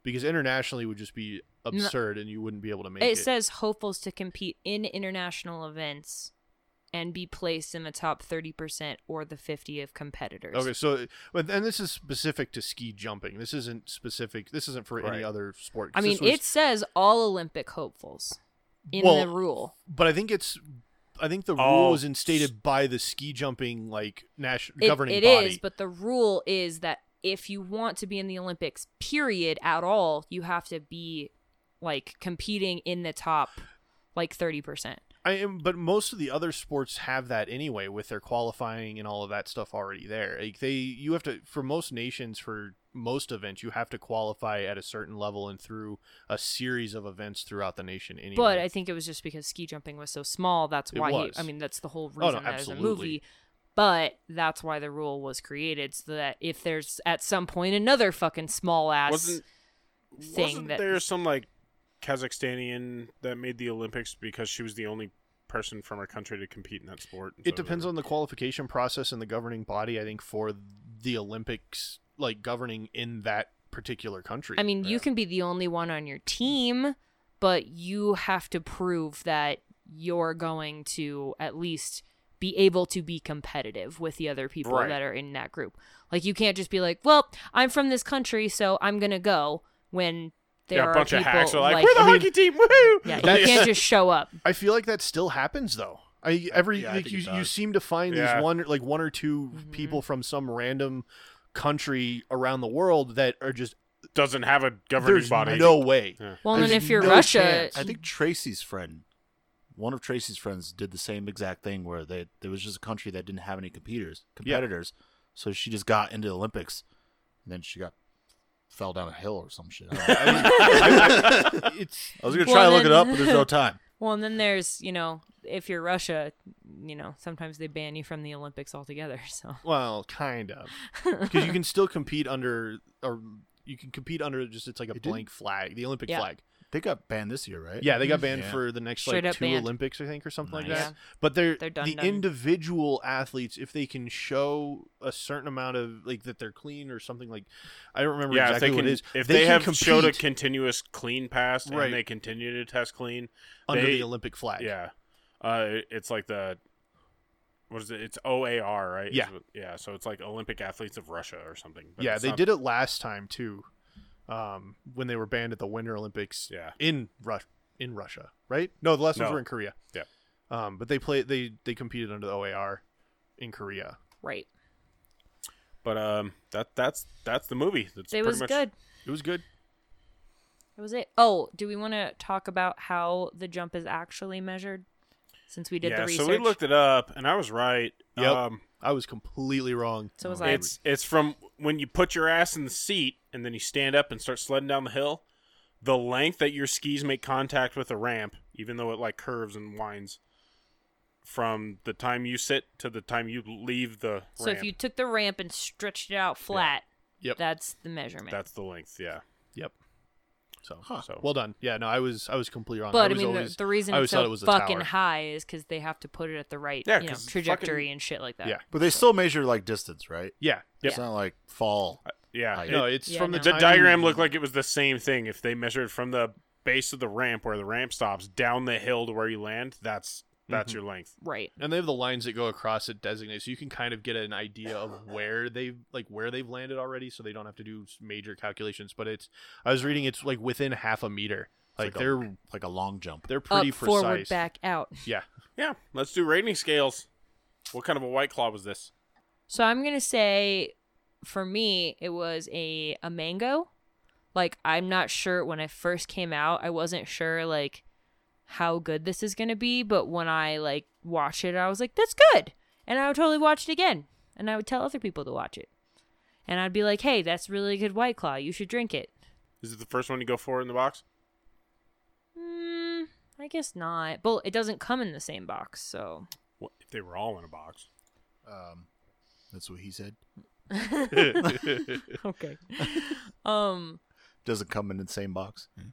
because internationally would just be absurd and you wouldn't be able to make it it. says hopefuls to compete in international events and be placed in the top 30% or the 50 of competitors. okay, so but and this is specific to ski jumping. This isn't specific. This isn't for Right. any other sport. I 'cause mean, this was- it says all Olympic hopefuls in Well, the rule. but I think it's. I think the rule All was instated by the ski jumping like national It- governing it is, body. but the rule is that if you want to be in the Olympics, period, at all, you have to be like competing in the top like 30%. I am, but most of the other sports have that anyway, with their qualifying and all of that stuff already there. Like they, you have to for most nations for most events, you have to qualify at a certain level and through a series of events throughout the nation. Anyway, But I think it was just because ski jumping was so small. That's It why he, was. I mean, that's the whole Oh, no, reason that is a absolutely. movie. But that's why the rule was created so that if there's at some point another fucking small ass wasn't thing wasn't that- there some like Kazakhstanian that made the Olympics because she was the only person from her country to compete in that sport? it depends on the qualification process and the governing body. I think for the Olympics, like governing in that particular country. I mean, you can be the only one on your team, but you have to prove that you're going to at least be able to be competitive with the other people Right. that are in that group. Like you can't just be like, "Well, I'm from this country, so I'm going to go." When there yeah, are a bunch people of hacks are like, like we're the I mean, hockey team, woohoo! yeah, you That's- can't just show up. I feel like that still happens though. I every Yeah, I like think you, it you does. seem to find Yeah. these one like one or 2 Mm-hmm. people from some random country around the world that are just Doesn't have a governing there's body. no way. Yeah. Well, and There's then if you're no Russia, chance. I think Tracy's friend, one of Tracy's friends, did the same exact thing where they there was just a country that didn't have any competitors, competitors, so she just got into the Olympics, and then she got fell down a hill or some shit. I, don't know. <laughs> It's I was gonna Well, try to look it up, then- but there's no time. well, and then there's, you know, if you're Russia, you know, sometimes they ban you from the Olympics altogether, <laughs> so well, kind of <laughs> because you can still compete under or you can compete under just it's like a It didn't- blank flag, the Olympic Yeah. flag. They got banned this year, right? Yeah, they got banned Yeah. for the next Straight like up two banned. Olympics, I think, or something like Nice. that. Yeah. But they're, They're done, the done. individual athletes, if they can show a certain amount of like that they're clean or something like, I don't remember Yeah, exactly if they can, what it is. if they, have compete showed a continuous clean pass Right. and they continue to test clean, under they- the Olympic flag. yeah, uh, it's like the what is it? It's OAR, right? Yeah. It's- yeah. So it's like Olympic athletes of Russia or something. but yeah, it's they not- did it last time too, um, when they were banned at the Winter Olympics Yeah. in Russia. In Russia, right? No, the last ones No. were in Korea. Yeah. um, but they play they they competed under the OAR in Korea. right. But um, that that's that's the movie. That's It pretty was much, good. It was good. That was it. Oh, do we want to talk about how the jump is actually measured? Since we did yeah. the research, so we looked it up, and I was right. Yep. Um, I was completely wrong. So was I. it's it's from when you put your ass in the seat and then you stand up and start sledding down the hill. The length that your skis make contact with a ramp, even though it like curves and winds, from the time you sit to the time you leave the so ramp. if you took the ramp and stretched it out flat, Yep. that's the measurement. that's the length, yeah. Yep. So, Huh. So- well done. Yeah, no, I was I was completely wrong. but I, was mean, always- the, the reason I it's always thought so it was a fucking tower. high is because they have to put it at the right Yeah, you know, 'cause fucking- trajectory and shit like that. Yeah. But they still measure like distance, right? Yeah. It's not like fall. Yeah. Like- it- No, it's Yeah, from the no. the time diagram looked like it was the same thing. If they measured from the base of the ramp where the ramp stops down the hill to where you land, that's that's your length. Right. and they have the lines that go across it designated so you can kind of get an idea of where they've like where they've landed already so they don't have to do s- major calculations but it's i was reading it's like within half a meter like, like a- they're Like a long jump. they're pretty Up, precise forward, back, out. yeah Yeah. Let's do rating scales. What kind of a white claw was this? So I'm gonna say for me, it was a a mango. Like I'm not sure when I first came out, I wasn't sure like how good this is gonna be, but when I like watched it, I was like, "That's good," and I would totally watch it again, and I would tell other people to watch it, and I'd be like, "Hey, that's really good White Claw. You should drink it." Is it the first one you go for in the box? Mm, I guess not. But it doesn't come in the same box, so What if they were all in a box? Um, that's what he said. okay. <laughs> um, Doesn't come in the same box. Eh?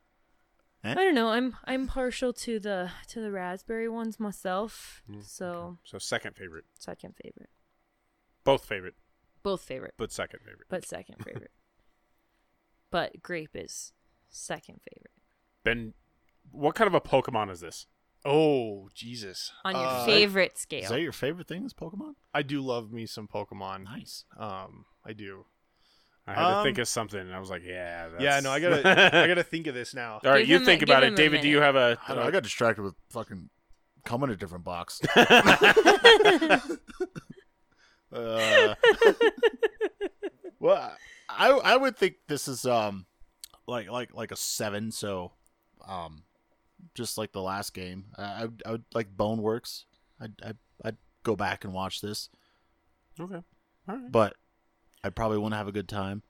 I don't know. I'm I'm partial to the to the raspberry ones myself, so So second favorite, second favorite, both favorite, both favorite, but second favorite. but <laughs> second favorite. but grape is second favorite Ben, what kind of a Pokemon is this? Oh Jesus! on your Uh, favorite scale. Is <laughs> that your favorite thing? Is Pokemon? I do love me some Pokemon. Nice. Um, I do. I had to Um, think of something, and I was like, yeah. That's... Yeah, no, I <laughs> <laughs> gotta, I gotta think of this now. all right, Give you him a- think give about him it, a David. Do you have a? I, don't know, I got distracted with fucking come in a different <laughs> box. uh, well, I I would think this is um like like like a seven. So, um, just like the last game, I I, would- I would like Boneworks. I I I'd go back and watch this, okay. All right. but I probably wouldn't have a good <laughs> time.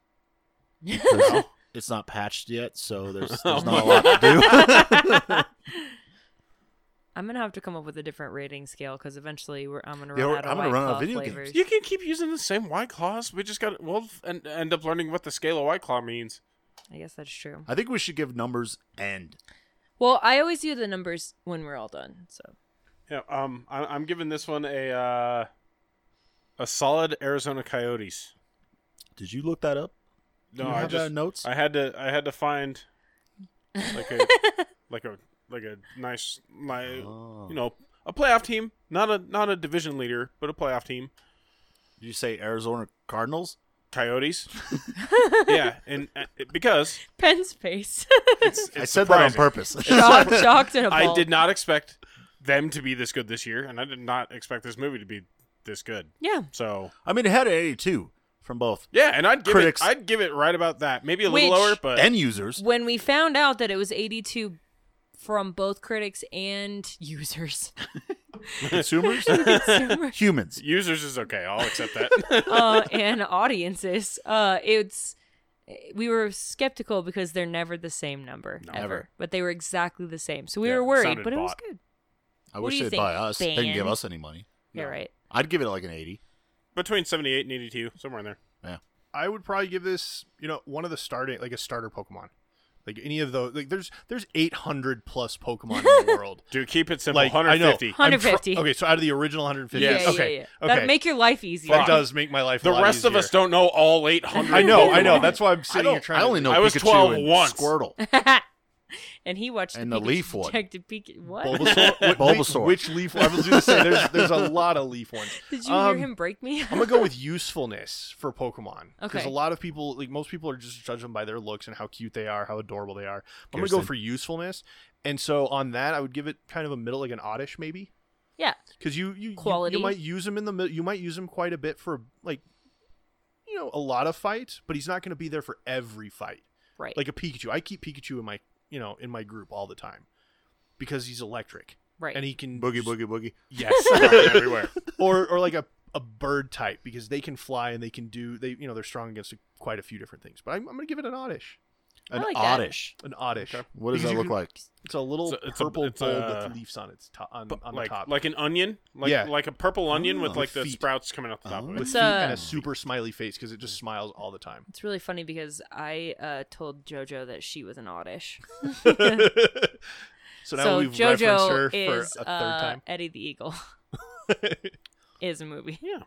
'Cause It's not patched yet, so there's, there's <laughs> not a lot to do. <laughs> I'm gonna have to come up with a different rating scale because eventually we're, I'm gonna run Yeah, we're- out of I'm gonna White run out of Claw video games. flavors. You can keep using the same white claws. We just got we'll f- en- end up learning what the scale of white claw means. I guess that's true. <laughs> I think we should give numbers and Well, I always do the numbers when we're all done. So Yeah. Um. I- I'm giving this one a uh, a solid Arizona Coyotes. Did you look that up? No, You I have that just in notes? I had to I had to find like a like a like a nice my Oh. you know a playoff team, not a not a division leader, but a playoff team. Did you say Arizona Cardinals? Coyotes. yeah, and uh, because Penn's face, it's, it's I said that surprising. on purpose. <laughs> <laughs> shocked, shocked and I appalled. did not expect them to be this good this year, and I did not expect this movie to be this good. Yeah. So I mean, it had an 82 from both yeah, and I'd give Critics. it I'd give it right about that, maybe a little Which- lower, but end users. when we found out that it was 82 from both critics and users <laughs> uh, Consumers? consumers, Humans. <laughs> users is okay. I'll <laughs> accept that. uh, and audiences uh, it's we were skeptical because they're never the same number ever Never. but they were exactly the same so we Yeah, were worried sounded but it was bought. good I What wish do you they'd think, buy us. They didn't give band? us any money. you're right I'd give it like an 80. Between seventy eight and eighty two, somewhere in there. I would probably give this, you know, one of the starting like a starter Pokemon, like any of those. Like there's there's 800 plus Pokemon in the <laughs> world. Dude, keep it simple. Like I know. 150. I'm 150. okay, so out of the original 150. Yes. yeah, okay. yeah, yeah. Okay. that make your life easier that does make my life. a The lot rest of easier. us don't know all 800. I know. I know. Pokemon. That's why I'm I, sitting here don't, trying. I only to know I was Pikachu 12 and once. Squirtle. <laughs> and he watched And the, the Pikachu leaf one. Detective Pika- what Bulbasaur. Wait, Bulbasaur. Which leaf? I was going to say there's there's a lot of leaf ones. did you Um, hear him break me <laughs> I'm gonna go with usefulness for Pokemon because Okay. a lot of people, like most people, are just judging by their looks and how cute they are, how adorable they are. But I'm gonna Kirsten. go for usefulness, and so on that, I would give it kind of a middle, like an oddish maybe, yeah because you you, you Quality. you might use him in the mid- you might use him quite a bit for like you know a lot of fights, but he's not gonna be there for every fight. right Like a Pikachu, I keep Pikachu in my you know in my group all the time because he's electric right and he can Boogie, boogie, boogie. yes <laughs> everywhere. <laughs> or or like a, a bird type because they can fly and they can do they you know they're strong against quite a few different things. But I'm, I'm gonna give it an oddish, An like that. oddish. an oddish. What does Because that you look can- <laughs> like? It's a little It's a- it's a- purple it's bulb a- with leaves on its top on, But on like, the top, like an onion, like Yeah. like a purple onion with Oh, like the feet. sprouts coming out the top of Oh. it. with It's uh, feet and a- a super smiley face because it just smiles all the <laughs> time. <laughs> It's really funny because I uh, told JoJo that she was an oddish. <laughs> so now so we've referenced her JoJo is for a third uh, time. Eddie the <laughs> Eagle <laughs> is a movie. Yeah.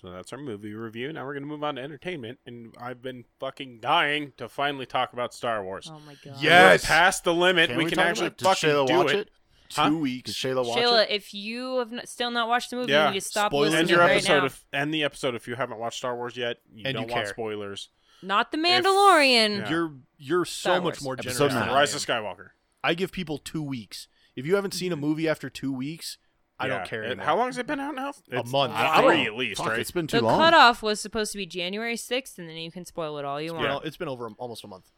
So that's our movie review. Now we're gonna move on to entertainment, and I've been fucking dying to finally talk about Star Wars. Oh my god. Yeah. Yes. We're past the limit. we, can talk actually about it? Did fucking Shayla do watch it. it? Huh? Two weeks. Did Shayla watch Shayla, it? if you have n- still not watched the movie, Yeah. you need to stop Spoilers. listening End your right episode. now. If, end the episode if you haven't watched Star Wars yet. You And you don't want care. spoilers. Not the Mandalorian. Yeah. You're you're so Star much Wars. more generous. Episode than nine. I Rise am. of Skywalker. Mm-hmm. I give people two weeks. If you haven't seen a movie after two weeks, I Yeah. don't care. It- anymore. how long has it been out now? It's month. I don't Three know. at least, Fuck, right? It's been too The long. cutoff was supposed to be January 6th, and then you can spoil it all you It's want. been, it's been over almost a month.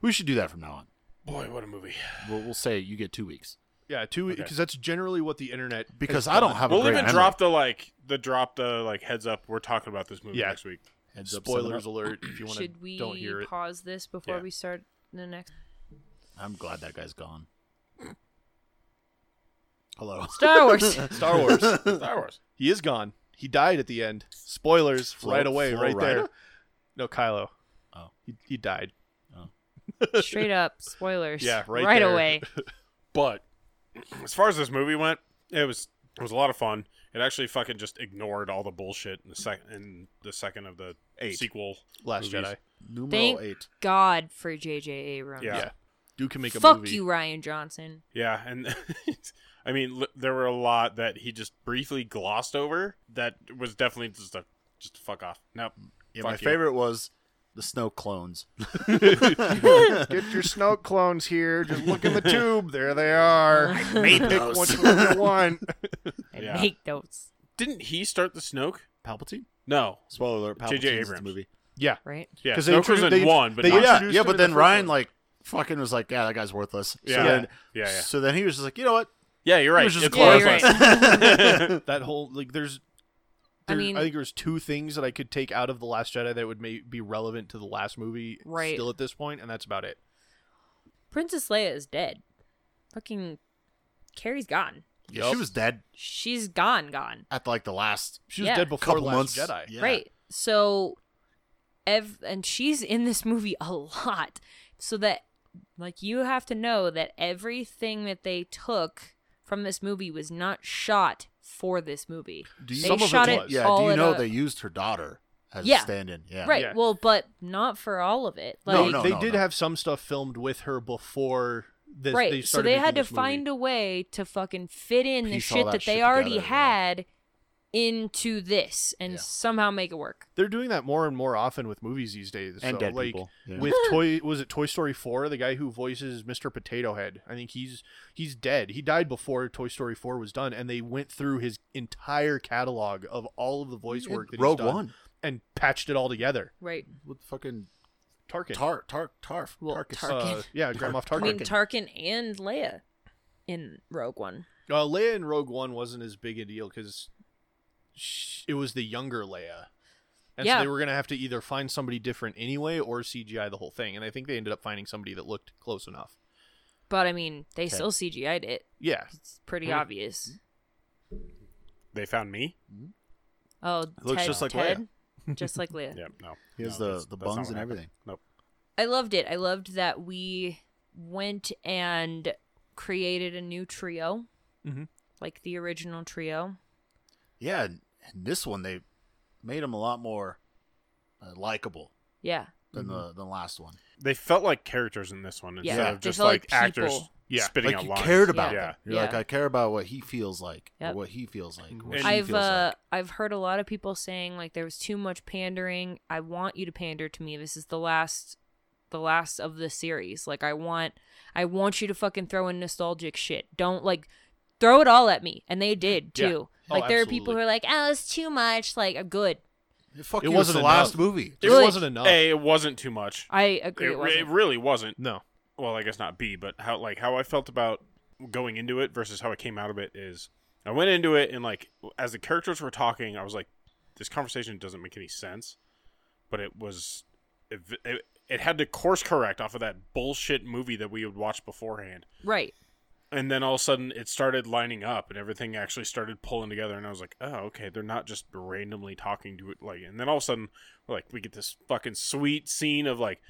We should do that from now on. Boy, what a movie. We'll, we'll say you get two weeks Yeah, two Okay. because that's generally what the internet. has because I don't done. have a We'll great even memory. drop the like the drop the like heads up. We're talking about this movie Yeah. next week. Heads up, seven spoilers up. alert. If you want to, Should we don't hear it. pause this before Yeah. we start the <laughs> next? I'm glad that guy's gone. Hello. <laughs> <laughs> Star Wars. Star <laughs> Wars. Star Wars. he is gone. He died at the end. Spoilers Flo- right away, Flo right there. Rida? No, Kylo. Oh. he, he died. Straight up spoilers. Yeah, right right there. <laughs> away. But as far as this movie went, it was it was a lot of fun. It actually fucking just ignored all the bullshit in the second in the second of the Eight. sequel. Last movies. Jedi. Numero Thank eight. God for J.J. Abrams. Yeah. Yeah. Duke can make a Fuck movie. you, Ryan Johnson. Yeah, and <laughs> I mean l- there were a lot that he just briefly glossed over. That was definitely just a just a fuck off. Nope. Yeah, Fuck my you. favorite was the snow clones. <laughs> Get your snow clones here. Just look <laughs> in the tube. There they are. made Pick those. which one you <laughs> want. I Yeah. make those. Didn't he start the Snoke? Palpatine. No. Spoiler alert. J.J. Palpatine's in the Abrams. movie. Yeah. Right? Yeah, 'Cause Snoke they was in introduced- they- one, but they not yeah, introduced yeah, him in but the then first Ryan one. like fucking was like, yeah, that guy's worthless. Yeah. So then, yeah, yeah. So then he was just like, you know what? Yeah, you're right. He was just It's Yeah, you're worthless. right. That whole like there's. I there- mean- I think there's two things that I could take out of the Last Jedi that would may, be relevant to the last movie. Right. Still at this point, and that's about it. Princess Leia is dead. Fucking Carrie's gone. Yeah, She was dead She's gone, gone. at like the last She was Yeah. dead before couple Last months. Jedi. Yeah. Right. So Ev and she's in this movie a lot. So that like you have to know that everything that they took from this movie was not shot for this movie. Do you, They some of shot it, it was. yeah. all Do you in know a- they used her daughter as Yeah. a stand-in? Yeah. right. Yeah. Well, but not for all of it. Like No, they, no, they no, did no. have some stuff filmed with her before this. right. They so started they making had to this movie. find a way to fucking fit in the Piece all shit that that, they shit already together, yeah. had into this and Yeah. somehow make it work. They're doing that more and more often with movies these days. And so, dead like, people. Yeah. With Toy, was it Toy Story Four? The guy who voices Mr. Potato Head. I think he's he's dead. He died before Toy Story Four was done, and they went through his entire catalog of all of the voice work that Rogue he's done One and patched it all together. Right. with fucking Tarkin. tar tar tarf Well, Tarkus. tar- Uh, yeah, Grand Moff I mean Tarkin. Tarkin and Leia in Rogue One. Uh, Leia in Rogue One wasn't as big a deal because it was the younger Leia, and Yeah. so they were gonna have to either find somebody different anyway or CGI the whole thing. And I think they ended up finding somebody that looked close enough. But I mean, they still CGI'd it. Yeah, It's pretty Mhm. obvious. <laughs> They found me. Oh, looks Ted, just like Ted? just like Leia. <laughs> Yeah, no. He has No, the that's- the that's not buns what and happened. everything. Nope. I loved it. I loved that we went and created a new trio, Mhm. like the original trio. Yeah, and, and this one they made him a lot more uh, likable Yeah, Mm-hmm. than the than the last one. They felt like characters in this one instead Yeah. of They just felt like like, actors people. Yeah. spitting like out you lines. cared about Yeah. them. Yeah. You're like, Yeah. I care about what he feels like, or Yep. what he feels like. What And- she I've feels uh, like. I've heard a lot of people saying like there was too much pandering. I want you to pander to me. This is the last, the last of the series. Like I want, I want you to fucking throw in nostalgic shit. Don't like throw it all at me. And they did Yeah. too. Oh, like there are people absolutely. who are like, oh, it's too much. Like I'm good. Yeah, Fuck it you, wasn't it's the enough. last movie. it Really? wasn't enough. A, it wasn't too much. I It, agree. It, re- wasn't. it really wasn't. No, Well, I guess not B, but how like how I felt about going into it versus how I came out of it is I went into it and like as the characters were talking, I was like, this conversation doesn't make any sense. But it was it, it, it had to course correct off of that bullshit movie that we would watch beforehand. right. and then all of a sudden it started lining up and everything actually started pulling together and i was like oh okay they're not just randomly talking to it like and then all of a sudden like we get this fucking sweet scene of like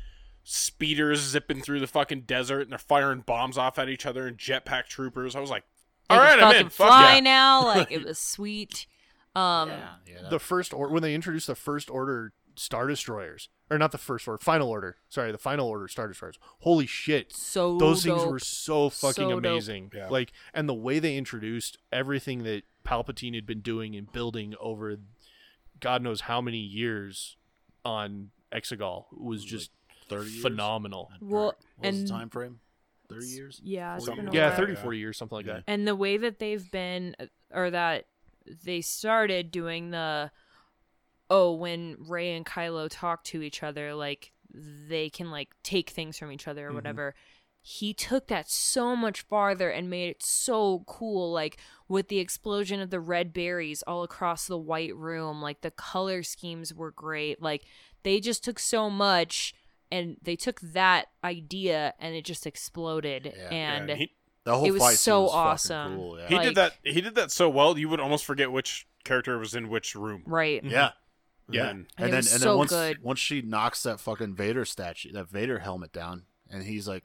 speeders zipping through the fucking desert and they're firing bombs off at each other and jetpack troopers i was like They all can right i'm fucking in fuck fly yeah. now. Like <laughs> it was sweet. Um, yeah, yeah, that- the first or when they introduced the first order star destroyers, or not the first order, final order. Sorry, the final order star destroyers. Holy shit! so those things dope. were so fucking So dope. amazing. Yeah. Like, and the way they introduced everything that Palpatine had been doing and building over God knows how many years on Exegol was just Thirty years? phenomenal. Or Well, what was the and- time frame? thirty years. Yeah, it's Forty been a years. yeah, while. 30, 40 years, something like Yeah. that. And the way that they've been, uh, or that they started doing the, oh, when Ray and Kylo talk to each other, like they can like take things from each other or Mhm. whatever. He took that so much farther and made it so cool, like with the explosion of the red berries all across the white room. Like the color schemes were great. Like they just took so much and they took that idea and it just exploded. Yeah. Yeah, and and he The whole It was fight scene so was fucking awesome. Cool, yeah. he Like- did that. He did that so well. You would almost forget which character was in which room. right. yeah. Mm-hmm. And Yeah. then- And it And, then was and so then once good. once she knocks that fucking Vader statue, that Vader helmet down, and he's <laughs> like,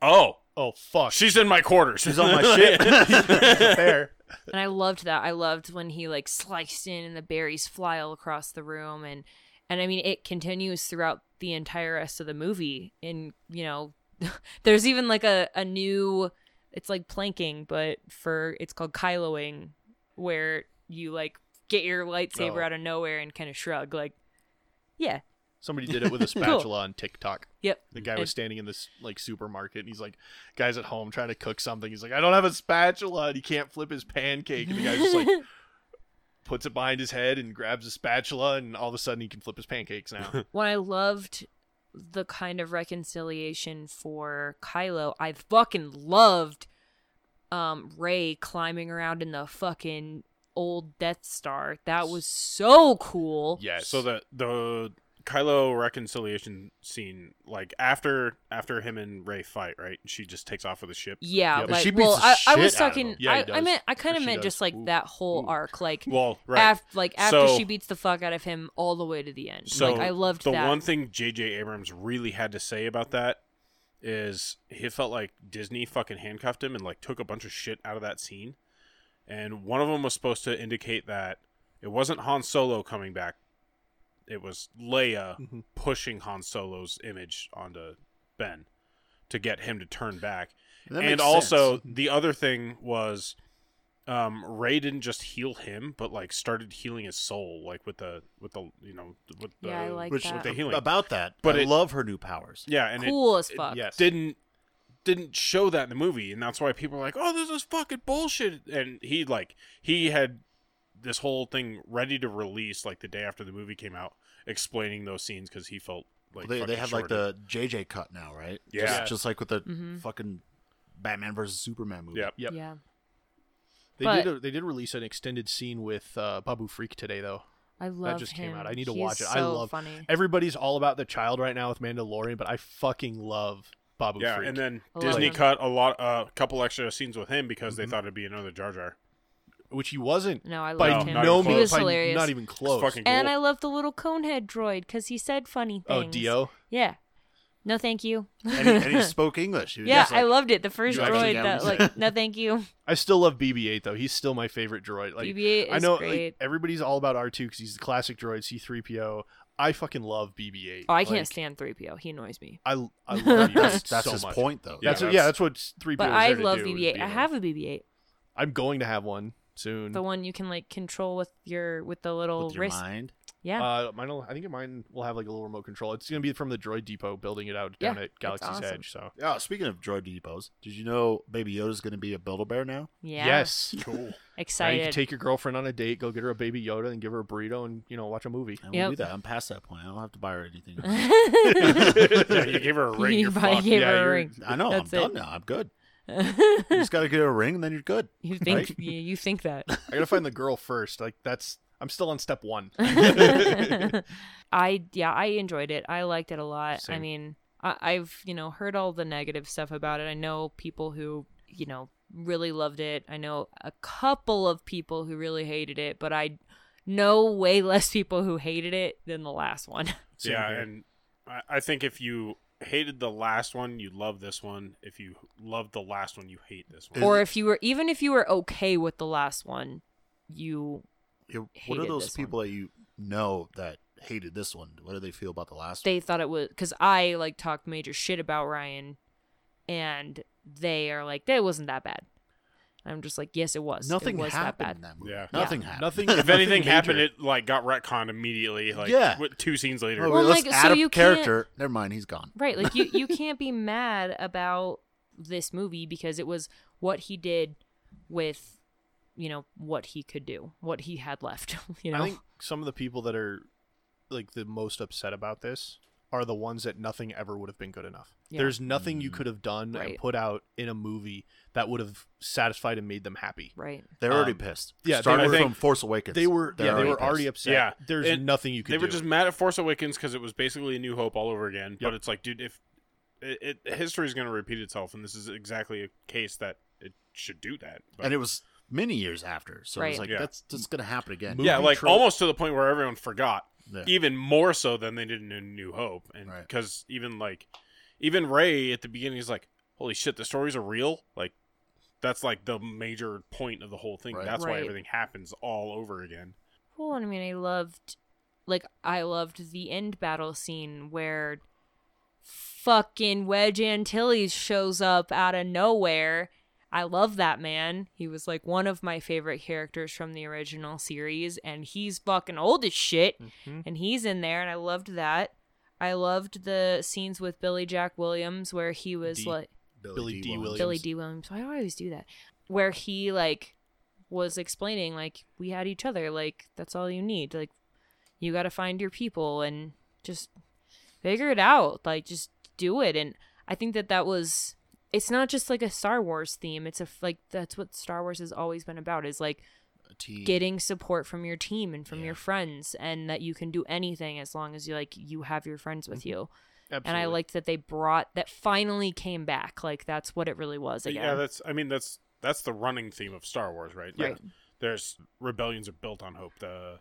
oh, Oh fuck, she's in my quarters. "She's <laughs> on my <laughs> <laughs> ship." fair. And I loved that. I loved when he like sliced in and the berries fly all across the room and and I mean it continues throughout the entire rest of the movie in, you know, <laughs> there's even like a, a new it's like planking, but for it's called Kyloing where you like get your lightsaber Oh. out of nowhere and kind of shrug like yeah. Somebody <laughs> did it with a spatula on TikTok. Yep. The guy And- was standing in this like supermarket, and he's like, "Guys at home trying to cook something." He's like, "I don't have a spatula," and he can't flip his pancake. And the guy just <laughs> like puts it behind his head and grabs a spatula, and all of a sudden he can flip his <laughs> pancakes now. when I loved the kind of reconciliation for Kylo, I fucking loved um Ray climbing around in the fucking old Death Star. That was so cool. yes. So the the Kylo reconciliation scene, like after after him and Ray fight, right? She just takes off with the ship. Yeah, Yep. And like she beats well, the I, I shit was out of talking. him. Yeah, I, he I does. meant I kind Or of she meant does. just like Ooh. that whole Ooh. arc, like Well, right. af- like after So- she beats the fuck out of him all the way to the end. so like I loved the that. one thing J.J. Abrams really had to say about that is he felt like Disney fucking handcuffed him and like took a bunch of shit out of that scene. And one of them was supposed to indicate that it wasn't Han Solo coming back; it was Leia Mm-hmm. Mhm. pushing Han Solo's image onto Ben to get him to turn back. that and makes also sense. the other thing was um ray didn't just heal him but like started healing his soul like with the with the you know with the Yeah, I like which that. the healing about that, But but I it- love her new powers. yeah and it- cool as it, fuck. Yes. didn't didn't show that in the movie and that's why people are like oh this is fucking bullshit and he like he had this whole thing ready to release like the day after the movie came out explaining those scenes because he felt like they, they fucking have like shorted. the JJ cut now, right? Yeah. just, just like with the Mhm. fucking Batman versus Superman movie. Yep. Yep. Yeah, They But- did. A, they did release an extended scene with uh, Babu Freak today, though. I love just him. came out. I need to He's watch it. I so love- funny. Everybody's all about the child right now with Mandalorian, but I fucking love Babu yeah Freak. and then I love disney him. cut a lot a couple extra scenes with him because they Mm-hmm. Mhm. thought it'd be another jar jar which he wasn't No, I by loved No, him. not no even means. He was by hilarious. Not even close. fucking cool. And I love the little conehead droid because he said funny oh, things. Dio. Yeah. No, thank you. and, he, <laughs> and he spoke English. He was yeah, just like, I loved it. The first You actually droid got that what he like, no, thank you. I still love BB-8 though. He's still my favorite droid. Like BB-8 is I know like, great. everybody's all about R2 because he's the classic droid. C3PO. I fucking love BB-8. Oh, I can't Like, stand 3PO. He annoys me. I <laughs> I love BB-8 that's, that's so his much. point though. That's Yeah, yeah. That's what 3PO. But is I there to love do, is BB-8. be I like- have a BB-8. I'm going to have one soon. The one you can like control with your with the little with your wrist. mind. Yeah. Uh, mine. Will, I think mine will have like a little remote control. It's gonna be from the Droid Depot building it out Yeah, down at that's Galaxy's awesome. Edge. So Yeah. Oh, Speaking of droid depots, did you know Baby Yoda's going to be a Build a Bear now? yeah. yes, cool Now you can Excited. <laughs> take your girlfriend on a date, go get her a baby Yoda, and give her a burrito, and you know watch <laughs> a movie. <laughs> I will Yep. do that. I'm past that point. I don't have to buy her <laughs> anything. <laughs> yeah, you gave her a ring. you You're probably fucked. gave Yeah, her you're- a ring. <laughs> I know. That's I'm done it. now. I'm <laughs> good. You just got to get her a ring, and then you're good. you think Right? you, you think that. I gotta find the girl first. Like that's I'm still on step one. <laughs> I yeah, I enjoyed it. I liked it a lot. I Same. mean, I, I've you know heard all the negative stuff about it. I know people who you know really loved it. I know a couple of people who really hated it, but I know way <laughs> less people who hated it than the last one. Same yeah, here. and I, I think if you hated the last one, you love this one. If you love the last one, you hate this one. or if you were even if you were okay with the last one, you Yeah, What are Hated those this one. people that you know that hated this one? What do they feel about the last they thought it was because I like talked major shit about Ryan, and they are like that wasn't that bad. I'm just like, yes, it one? was. Nothing it was happened that in bad. that movie. Yeah. Nothing happened. Nothing. if anything major. happened, it like got retconned immediately. Like Yeah. wi- two scenes later. Oh, Well, let's like, so add a you can't- character. Never mind. He's gone. Right, like you you can't be mad about this movie because it was what he did with you know what he could do, what he had left, <laughs> you know. I think some of the people that are like the most upset about this are the ones that nothing ever would have been good enough. Yeah. There's nothing Mm. you could have done Right. and put out in a movie that would have satisfied and made them happy. right. They're already Um, pissed. yeah, they starting were- I from think- Force Awakens. They were They're yeah, they were pissed. already upset. Yeah. There's And nothing you could they do. were just mad at Force Awakens because it was basically a New Hope all over again. Yep. But it's like, dude, if it, it history is going to repeat itself, and this is exactly a case that it should do that. But, and it was many years after. So it's Right. like Yeah. that's just gonna happen again. Movie yeah, like trope. almost to the point where everyone forgot, Yeah. even more so than they did in A New Hope, and Right. because even like even Ray at the beginning is like, holy shit, the stories are real. Like that's like the major point of the whole thing. Right. That's why Right. everything happens all over again. Well, and I mean, I loved, like, I loved the end battle scene where fucking Wedge Antilles shows up out of nowhere. I love that man. He was like one of my favorite characters from the original series, and he's fucking old as shit. Mhm. And he's in there, and I loved that. I loved the scenes with Billy Jack Williams where he was D. like, Billy D. Williams. Billy D. Williams. Why do I always do that? Where he like was explaining like we had each other. Like that's all you need. Like you got to find your people and just figure it out. Like just do it. And I think that that was. It's not just like a Star Wars theme. It's a f- like that's what Star Wars has always been about. Is like a team. getting support from your team and from Yeah. your friends, and that you can do anything as long as you like you have your friends with you. And I Absolutely. liked that they brought that finally came back. Like that's what it really was again. Yeah, that's. I mean, that's that's the running theme of Star Wars, right? Like, Right. There's rebellions are built on hope. The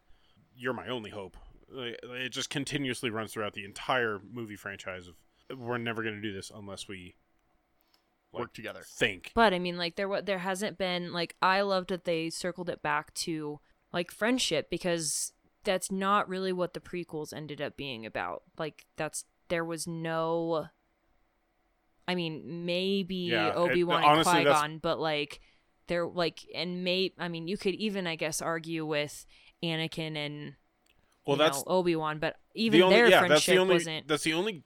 you're my only hope. Like, It just continuously runs throughout the entire movie franchise. Of we're never going to do this unless we like, work together. Think. But I mean, like there what there hasn't been like I loved that they circled it back to like friendship because that's not really what the prequels ended up being about. Like that's there was no. I mean, maybe Yeah, it- Obi Wan and honestly, Qui that's- Gon, but like they're like and may I mean you could even I guess argue with Anakin and Well, that's Obi Wan, but even the only, their yeah, friendship that's the only, wasn't That's the only,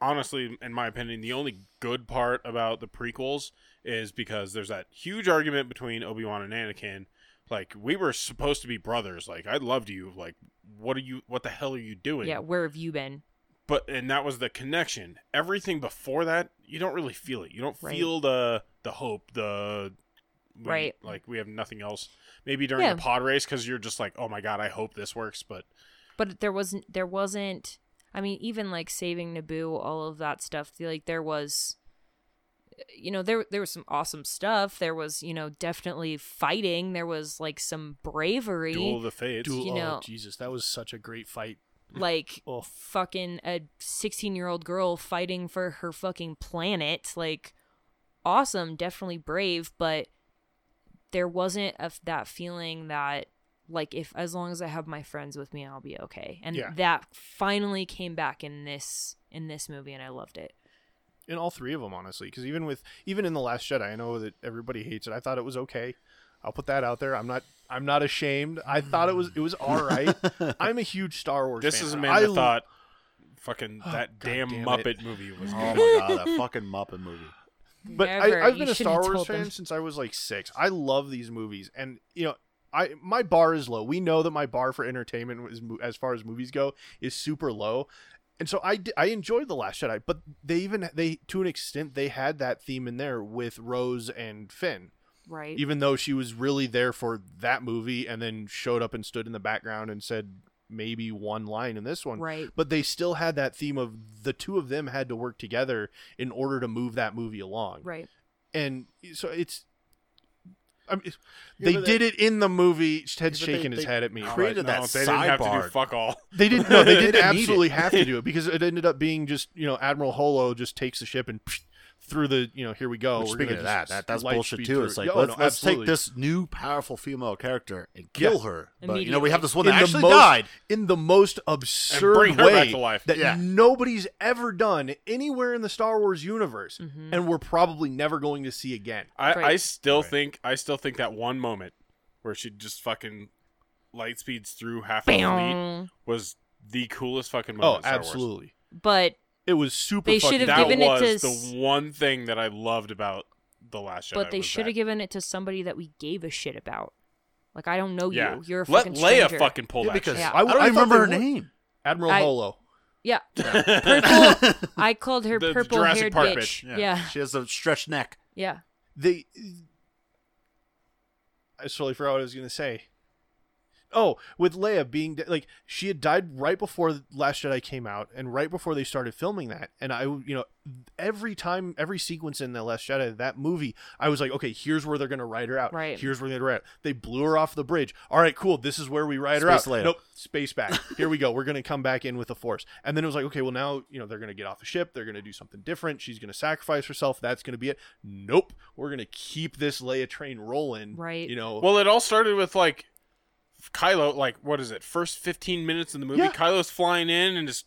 honestly, in my opinion, the only good part about the prequels is because there's that huge argument between Obi Wan and Anakin. Like we were supposed to be brothers. Like I loved you. Like what are you? What the hell are you doing? yeah. Where have you been? But and that was the connection. Everything before that, you don't really feel it. You don't Right. feel the the hope. The we- Right. Like we have nothing else. Maybe during Yeah. the pod race because you're just like, oh my god, I hope this works. But but there wasn't there wasn't i mean even like saving naboo all of that stuff the- like there was you know there there was some awesome stuff there was you know definitely fighting there was like some bravery duel of the fates. Duel- you know- oh Jesus, that was such a great fight. <laughs> like Oh. fucking a 16 year old girl fighting for her fucking planet like awesome definitely brave but there wasn't a, that feeling that like if as long as i have my friends with me i'll be okay and Yeah. that finally came back in this in this movie and i loved it in all three of them honestly because even with even in the last jedi i know that everybody hates it i thought it was okay i'll put that out there i'm not i'm not ashamed i thought it was it was all right i'm a huge star wars This fan. is a man I that l- thought fucking that God damn damn Muppet it. movie was Oh good. my god, that fucking Muppet movie. but Never. I, i've You been a shouldn't have star wars told fan them. since i was like six i love these movies and you know I, my bar is low. We know that my bar for entertainment is, mo- as far as movies go is super low, and so I, d- I enjoyed the Last Jedi. But they even they to an extent they had that theme in there with Rose and Finn. right even though she was really there for that movie and then showed up and stood in the background and said maybe one line in this one right but they still had that theme of the two of them had to work together in order to move that movie along right and so it's I mean, Yeah, they but did it in the movie. Ted's Yeah, but they- shaking his they head at me. No, created but- that No, they didn't have to do sidebar. fuck all. They didn't. No, <laughs> they They didn't didn't need absolutely it. have <laughs> to do it because it ended up being just you know Admiral Holo just takes the ship and psh, through the you know here we go. Which, we're speaking gonna of that, just that that's light bullshit speed too. through It's it. like Yeah, oh, let's, no, let's take absolutely. this new powerful female character and kill Yeah. her. But you know we have this one in that the actually most- died. in the most absurd bring her way back to life. that Yeah. nobody's ever done anywhere in the Star Wars universe, Mm-hmm. and we're probably never going to see again. I, I Right. still Right. think I still think that one moment where she just fucking light speeds through half of the fleet Bam. was the coolest fucking moment. Oh, in Star Wars. absolutely. but It was super. They fucking should have that dope. given it was to s- the one thing that I loved about the last Jedi. but they was should that. have given it to somebody that we gave a shit about. Like I don't know yeah. you. You're a Let fucking Leia stranger. fucking pull Yeah, that because shit. Yeah. I, I I thought they remember her would. name. Admiral I- Holo. Yeah. <laughs> Purple. I called her The purple Jurassic haired Park bitch. bitch, Yeah. yeah. yeah. She has a stretched neck. They. I just totally forgot what I was gonna say. Oh, with Leia being de- like she had died right before The Last Jedi came out, and right before they started filming that, and I, you know, every time, every sequence in the Last Jedi, that movie, I was like, okay, here's where they're gonna write her out. Right. Here's where they're gonna write. Her out. They blew her off the bridge. All right, cool. This is where we write Space her Leia. out. Nope. Space back. Here we go. We're gonna come back in with the Force, and then it was like, okay, well now, you know, they're gonna get off the ship. They're gonna do something different. She's gonna sacrifice herself. That's gonna be it. Nope. We're gonna keep this Leia train rolling. Right. You know. Well, it all started with like Kylo. Like, what is it? First fifteen minutes in the movie, Yeah. Kylo's flying in and his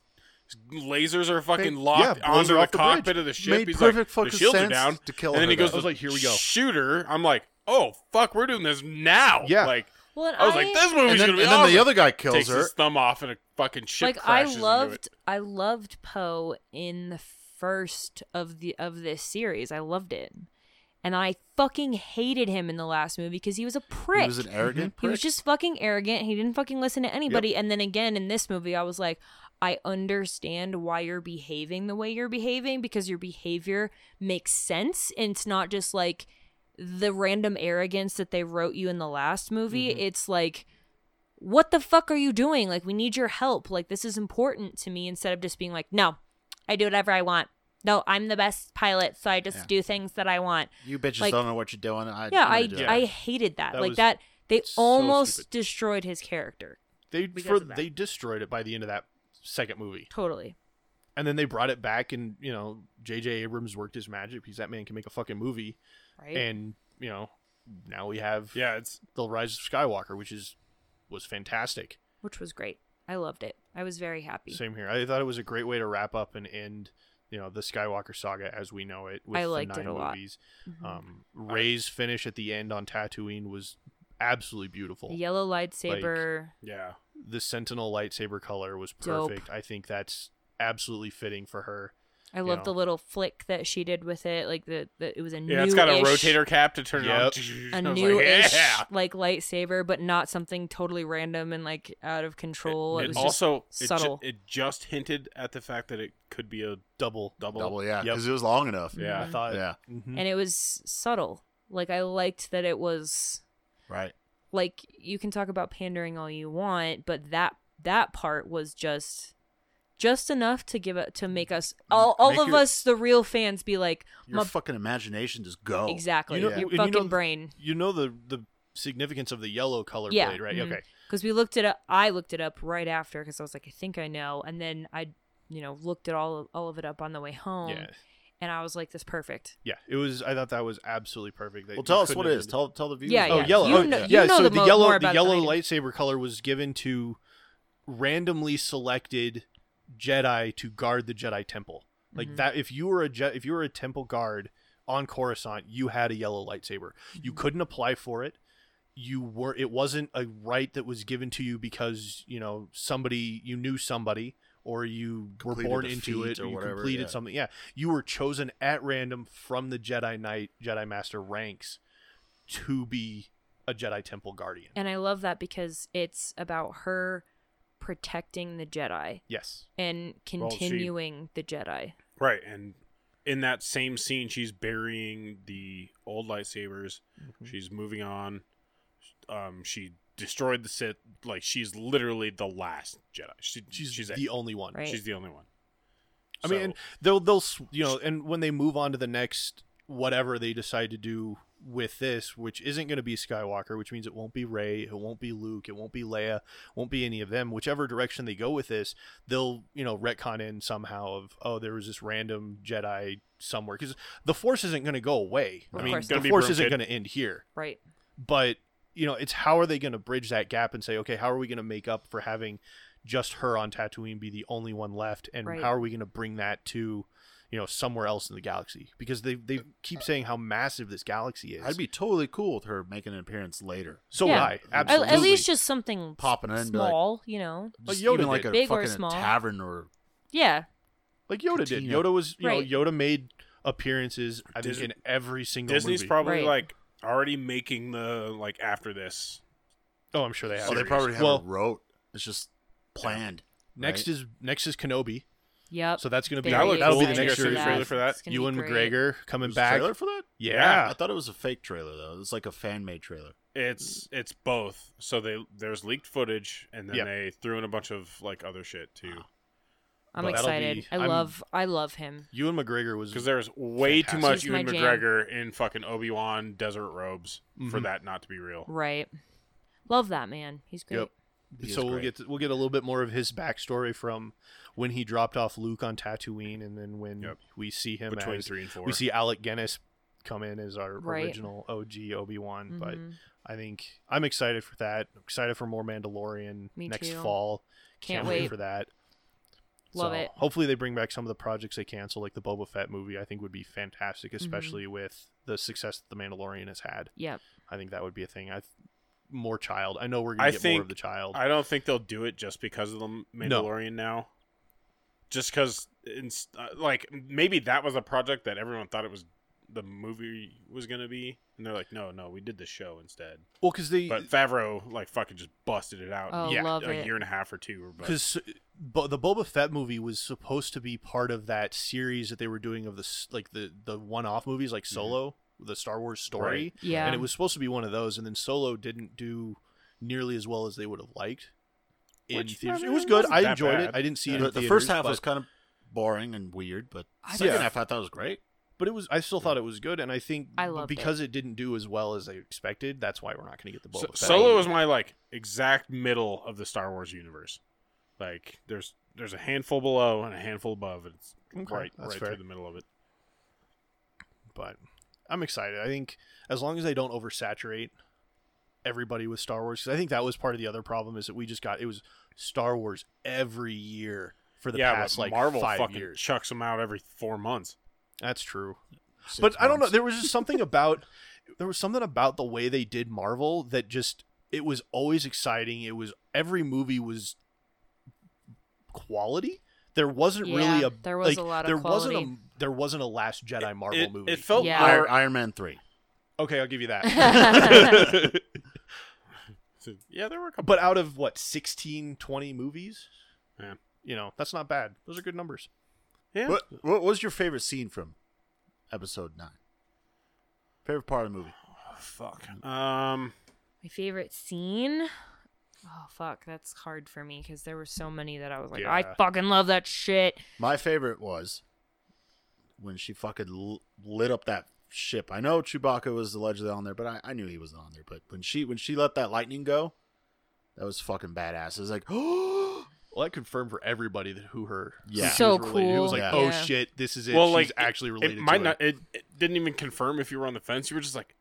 his lasers are fucking They- locked yeah, blows onto her the off the bridge. cockpit of the ship. Made He's like, perfect the fucking shields are sense down. to kill and then her, he goes, though. I was like, here we go. Shooter. I'm like, oh fuck, we're doing this now. Yeah. Like, Well, and I was like, this movie's And then, gonna be and then awesome. the other guy kills Takes her. his thumb off and a fucking ship like I crashes into it. loved I loved Poe in the first of the of this series. I loved it. And I fucking hated him in the last movie because he was a prick. He was an arrogant He prick. was just fucking arrogant. He didn't fucking listen to anybody. And then again in this movie, I was like, I understand why you're behaving the way you're behaving because your behavior makes sense. And it's not just like the random arrogance that they wrote you in the last movie. It's like, what the fuck are you doing? Like, we need your help. Like, this is important to me instead of just being like, no, I do whatever I want. No, I'm the best pilot, so I just Yeah. do things that I want you bitches like- don't know what you're doing. I, yeah, I'm I gonna do it. I hated that. That like was that, they so almost stupid. destroyed his character. they because for, of that. they destroyed it by the end of that second movie, Totally. and then they brought it back, and you know, J.J. Abrams worked his magic because that man can make a fucking movie, Right. and you know, now we have Yeah, it's the Rise of Skywalker, which is was fantastic. Which was great. I loved it. I was very happy. Same here. I thought it was a great way to wrap up and end, you know, the Skywalker saga as we know it. With I the liked nine it a lot. Mm-hmm. movies. Um, Ray's finish at the end on Tatooine was absolutely beautiful. The yellow lightsaber. yeah. The Sentinel lightsaber color was Dope. perfect. I think that's absolutely fitting for her. I love know. the little flick that she did with it. Like the, the it was a new. Yeah, it's got a rotator cap to turn Yep. it A on. <laughs> I was new like, ish yeah. like lightsaber, but not something totally random and like out of control. It, It was also just subtle. It, ju- it just hinted at the fact that it could be a Double. double. double, yeah, Yep. because it was long enough. Yeah. Mm-hmm. I thought. Yeah. Mhm. and it was subtle. Like I liked that it was Right. like you can talk about pandering all you want, but that that part was just just enough to give it to make us all all Make of your- us the real fans be like Your my, fucking imagination just go. exactly You know- your and you fucking know- brain You know the the significance of the yellow color Yeah. blade, right? Mhm. Okay. because we looked it up. I looked it up right after because I was like, I think I know, and then I you know looked at all all of it up on the way home, Yeah. and I was like, this perfect. Yeah. It was. I thought that was absolutely perfect. They- Well, you tell us couldn't what have it is. been- Tell tell the viewers. Yeah, Oh, yeah. yellow. You oh, kn- yeah. you know so the the mo- more yellow, the about yellow that. lightsaber color was given to randomly selected Jedi to guard the Jedi Temple. Like Mm-hmm. that, if you were a Je- if you were a temple guard on Coruscant, you had a yellow lightsaber. Mm-hmm. You couldn't apply for it. You were it wasn't a right that was given to you because you know somebody you knew somebody or you Completed were born a into feat it or or you whatever, completed yeah. something. Yeah, you were chosen at random from the Jedi Knight, Jedi Master ranks to be a Jedi Temple guardian. And I love that because it's about her protecting the Jedi Yes. and Well, she- continuing the Jedi. Right, and in that same scene, she's burying the old lightsabers. Mm-hmm. She's moving on. Um, she destroyed the Sith. Like she's literally the last Jedi. She, She's, she's it. the only one. Right. She's the only one. I mean, So- and they'll they'll s- you know, and when they move on to the next whatever they decide to do with this, which isn't going to be Skywalker, which means it won't be Rey, it won't be Luke, it won't be Leia, won't be any of them. Whichever direction they go with this, they'll you know retcon in somehow of oh there was this random Jedi somewhere because the Force isn't going to go away. Of I mean, course the not. Force Gonna be isn't broom going to end here, Right. but you know, it's how are they going to bridge that gap and say okay, how are we going to make up for having just her on Tatooine be the only one left, and Right. how are we going to bring that to, you know, somewhere else in the galaxy? Because they they keep saying how massive this galaxy is. I'd be totally cool with her making an appearance later. so Yeah. would At- I. At, Absolutely. at least just something Popping s- in, be like- small, you know. Just Yoda even like did. a Big or fucking small. tavern or Yeah, like Yoda did. Katina. Yoda was you Right. know Yoda made appearances I Disney- think in every single Disney's movie. probably Right. like already making the like after this. oh, I'm sure they have. Oh, they Series. probably haven't Well- wrote. It's just planned. next is next is Kenobi. Yep. So that's going to be That Very look- that'll be the excited next for series that. trailer for that. It's gonna be Ewan great. McGregor coming There's a back. trailer for that? Yeah. I thought it was a fake trailer though. It's like a fan made trailer. It's it's both. So they there's leaked footage, and then Yeah. they threw in a bunch of like other shit too. I'm But that'll excited. be- I I'm- love I love him. Ewan McGregor was Because there's way Fantastic. too much He's my Ewan jam. McGregor in fucking Obi Wan desert robes for Mhm. that not to be real. Right. Love that man. He's great. Yep. He is so we'll great. get to, we'll get a little bit more of his backstory from when he dropped off Luke on Tatooine, and then when Yep. we see him Between as three and four, we see Alec Guinness come in as our Right. original OG Obi Wan. But Mhm. I think I'm excited for that. I'm excited for more Mandalorian Me next too. fall. Can't wait. for that. Love So it. Hopefully they bring back some of the projects they canceled, like the Boba Fett movie. I think would be fantastic, Mm-hmm. especially with the success that the Mandalorian has had. Yep. I think that would be a thing. I th- more child. I know we're gonna I get more think of the child. I don't think they'll do it just because of the Mandalorian now. Just because, like, maybe that was a project that everyone thought it was the movie was gonna be, and they're like, no, no, we did the show instead. well, because they But Favreau like fucking just busted it out. Oh, in love a it. year and a half or two. Or but- because bo- the Boba Fett movie was supposed to be part of that series that they were doing of the s- like the the one off movies like Solo, the Star Wars story, Mm-hmm. Right. Yeah. and it was supposed to be one of those, and then Solo didn't do nearly as well as they would have liked. In Which, I theaters, mean, it was it good. wasn't I that enjoyed it. bad. I didn't see it. The, In the theaters, first half but- was kind of boring and weird, but I second think- half I thought was great. but it was. I still thought it was good, and I think I but loved it. because it. didn't do as well as I expected. That's why we're not going to get the Boba So- Fett. Solo is my like exact middle of the Star Wars universe. Like, there's there's a handful below and a handful above. and It's Okay, right, that's right fair. through the middle of it. but I'm excited. I think as long as they don't oversaturate everybody with Star Wars, because I think that was part of the other problem is that we just got it was Star Wars every year for the yeah, past but like Marvel five fucking years. chucks them out every four months. That's true, Six but I don't know. months. There was just something about <laughs> there was something about the way they did Marvel that just it was always exciting. It was every movie was quality. There wasn't really Yeah, a there was like, a lot of there wasn't quality. a there wasn't a Last Jedi Marvel it, movie. It felt Yeah. Iron, more- Iron Man three. okay. I'll give you that. <laughs> <laughs> <laughs> yeah, there were a couple. but out of what 16 20 movies Yeah. you know that's not bad those are good numbers Yeah. What what was your favorite scene from episode nine? Favorite part of the movie? Oh, fuck. Um, My favorite scene? Oh fuck, that's hard for me because there were so many that I was like, Yeah. I fucking love that shit. My favorite was when she fucking l- lit up that ship. I know Chewbacca was allegedly on there, but I, I knew he wasn't on there. But when she when she let that lightning go, that was fucking badass. It was like, <gasps> oh, well that confirmed for everybody that who her Yeah. she So was related. it was like cool. oh Yeah. shit this is it well, she's like actually related It might to not. it. It, it didn't even confirm if you were on the fence. You were just like,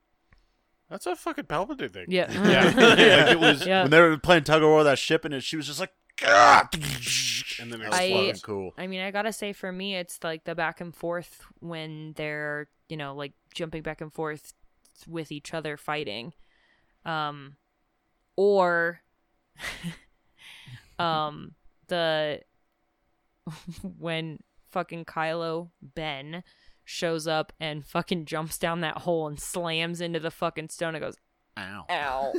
"That's a fucking Palpatine thing." <laughs> Yeah. yeah like it <laughs> <laughs> was Yeah. when they were playing tug of war with that ship, and it, she was just like, ah! And then that it was I- fucking cool. I mean, I gotta say, for me, it's like the back and forth when they're, you know, like jumping back and forth with each other fighting, um, or, <laughs> um, the <laughs> when fucking Kylo Ben shows up and fucking jumps down that hole and slams into the fucking stone and goes, Ow. "Ow!"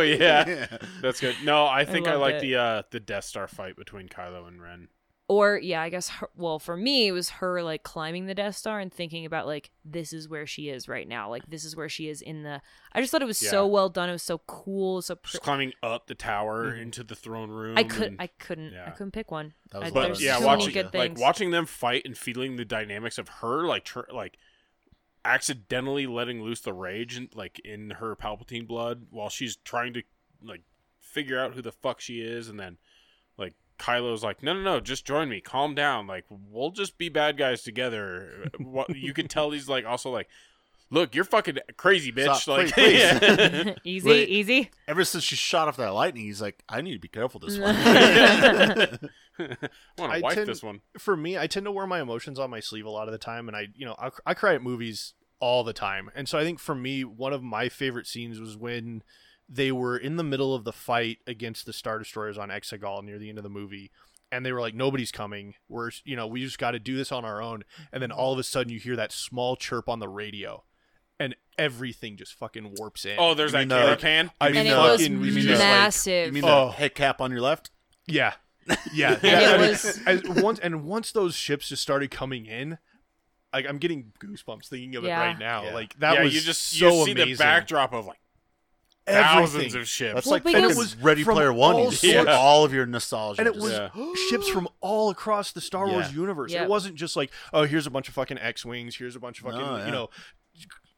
<laughs> yeah, that's good. No, I think I, love like it. the uh the Death Star fight between Kylo and Ren. or yeah, I guess. Her, well, for me, it was her like climbing the Death Star and thinking about like this is where she is right now. Like this is where she is in the. I just thought it was so Yeah. well done. It was so cool. So pr- She's climbing up the tower into the throne room. Mm-hmm. I could. and- I couldn't. I yeah. couldn't pick <laughs> one. <laughs> That was I, a lot but there's of yeah, so watching many good like things. watching them fight and feeling the dynamics of her like tr- like accidentally letting loose the rage and like in her Palpatine blood while she's trying to like figure out who the fuck she is, and then like Kylo's like, no, no, no, just join me, calm down, like we'll just be bad guys together. what you can tell he's like also like, look, you're fucking crazy, bitch. Stop, like, please, <laughs> <laughs> yeah. easy, Wait. easy. <laughs> Ever since she shot off that lightning, he's like, I need to be careful <laughs> this one. <laughs> <laughs> I want I to wipe tend- this one. for me i tend to wear my emotions on my sleeve a lot of the time and i you know i, I cry at movies all the time and so i think for me one of my favorite scenes was when they were in the middle of the fight against the star destroyers on exegol near the end of the movie and they were like nobody's coming we're you know we just got to do this on our own and then all of a sudden you hear that small chirp on the radio and everything just fucking warps in Oh, there's You mean that the- camera pan. I and it mean, uh, was fucking- you mean just, like- massive. You mean Oh. the head cap on your left? Yeah, yeah. And it I mean, was- <laughs> as- once and once those ships just started coming in, like I'm getting goosebumps thinking of Yeah. it right now. Yeah. Like that yeah, was you just so you see amazing. the backdrop of like thousands Everything. of ships. That's Well, like because- fucking And it was Ready from Player One. all You just get sorts- all of your nostalgia. and it just- was <gasps> ships from all across the Star Wars Yeah. universe. Yep. It wasn't just like, oh, here's a bunch of fucking X wings. Here's a bunch of fucking, No, yeah. you know,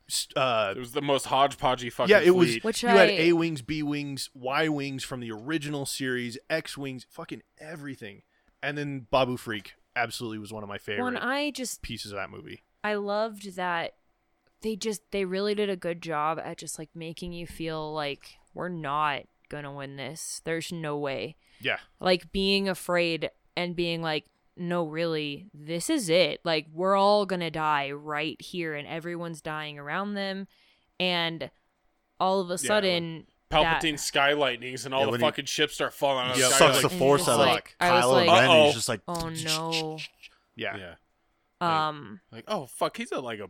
s- uh, it was the most hodgepodgey fucking. yeah. It was fleet. Which you had I- A wings, B wings, Y wings from the original series, X wings, fucking everything. And then Babu Freak absolutely was one of my favorite when I just pieces of that movie. I loved that they just they really did a good job at just like making you feel like we're not gonna win this. There's no way. Yeah. Like being afraid and being like, no, really, this is it. Like we're all gonna die right here, and everyone's dying around them, and all of a sudden, Palpatine sky lightnings and all Yeah, the when he- fucking ships start falling out. Yeah, of the sky, sucks <laughs> like, the force out of Like, I was Kylo like- Ren. and Uh-oh. He's just like, <laughs> oh no, Yeah. yeah, um, like oh fuck, he's a, like a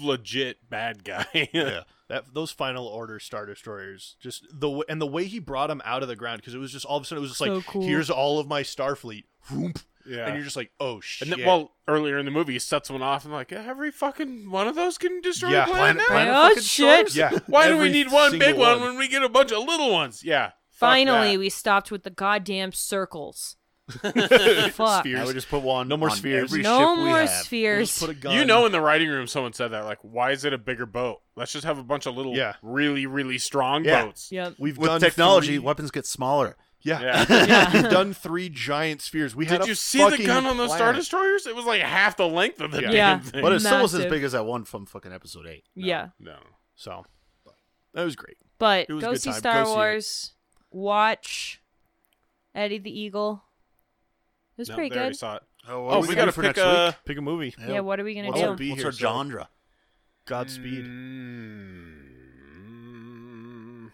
legit bad guy. <laughs> yeah. That those final order star destroyers, just the w- and the way he brought them out of the ground because it was just all of a sudden it was just like So cool. here's all of my Starfleet, Whoomp. Yeah. and you're just like oh shit. And then, well, earlier in the movie, he sets one off and like every fucking one of those can destroy Yeah, a planet. now? planet Oh, fucking shit. <laughs> yeah. <laughs> Why do Every we need one single big <laughs> one, when we get a bunch of little ones? Yeah. finally we stopped with the goddamn circles. Fuck. I would just put one. No more on spheres. Every No ship we more have. We'll spheres. just put a gun. You know, in the writing room, someone said that. Like, why is it a bigger boat? Let's just have a bunch of little, Yeah. really, really strong Yeah. boats. <laughs> Yep. we've With done technology, three- weapons get smaller. Yeah, Yeah. <laughs> we've done three giant spheres. We had. Did a you see the fucking gun on those star planet. destroyers? It was like half the length of the Yeah. damn Yeah. thing. But it still was as Massive. big as that one from fucking episode eight. Yeah. No. So that was great. But It was a go good see time. Star Go see it. Wars. Watch Eddie the Eagle. It was no, pretty they already good. Saw it. Oh, Oh, we gotta for pick next a. Pick a movie. week? Yeah, what are we gonna what's do? Our, Be what's here, our so- genre? Godspeed. Mm.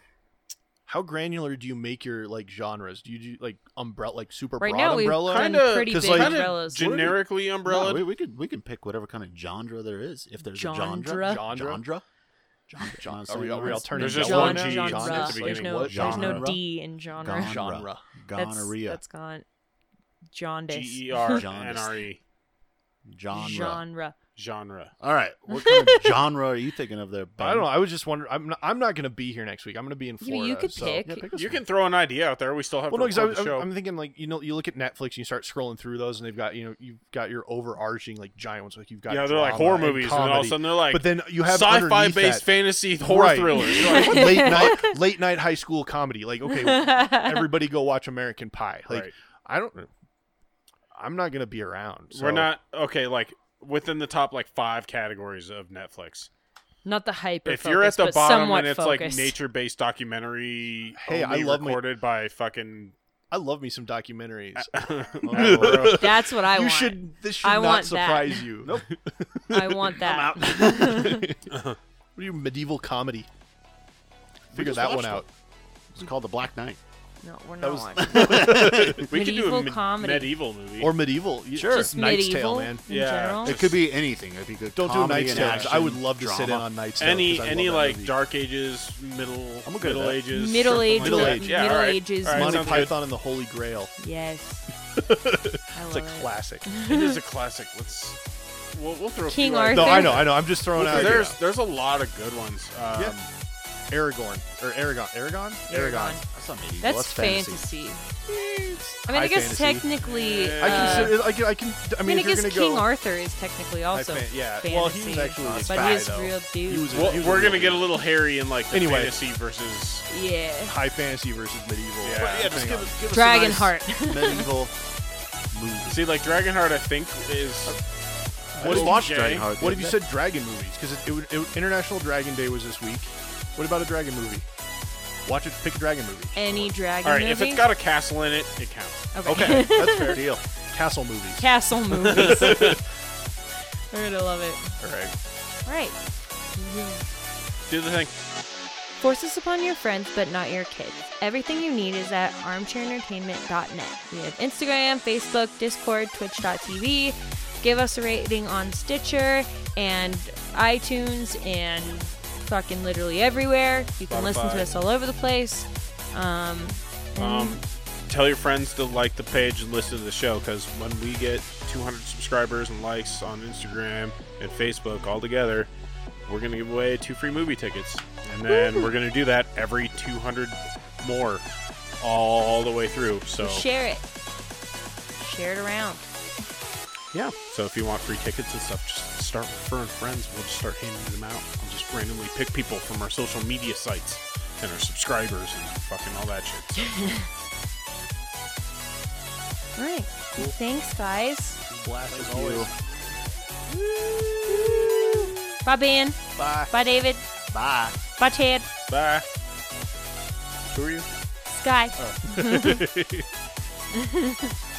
How granular do you make your like genres? Do you do like umbrella, like super Right broad now we've umbrella? done Kinda- pretty 'cause, big like- umbrellas. Generically, umbrella. No, we, we could we can pick whatever kind of genre there is. If there's Genre? a genre, Genre? genre, genre, genre. Are we, are we all turning There's just yellow one now? G genre. at the Like, There's beginning. no, what there's no genre? D in genre. Gone. genre. <laughs> That's, Gonorrhea, that's gone. G Jaundice. E <laughs> R Jaundice. N R E. genre. <laughs> Genre. Genre. All right, <laughs> what kind of genre are you thinking of there? Ben? I don't know. I was just wondering. I'm not, I'm not going to be here next week. I'm going to be in Yeah, but Florida. you could so- pick. us You one. can throw an idea out there. We still have Well, to no, because I record was, the show. I'm, I'm thinking like you know you look at Netflix and you start scrolling through those and they've got you know you've got your overarching like giant ones like you've got yeah, they're like drama horror and movies, and, all of a comedy. sudden they're like but then you have sci-fi underneath based that, fantasy horror Right. thrillers. You're like, <laughs> like, <laughs> late night late night high school comedy like <laughs> okay everybody go watch American Pie like Right. I don't I'm not gonna be around so. We're not okay. Like within the top like five categories of Netflix. Not the hyper. if you're at the but bottom somewhat and it's focused. like nature based documentary, Hey, I only love my- recorded by fucking. I love me some <laughs> documentaries <laughs> That's what I you want. should this should I not want that. surprise you nope I want that. what are you medieval comedy figure just that one watched out It's called The Black Knight. No, we're not was- watching. we could do Medieval a med- comedy. medieval movie. or medieval sure Just Knight's medieval Tale man in Yeah. general. It could be anything. It'd be good. Don't do comedy Night's and Tale. 'cause I action, would love to sit in drama. on Night's Tale. any 'cause I any love that like movie. Dark Ages, middle I'm okay with middle that. ages, Middle something age- like Middle that. age. yeah, Middle all right. ages All right, Monty sounds good. Python and the Holy Grail. Yes. I It's a love it. classic. It is a classic. Let's we'll, we'll throw a King few Arthur. ideas. no, I know, I know. I'm just throwing out There's there's a lot of good ones. Um, Yeah. Aragorn or Aragon, Aragon, Aragon. That's not medieval. that's That's, fantasy. I mean, high I guess fantasy. technically. Yeah. I uh, consider. I can. I, can, I I mean, mean, I if you're guess gonna King go. Arthur is technically also fan- yeah. fantasy. Well, he was actually a but spy, he was though. real dude. He was a- We'll, we're gonna get a little hairy in like the Anyway. fantasy versus. yeah. high fantasy versus medieval. Yeah. Well, yeah, just hang give on. us- give us a nice Dragonheart. <laughs> medieval movie. See, like Dragonheart, I think is. What I if- watched okay. Dragonheart. the What if other day. you said dragon movies? Because it, it, would- it, would- International Dragon Day was this week. What about a dragon movie? Watch it. Pick a dragon movie. Any dragon All right, movie. if it's got a castle in it, it counts. Okay, that's fair deal. Castle movies. <laughs> Castle movies. we're gonna love it. All right. All right. Do the thing. Force this upon your friends, but not your kids. Everything you need is at armchairentertainment.net. We have Instagram, Facebook, Discord, twitch.tv. Give us a rating on Stitcher and iTunes and fucking literally everywhere. You can listen Spotify. to us all over the place. Um, Um, tell your friends to like the page and listen to the show because when we get 200 subscribers and likes on Instagram and Facebook all together, we're gonna give away two free movie tickets, and then we're gonna do that every 200 more all the way through. So share it. Share it around. yeah, so if you want free tickets and stuff, just start referring friends. We'll just start handing them out. We'll just randomly pick people from our social media sites and our subscribers and fucking all that shit. So, All right. Thanks, guys. Blast as always. Bye, Ben. Bye. Bye, David. Bye. Bye, Ted. bye. Who are you? Sky.